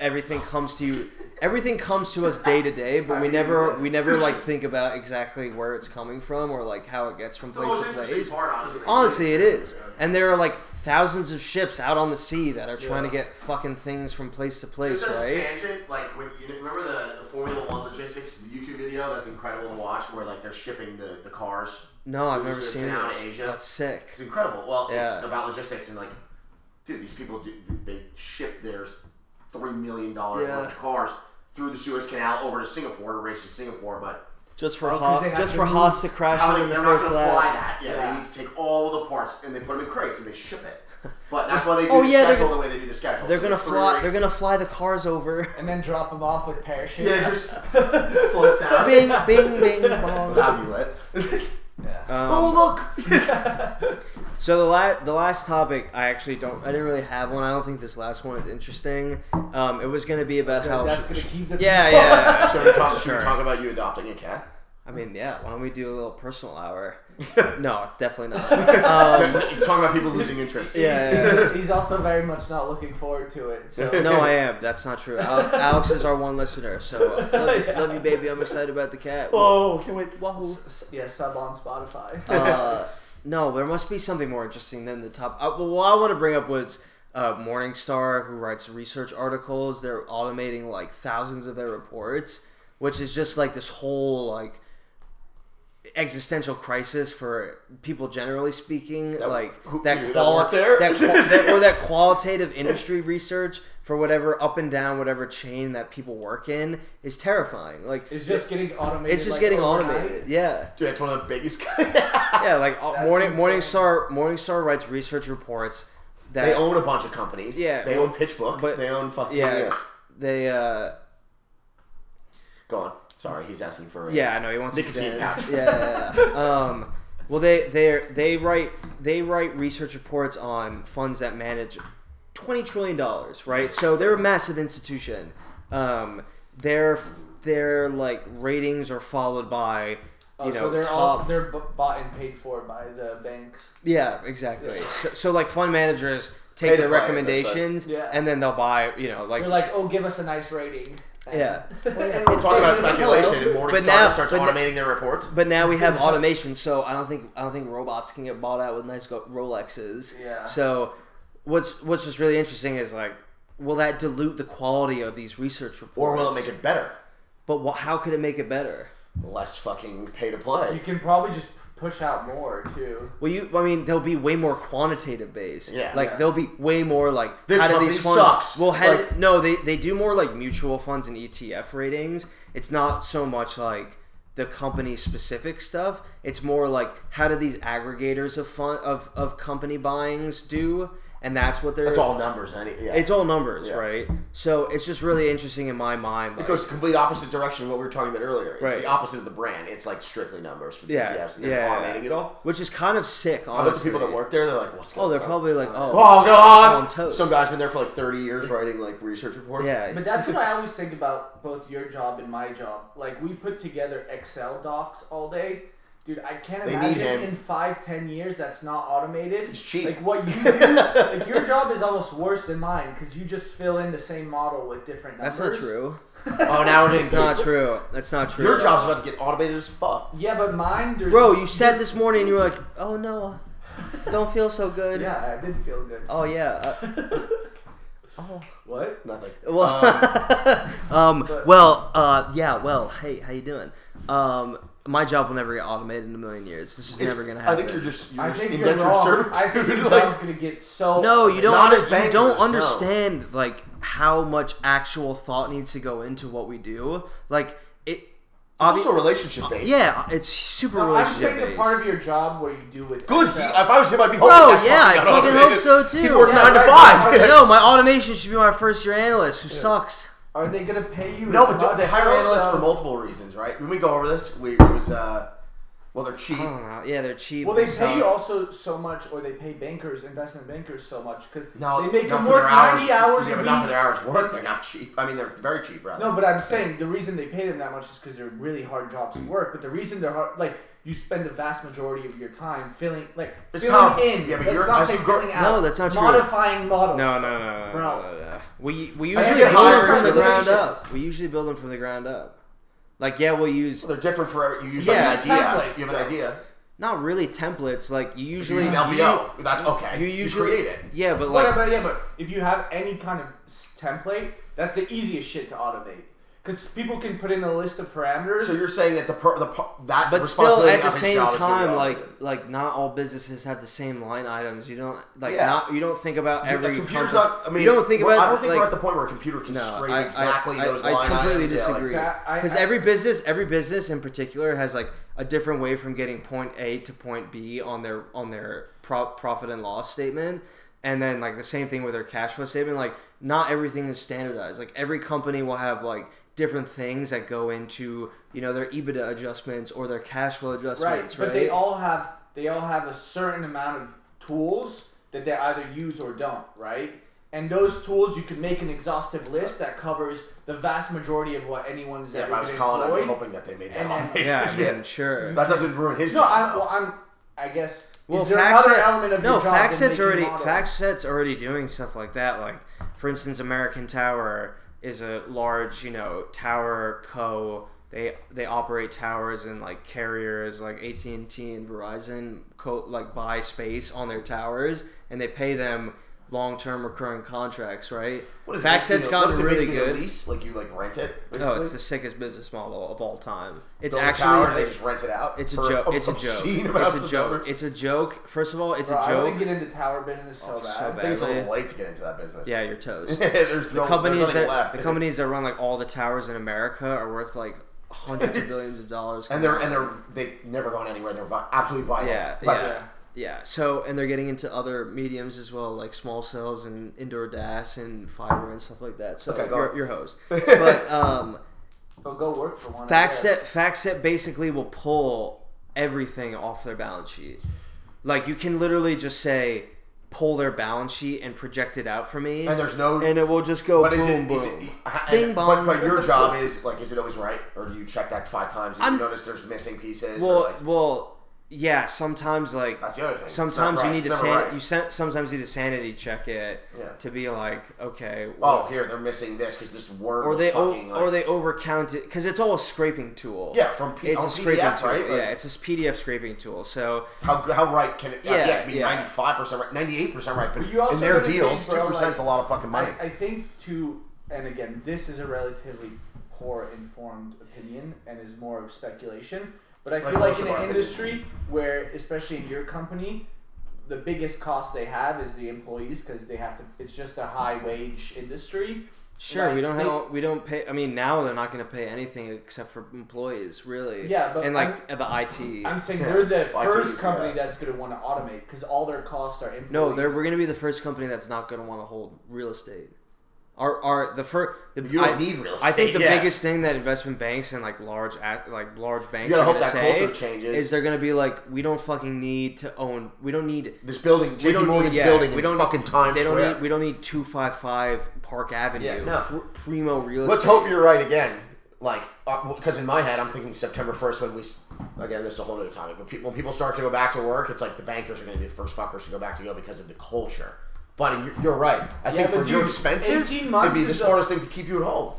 [SPEAKER 1] everything comes to you, everything comes to us day to day, but we never we never like think about exactly where it's coming from or like how it gets from
[SPEAKER 4] the
[SPEAKER 1] place
[SPEAKER 4] most
[SPEAKER 1] to
[SPEAKER 4] interesting
[SPEAKER 1] place.
[SPEAKER 4] part, honestly.
[SPEAKER 1] Honestly, it is. And there are like thousands of ships out on the sea that are trying to get fucking things from place to place,
[SPEAKER 4] Just as a
[SPEAKER 1] right?
[SPEAKER 3] tangent, like when you remember the, the Formula One logistics YouTube video that's incredible to watch, where like they're shipping the, the cars.
[SPEAKER 1] No, I've
[SPEAKER 3] Who's
[SPEAKER 1] never
[SPEAKER 3] it
[SPEAKER 1] seen
[SPEAKER 3] down
[SPEAKER 1] this.
[SPEAKER 3] in Asia?
[SPEAKER 1] That's sick.
[SPEAKER 3] It's incredible. Well,
[SPEAKER 1] Yeah.
[SPEAKER 3] it's about logistics and like, dude, these people do they ship their three million dollars
[SPEAKER 1] Yeah.
[SPEAKER 3] worth of cars through the Suez Canal over to Singapore to race in Singapore, but
[SPEAKER 1] Just for
[SPEAKER 2] Oh, 'cause
[SPEAKER 1] Haas,
[SPEAKER 2] they have
[SPEAKER 1] just
[SPEAKER 2] to
[SPEAKER 1] for
[SPEAKER 2] move-
[SPEAKER 1] Haas to crash
[SPEAKER 3] how
[SPEAKER 1] it
[SPEAKER 3] they,
[SPEAKER 1] in the
[SPEAKER 3] they're not
[SPEAKER 1] first
[SPEAKER 3] going to
[SPEAKER 1] lap.
[SPEAKER 3] fly that. Yeah,
[SPEAKER 2] Yeah.
[SPEAKER 3] they need to take all the parts and they put them in crates and they ship
[SPEAKER 1] <laughs>
[SPEAKER 3] it. But that's why they do
[SPEAKER 1] Oh,
[SPEAKER 3] the
[SPEAKER 1] yeah, they're
[SPEAKER 3] schedule
[SPEAKER 1] gonna-
[SPEAKER 3] the way they do the schedule.
[SPEAKER 1] They're
[SPEAKER 3] So
[SPEAKER 1] gonna
[SPEAKER 3] there's three
[SPEAKER 1] fly. They're
[SPEAKER 3] races.
[SPEAKER 1] gonna fly the cars over.
[SPEAKER 2] and then drop them off with parachutes.
[SPEAKER 3] yeah,
[SPEAKER 1] <laughs>
[SPEAKER 3] just floats down.
[SPEAKER 1] Bing, bing, bing, bong.
[SPEAKER 3] That'd be lit.
[SPEAKER 1] <laughs> Um,
[SPEAKER 3] <laughs> oh look!
[SPEAKER 1] so the last the last topic, I actually don't. I didn't really have one. I don't think this last one is interesting. Um, it was gonna be about how.
[SPEAKER 2] That's gonna keep the
[SPEAKER 1] <laughs> yeah, yeah.
[SPEAKER 2] people- <laughs>
[SPEAKER 1] yeah.
[SPEAKER 3] should, we talk, should
[SPEAKER 1] Sure.
[SPEAKER 3] we talk about you adopting a cat?
[SPEAKER 1] I mean, yeah. Why don't we do a little personal
[SPEAKER 3] <laughs>
[SPEAKER 1] hour? no, definitely not. Um,
[SPEAKER 3] you talk about people losing interest.
[SPEAKER 1] yeah, yeah, yeah.
[SPEAKER 2] He's also very much not looking forward to it. So
[SPEAKER 1] <laughs> No, I am. That's not true. Al- Alex is our one listener, so uh, love, you, love you, baby. I'm excited about the cat.
[SPEAKER 3] Oh, can't wait.
[SPEAKER 2] S- s- yeah, sub on Spotify.
[SPEAKER 1] Uh, no, there must be something more interesting than the top. Uh, well, what I want to bring up was uh, Morningstar, who writes research articles. They're automating like thousands of their reports, which is just like this whole like existential crisis for people generally speaking like
[SPEAKER 3] who-
[SPEAKER 1] that,
[SPEAKER 3] who- that
[SPEAKER 1] quali-
[SPEAKER 3] worked
[SPEAKER 1] <laughs>
[SPEAKER 3] there?
[SPEAKER 1] that, qual- that or that qualitative industry research for whatever up and down whatever chain that people work in is terrifying like
[SPEAKER 2] <laughs> It's just getting automated.
[SPEAKER 1] it's just
[SPEAKER 2] like,
[SPEAKER 1] getting
[SPEAKER 2] overnight.
[SPEAKER 1] automated yeah
[SPEAKER 3] Dude, that's one of the biggest. <laughs>
[SPEAKER 1] <laughs> yeah, like uh,
[SPEAKER 2] That's
[SPEAKER 1] morning
[SPEAKER 2] insane.
[SPEAKER 1] Morningstar Morningstar writes research reports that
[SPEAKER 3] they own a bunch of companies.
[SPEAKER 1] Yeah,
[SPEAKER 3] They
[SPEAKER 1] well,
[SPEAKER 3] own PitchBook.
[SPEAKER 1] but-
[SPEAKER 3] they own fucking.
[SPEAKER 1] yeah, they uh
[SPEAKER 3] Go on. Sorry, he's asking for. A,
[SPEAKER 1] yeah I know he wants
[SPEAKER 3] Nicotine
[SPEAKER 1] to
[SPEAKER 3] pouch.
[SPEAKER 1] say yeah, yeah, yeah. um well they they they write they write research reports on funds that manage twenty trillion dollars right so they're a massive institution um their their like ratings are followed by you
[SPEAKER 2] Oh,
[SPEAKER 1] know
[SPEAKER 2] so they're
[SPEAKER 1] top
[SPEAKER 2] all they're b- bought and paid for by the banks.
[SPEAKER 1] Yeah, exactly. So, so like fund managers
[SPEAKER 3] Pay
[SPEAKER 1] take
[SPEAKER 3] the
[SPEAKER 1] their
[SPEAKER 3] players, that's it.
[SPEAKER 1] recommendations
[SPEAKER 2] Yeah.
[SPEAKER 1] and then they'll buy, you know, like,
[SPEAKER 2] They're like, oh, give us a nice rating. And-
[SPEAKER 1] Yeah. <laughs>
[SPEAKER 2] And
[SPEAKER 3] We'll talk about
[SPEAKER 2] they really
[SPEAKER 3] speculation
[SPEAKER 2] will.
[SPEAKER 3] and Morningstar
[SPEAKER 1] But now-
[SPEAKER 3] starts
[SPEAKER 1] but-
[SPEAKER 3] automating their reports.
[SPEAKER 1] but now we
[SPEAKER 3] <laughs>
[SPEAKER 1] have automation, so I don't think I don't think robots can get bought out with nice go- Rolexes.
[SPEAKER 2] Yeah.
[SPEAKER 1] So what's what's just really interesting is like will that dilute the quality of these research reports
[SPEAKER 3] Or will it make it better?
[SPEAKER 1] But wha how could it make it better?
[SPEAKER 3] Less fucking pay to
[SPEAKER 2] You
[SPEAKER 3] play.
[SPEAKER 2] can probably just push out more too.
[SPEAKER 1] Well, you I mean there'll be way more quantitative based.
[SPEAKER 3] Yeah.
[SPEAKER 1] Like
[SPEAKER 2] Yeah.
[SPEAKER 1] there'll be way more like
[SPEAKER 3] This
[SPEAKER 1] how do
[SPEAKER 3] company
[SPEAKER 1] these funds
[SPEAKER 3] sucks.
[SPEAKER 1] Well, how
[SPEAKER 3] Like-
[SPEAKER 1] did- no, they they do more like mutual funds and ETF ratings. It's not so much like the company specific stuff. It's more like how do these aggregators of fun of of company buyings do, and that's what they're.
[SPEAKER 3] It's all numbers. Any, yeah.
[SPEAKER 1] it's all numbers,
[SPEAKER 3] Yeah.
[SPEAKER 1] right? So it's just really interesting in my mind. Like,
[SPEAKER 3] it goes the complete opposite direction of what we were talking about earlier. It's
[SPEAKER 1] Right.
[SPEAKER 3] the opposite of the brand. It's like strictly numbers for the
[SPEAKER 1] Yeah,
[SPEAKER 3] ETFs, and they're just
[SPEAKER 1] yeah,
[SPEAKER 3] automating it all.
[SPEAKER 1] which is kind of sick. Honestly,
[SPEAKER 3] How about the people that work there? They're like, what's going
[SPEAKER 1] Oh,
[SPEAKER 3] on?
[SPEAKER 1] they're probably like, oh,
[SPEAKER 3] Oh
[SPEAKER 1] On
[SPEAKER 3] god!
[SPEAKER 1] toast.
[SPEAKER 3] Some guy's been there for like 30 years writing like research reports.
[SPEAKER 1] yeah,
[SPEAKER 2] But that's what I always think about both your job and my job. Like we put together Excel docs all day. Dude, I can't
[SPEAKER 3] They need him.
[SPEAKER 2] imagine in five, ten years that's not automated.
[SPEAKER 3] It's cheap.
[SPEAKER 2] Like what you
[SPEAKER 3] <laughs>
[SPEAKER 2] do, like your job is almost worse than mine because you just fill in the same model with different numbers.
[SPEAKER 1] that's not true.
[SPEAKER 3] Oh, now we're
[SPEAKER 1] It's
[SPEAKER 3] getting
[SPEAKER 1] not true. That's not true.
[SPEAKER 3] Your job's about to get automated as fuck.
[SPEAKER 2] Yeah, but mine. there's-
[SPEAKER 1] Bro, you said this morning you were like, "Oh no, don't feel so good."
[SPEAKER 2] Yeah, I did feel good.
[SPEAKER 1] Oh yeah. Uh,
[SPEAKER 2] What?
[SPEAKER 3] Nothing.
[SPEAKER 1] <laughs> well, <laughs> um,
[SPEAKER 2] But-
[SPEAKER 1] well, uh, yeah. Well, hey, how you doing? Um, my job will never get automated in a million years. This is
[SPEAKER 3] It's-
[SPEAKER 1] never gonna happen.
[SPEAKER 3] I think you're just you're
[SPEAKER 2] I
[SPEAKER 3] just
[SPEAKER 2] think you're
[SPEAKER 3] indentured
[SPEAKER 2] wrong.
[SPEAKER 3] servitude.
[SPEAKER 2] I
[SPEAKER 3] <laughs>
[SPEAKER 2] think your
[SPEAKER 3] like,
[SPEAKER 2] job's gonna get so.
[SPEAKER 1] No, you don't.
[SPEAKER 3] Not
[SPEAKER 1] under-
[SPEAKER 3] as
[SPEAKER 1] you
[SPEAKER 3] bankers,
[SPEAKER 1] don't
[SPEAKER 3] no.
[SPEAKER 1] understand like how much actual thought needs to go into what we do. Like it.
[SPEAKER 3] it's
[SPEAKER 1] obvi-
[SPEAKER 3] also relationship based.
[SPEAKER 1] yeah, it's super
[SPEAKER 2] No, I'm just
[SPEAKER 1] relationship
[SPEAKER 2] saying the part
[SPEAKER 1] based.
[SPEAKER 2] of your job where you do with
[SPEAKER 3] Good. He,
[SPEAKER 2] Excel.
[SPEAKER 3] if I was him, I'd be hoping.
[SPEAKER 1] Bro,
[SPEAKER 3] that
[SPEAKER 1] Oh, yeah, I
[SPEAKER 3] got
[SPEAKER 1] fucking
[SPEAKER 3] automated.
[SPEAKER 1] hope so, too.
[SPEAKER 3] He'd work
[SPEAKER 1] Yeah,
[SPEAKER 3] nine to
[SPEAKER 2] right,
[SPEAKER 1] <laughs>
[SPEAKER 3] five.
[SPEAKER 2] right.
[SPEAKER 1] no, my automation should be my first year analyst, who sucks.
[SPEAKER 2] Are they gonna pay you?
[SPEAKER 3] No,
[SPEAKER 2] as
[SPEAKER 3] but don't- they
[SPEAKER 2] much, um,
[SPEAKER 3] hire
[SPEAKER 2] though?
[SPEAKER 3] analysts
[SPEAKER 1] um,
[SPEAKER 3] for multiple reasons, right? When we go over this, we it was uh, well, they're cheap.
[SPEAKER 1] I don't know. Mm, uh, Yeah, they're cheap.
[SPEAKER 2] Well, they
[SPEAKER 1] and stuff.
[SPEAKER 2] pay you also so much, or they pay bankers, investment bankers, so much because
[SPEAKER 3] No,
[SPEAKER 2] they make
[SPEAKER 3] not
[SPEAKER 2] them
[SPEAKER 3] for their
[SPEAKER 2] work ninety hours,
[SPEAKER 3] Yeah,
[SPEAKER 2] a
[SPEAKER 3] but
[SPEAKER 2] week.
[SPEAKER 3] not for their hours work. They're not cheap. I mean, they're very cheap, rather.
[SPEAKER 2] no, but I'm saying the reason they pay them that much is because they're really hard jobs to work. But the reason they're hard, like you spend the vast majority of your time filling, like
[SPEAKER 3] It's
[SPEAKER 2] filling
[SPEAKER 3] powerful.
[SPEAKER 2] in.
[SPEAKER 3] Yeah, but
[SPEAKER 2] Let's
[SPEAKER 3] you're-
[SPEAKER 2] not
[SPEAKER 3] as
[SPEAKER 2] say
[SPEAKER 3] you grow-
[SPEAKER 2] filling out.
[SPEAKER 1] No, that's not true.
[SPEAKER 2] Modifying models.
[SPEAKER 1] No, no, no, no,
[SPEAKER 2] Bro.
[SPEAKER 1] no, no, no. We we
[SPEAKER 3] I
[SPEAKER 1] usually
[SPEAKER 3] think
[SPEAKER 1] build
[SPEAKER 3] hires
[SPEAKER 1] them from the
[SPEAKER 3] the
[SPEAKER 1] ground
[SPEAKER 2] relations.
[SPEAKER 1] up. We usually build them from the ground up. Like yeah, we'll use
[SPEAKER 3] they're different for every- you use
[SPEAKER 1] Yeah,
[SPEAKER 3] like an idea.
[SPEAKER 2] templates,
[SPEAKER 3] you have an
[SPEAKER 2] though.
[SPEAKER 3] idea.
[SPEAKER 1] not really templates. Like you
[SPEAKER 3] You
[SPEAKER 1] usually
[SPEAKER 3] use an LBO. That's okay.
[SPEAKER 1] You, you usually
[SPEAKER 3] create it.
[SPEAKER 1] Yeah, but
[SPEAKER 2] But,
[SPEAKER 1] like
[SPEAKER 2] but yeah, but if you have any kind of s- template, that's the easiest shit to automate. because people can put in a list of parameters.
[SPEAKER 3] So you're saying that the per, the par, that
[SPEAKER 1] But still,
[SPEAKER 3] responsibility
[SPEAKER 1] at the
[SPEAKER 3] of each
[SPEAKER 1] same
[SPEAKER 3] job is gonna be
[SPEAKER 1] time, like
[SPEAKER 3] elevated.
[SPEAKER 1] like not all businesses have the same line items. You don't like
[SPEAKER 3] Yeah.
[SPEAKER 1] not you don't think about
[SPEAKER 3] Yeah,
[SPEAKER 1] every
[SPEAKER 3] computer's
[SPEAKER 1] company-
[SPEAKER 3] not. I mean,
[SPEAKER 1] you don't think
[SPEAKER 3] we're-
[SPEAKER 1] about.
[SPEAKER 3] I don't think
[SPEAKER 1] like,
[SPEAKER 3] we're at the point where a computer can
[SPEAKER 1] no,
[SPEAKER 3] scrape
[SPEAKER 1] I, I-
[SPEAKER 3] exactly
[SPEAKER 1] I,
[SPEAKER 3] those
[SPEAKER 1] I,
[SPEAKER 3] line
[SPEAKER 1] completely
[SPEAKER 3] items.
[SPEAKER 1] disagree.
[SPEAKER 3] Yeah,
[SPEAKER 2] That-
[SPEAKER 3] like,
[SPEAKER 2] I-
[SPEAKER 1] Because
[SPEAKER 2] I-
[SPEAKER 1] every business, every business in particular, has like a different way from getting point A to point B on their on their pro- profit and loss statement, and then like the same thing with their cash flow statement. Like not everything is standardized. Like every company will have like different things that go into you know their EBITDA adjustments or their cash flow
[SPEAKER 2] right,
[SPEAKER 1] adjustments. Right,
[SPEAKER 2] but they all have they all have a certain amount of tools that they either use or don't, right? And those tools, you could make an exhaustive list that covers the vast majority of what anyone's
[SPEAKER 3] if
[SPEAKER 2] ever
[SPEAKER 3] I was
[SPEAKER 2] gonna
[SPEAKER 3] calling, I'd be
[SPEAKER 2] employ.
[SPEAKER 3] hoping that they made that.
[SPEAKER 2] And then- <laughs>
[SPEAKER 3] nomination. <laughs>
[SPEAKER 1] yeah, I mean, sure.
[SPEAKER 3] that doesn't ruin his
[SPEAKER 2] No,
[SPEAKER 3] job.
[SPEAKER 2] I'm,
[SPEAKER 3] though.
[SPEAKER 2] well, I'm, I guess.
[SPEAKER 1] Well,
[SPEAKER 2] is there
[SPEAKER 1] fact
[SPEAKER 2] another
[SPEAKER 1] set-
[SPEAKER 2] element of
[SPEAKER 1] no
[SPEAKER 2] your job
[SPEAKER 1] fact
[SPEAKER 2] than
[SPEAKER 1] sets
[SPEAKER 2] making
[SPEAKER 1] already
[SPEAKER 2] models?
[SPEAKER 1] fact sets already doing stuff like that. Like for instance, American Tower is a large you know tower co. They they operate towers and like carriers like AT and T and Verizon co- like buy space on their towers and they pay them long term recurring contracts. Right?
[SPEAKER 3] What is it,
[SPEAKER 1] fact
[SPEAKER 3] basically
[SPEAKER 1] sets
[SPEAKER 3] a-
[SPEAKER 1] gotten
[SPEAKER 3] what is it,
[SPEAKER 1] really
[SPEAKER 3] basically a
[SPEAKER 1] good.
[SPEAKER 3] Lease, like you like rent it.
[SPEAKER 1] Oh,
[SPEAKER 3] basically?
[SPEAKER 1] it's the sickest business model of all time. It's
[SPEAKER 3] Build a
[SPEAKER 1] actually
[SPEAKER 3] tower and they just rent it out.
[SPEAKER 1] it's a
[SPEAKER 3] for
[SPEAKER 1] joke.
[SPEAKER 3] ob-
[SPEAKER 1] It's a joke.
[SPEAKER 3] obscene
[SPEAKER 1] It's
[SPEAKER 3] amounts
[SPEAKER 1] a
[SPEAKER 3] of
[SPEAKER 1] joke.
[SPEAKER 3] dollars.
[SPEAKER 1] It's a joke. First of all, it's
[SPEAKER 2] Bro,
[SPEAKER 1] a
[SPEAKER 2] I want to
[SPEAKER 1] joke.
[SPEAKER 2] get into tower business so
[SPEAKER 1] Oh,
[SPEAKER 2] bad.
[SPEAKER 1] so
[SPEAKER 3] I think it's a
[SPEAKER 1] badly.
[SPEAKER 3] little late to get into that business.
[SPEAKER 1] Yeah, you're toast.
[SPEAKER 3] <laughs> there's no there's
[SPEAKER 1] companies
[SPEAKER 3] nothing
[SPEAKER 1] that
[SPEAKER 3] left.
[SPEAKER 1] the companies that run like all the towers in America are worth like hundreds of billions of dollars.
[SPEAKER 3] <laughs> and they're and they're they never gone anywhere. They're vi- absolutely vital.
[SPEAKER 1] yeah,
[SPEAKER 3] Like,
[SPEAKER 1] yeah, yeah. So and they're getting into other mediums as well, like small cells and indoor DAS and fiber and stuff like that. So
[SPEAKER 3] Okay, go
[SPEAKER 1] your,
[SPEAKER 3] on.
[SPEAKER 1] your
[SPEAKER 3] <laughs>
[SPEAKER 1] host, but um,
[SPEAKER 2] So go work for one. I guess.
[SPEAKER 1] FactSet FactSet basically will pull everything off their balance sheet. Like you can literally just say pull their balance sheet and project it out for me,
[SPEAKER 3] And there's no.
[SPEAKER 1] and it will just go
[SPEAKER 3] but
[SPEAKER 1] boom
[SPEAKER 3] is it,
[SPEAKER 1] boom.
[SPEAKER 3] is it and-
[SPEAKER 1] Bing
[SPEAKER 3] but,
[SPEAKER 1] bong.
[SPEAKER 3] but your job is like, is it always right, or do you check that five times and
[SPEAKER 1] I'm-
[SPEAKER 3] you notice there's missing pieces?
[SPEAKER 1] Well,
[SPEAKER 3] or like,
[SPEAKER 1] well, yeah. Sometimes like
[SPEAKER 3] that's the other thing. It's not
[SPEAKER 1] sometimes you
[SPEAKER 3] right.
[SPEAKER 1] need to
[SPEAKER 3] It's
[SPEAKER 1] san-
[SPEAKER 3] never right.
[SPEAKER 1] you san- sometimes you need to sanity check it
[SPEAKER 3] Yeah.
[SPEAKER 1] to be like okay.
[SPEAKER 3] Oh,
[SPEAKER 1] well-
[SPEAKER 3] here they're missing this because this word
[SPEAKER 1] or
[SPEAKER 3] was
[SPEAKER 1] they o-
[SPEAKER 3] fucking. like,
[SPEAKER 1] or they overcount it because it's all a scraping tool.
[SPEAKER 3] yeah, from P-
[SPEAKER 1] It's
[SPEAKER 3] on
[SPEAKER 1] a scraping
[SPEAKER 3] PDF,
[SPEAKER 1] tool.
[SPEAKER 3] right? Like,
[SPEAKER 1] yeah, it's a PDF scraping tool. So
[SPEAKER 3] How, how right can it? Yeah,
[SPEAKER 1] Yeah,
[SPEAKER 3] yeah, it can be
[SPEAKER 1] yeah.
[SPEAKER 3] ninety five percent right, ninety eight percent right, but
[SPEAKER 2] But you also
[SPEAKER 3] in their
[SPEAKER 2] gotta think,
[SPEAKER 3] deals, two
[SPEAKER 2] bro,
[SPEAKER 3] percent's
[SPEAKER 2] like,
[SPEAKER 3] a lot of fucking money.
[SPEAKER 2] I, I think to, and again, this is a relatively poor informed opinion and is more of speculation. But I
[SPEAKER 3] Like
[SPEAKER 2] feel like
[SPEAKER 3] most
[SPEAKER 2] in
[SPEAKER 3] of our
[SPEAKER 2] an
[SPEAKER 3] opinions.
[SPEAKER 2] industry where, especially in your company, the biggest cost they have is the employees because they have to. It's just a high wage industry.
[SPEAKER 1] sure,
[SPEAKER 2] Like,
[SPEAKER 1] we don't
[SPEAKER 2] they-
[SPEAKER 1] have we don't pay. I mean, now they're not going to pay anything except for employees, really.
[SPEAKER 2] Yeah, but
[SPEAKER 1] and like uh, the IT.
[SPEAKER 2] I'm saying
[SPEAKER 3] Yeah.
[SPEAKER 2] they're the
[SPEAKER 3] Well, I see
[SPEAKER 2] first
[SPEAKER 3] this,
[SPEAKER 2] company
[SPEAKER 3] yeah.
[SPEAKER 2] that's going to want to automate because all their costs are employees.
[SPEAKER 1] no, they're, we're going to be the first company that's not going to want to hold real estate. Our, our the first the
[SPEAKER 3] you don't
[SPEAKER 1] I-
[SPEAKER 3] need real estate.
[SPEAKER 1] I think the
[SPEAKER 3] yeah.
[SPEAKER 1] biggest thing that investment banks and like large ac- like large banks
[SPEAKER 3] You gotta
[SPEAKER 1] are
[SPEAKER 3] hope
[SPEAKER 1] gonna
[SPEAKER 3] that
[SPEAKER 1] say
[SPEAKER 3] culture changes.
[SPEAKER 1] is they're gonna be like we don't fucking need to own we don't need
[SPEAKER 3] this building,
[SPEAKER 1] we
[SPEAKER 3] JP
[SPEAKER 1] don't
[SPEAKER 3] Morgan's
[SPEAKER 1] need yeah,
[SPEAKER 3] building,
[SPEAKER 1] we don't
[SPEAKER 3] in fucking
[SPEAKER 1] need,
[SPEAKER 3] Times
[SPEAKER 1] they
[SPEAKER 3] Square.
[SPEAKER 1] don't need we don't need two five five Park Avenue
[SPEAKER 3] Yeah, no.
[SPEAKER 1] pr- primo real
[SPEAKER 3] Let's
[SPEAKER 1] estate.
[SPEAKER 3] hope you're right again. Like, because in my head, I'm thinking September 1st when we, s- again, this is a whole other topic, but pe- when people start to go back to work, it's like the bankers are going to be the first fuckers to go back to go because of the culture. But you're, you're right. I think
[SPEAKER 2] but
[SPEAKER 3] for your
[SPEAKER 2] dude,
[SPEAKER 3] expenses,
[SPEAKER 2] 18
[SPEAKER 3] it'd
[SPEAKER 2] months
[SPEAKER 3] be the
[SPEAKER 2] is a-
[SPEAKER 3] smartest thing to keep you at home.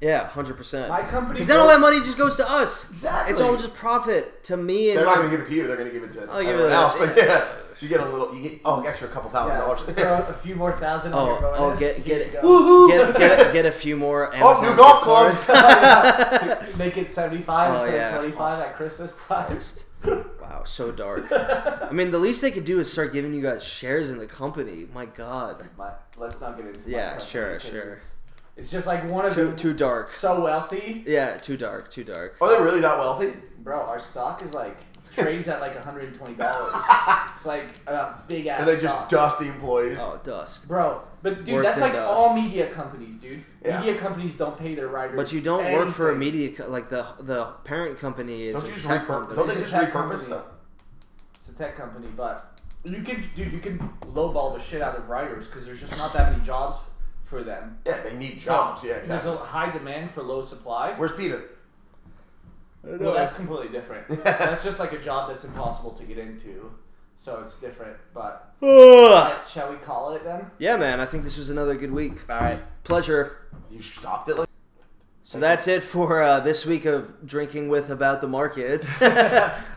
[SPEAKER 1] yeah hundred percent
[SPEAKER 2] My company
[SPEAKER 1] because then all that money just goes to us
[SPEAKER 3] Exactly.
[SPEAKER 1] it's all just profit to me and
[SPEAKER 3] They're not going to give it to you. They're going to give it to
[SPEAKER 1] Oh, give
[SPEAKER 3] everyone
[SPEAKER 1] it-
[SPEAKER 3] else. But yeah, you get a little, you get oh, an extra couple thousand
[SPEAKER 2] Yeah,
[SPEAKER 3] dollars.
[SPEAKER 2] throw a few more thousand on your
[SPEAKER 1] oh
[SPEAKER 2] bonus.
[SPEAKER 1] oh get
[SPEAKER 2] Here
[SPEAKER 1] get
[SPEAKER 2] you
[SPEAKER 1] it
[SPEAKER 2] go.
[SPEAKER 1] get,
[SPEAKER 3] Woohoo!
[SPEAKER 1] get get a few more
[SPEAKER 3] Oh,
[SPEAKER 1] Amazon
[SPEAKER 3] new golf
[SPEAKER 1] gift cards.
[SPEAKER 3] clubs. <laughs>
[SPEAKER 2] Make it 75
[SPEAKER 1] Oh,
[SPEAKER 2] instead
[SPEAKER 1] yeah.
[SPEAKER 2] of 25 at Christmas time.
[SPEAKER 1] Christ. Wow, so dark. I mean, the least they could do is start giving you guys shares in the company. My God,
[SPEAKER 2] My, let's not get into my
[SPEAKER 1] Yeah,
[SPEAKER 2] company
[SPEAKER 1] sure,
[SPEAKER 2] 'cause
[SPEAKER 1] sure.
[SPEAKER 2] It's, it's just like one of
[SPEAKER 1] too
[SPEAKER 2] them
[SPEAKER 1] too dark.
[SPEAKER 2] so wealthy.
[SPEAKER 1] Yeah, too dark, too dark.
[SPEAKER 3] <laughs> Are they really that wealthy?
[SPEAKER 2] Bro, our stock is like trades at like
[SPEAKER 1] <laughs>
[SPEAKER 2] $120. it's like a big ass
[SPEAKER 3] And they just
[SPEAKER 2] stock.
[SPEAKER 3] dust the employees.
[SPEAKER 1] Oh, dust.
[SPEAKER 2] Bro, but dude,
[SPEAKER 1] Worse
[SPEAKER 2] that's
[SPEAKER 1] than
[SPEAKER 2] like
[SPEAKER 1] dust.
[SPEAKER 2] all media companies, dude.
[SPEAKER 3] Yeah.
[SPEAKER 2] Media companies don't pay their writers.
[SPEAKER 1] But you don't work for a
[SPEAKER 2] anything.
[SPEAKER 1] media co- like the the parent company is
[SPEAKER 3] Don't you
[SPEAKER 1] a
[SPEAKER 3] just
[SPEAKER 1] tech
[SPEAKER 3] repurpose-
[SPEAKER 1] company.
[SPEAKER 3] don't
[SPEAKER 2] It's
[SPEAKER 3] they
[SPEAKER 2] a
[SPEAKER 3] just
[SPEAKER 2] tech
[SPEAKER 3] repurpose
[SPEAKER 2] company.
[SPEAKER 3] stuff?
[SPEAKER 2] It's a tech company, but you can, dude, you can lowball the shit out of writers because there's just not that many jobs for them.
[SPEAKER 3] Yeah, they need jobs. Yeah,
[SPEAKER 2] There's
[SPEAKER 3] exactly.
[SPEAKER 2] a high demand for low supply.
[SPEAKER 3] Where's Peter?
[SPEAKER 2] Well, that's completely
[SPEAKER 3] <laughs>
[SPEAKER 2] different. that's just like a job that's impossible to get into, so it's different. But
[SPEAKER 1] Ugh.
[SPEAKER 2] shall we call it then?
[SPEAKER 1] Yeah, man. I think this was another good week.
[SPEAKER 2] All right.
[SPEAKER 1] Pleasure.
[SPEAKER 3] You stopped it like.
[SPEAKER 1] So that's it for uh, this week of drinking with about the markets. <laughs>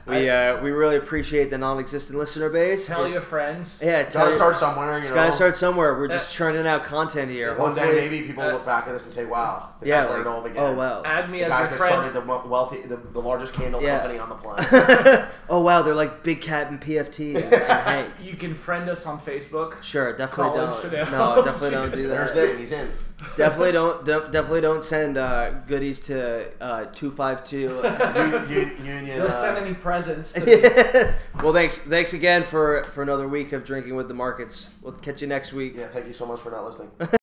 [SPEAKER 1] we uh, we really appreciate the non-existent listener base.
[SPEAKER 2] Tell your friends.
[SPEAKER 1] yeah, tell
[SPEAKER 3] Gotta
[SPEAKER 1] your,
[SPEAKER 3] start somewhere. You
[SPEAKER 1] it's
[SPEAKER 3] know,
[SPEAKER 1] gotta start somewhere. We're just churning out content here.
[SPEAKER 3] One day
[SPEAKER 1] Hopefully-
[SPEAKER 3] maybe people look back at this and say, "Wow, this
[SPEAKER 1] yeah,
[SPEAKER 3] is where
[SPEAKER 1] like,
[SPEAKER 3] it all began."
[SPEAKER 1] oh wow,
[SPEAKER 2] Add
[SPEAKER 3] The
[SPEAKER 2] me as
[SPEAKER 3] guys
[SPEAKER 2] your
[SPEAKER 3] that
[SPEAKER 2] friend.
[SPEAKER 3] started the mo- wealthy, the, the largest candle
[SPEAKER 1] Yeah.
[SPEAKER 3] company on the planet.
[SPEAKER 1] oh wow, they're like Big Cat and PFT
[SPEAKER 3] <laughs>
[SPEAKER 1] and, and Hank.
[SPEAKER 2] You can friend us on Facebook.
[SPEAKER 1] Sure, definitely
[SPEAKER 2] College
[SPEAKER 1] don't.
[SPEAKER 2] should
[SPEAKER 1] No,
[SPEAKER 2] have-
[SPEAKER 1] definitely don't <laughs> do
[SPEAKER 3] There's
[SPEAKER 1] that.
[SPEAKER 3] Dave. He's in.
[SPEAKER 2] <laughs>
[SPEAKER 1] definitely don't. de- definitely don't send uh, goodies to uh, two five
[SPEAKER 3] <laughs>
[SPEAKER 1] two. <laughs>
[SPEAKER 3] U- U- Union.
[SPEAKER 2] Don't send
[SPEAKER 3] Uh,
[SPEAKER 2] any presents.
[SPEAKER 3] <laughs>
[SPEAKER 2] To me.
[SPEAKER 1] Well, thanks. Thanks again for for another week of drinking with the markets. We'll catch you next week.
[SPEAKER 3] yeah, thank you so much for not listening.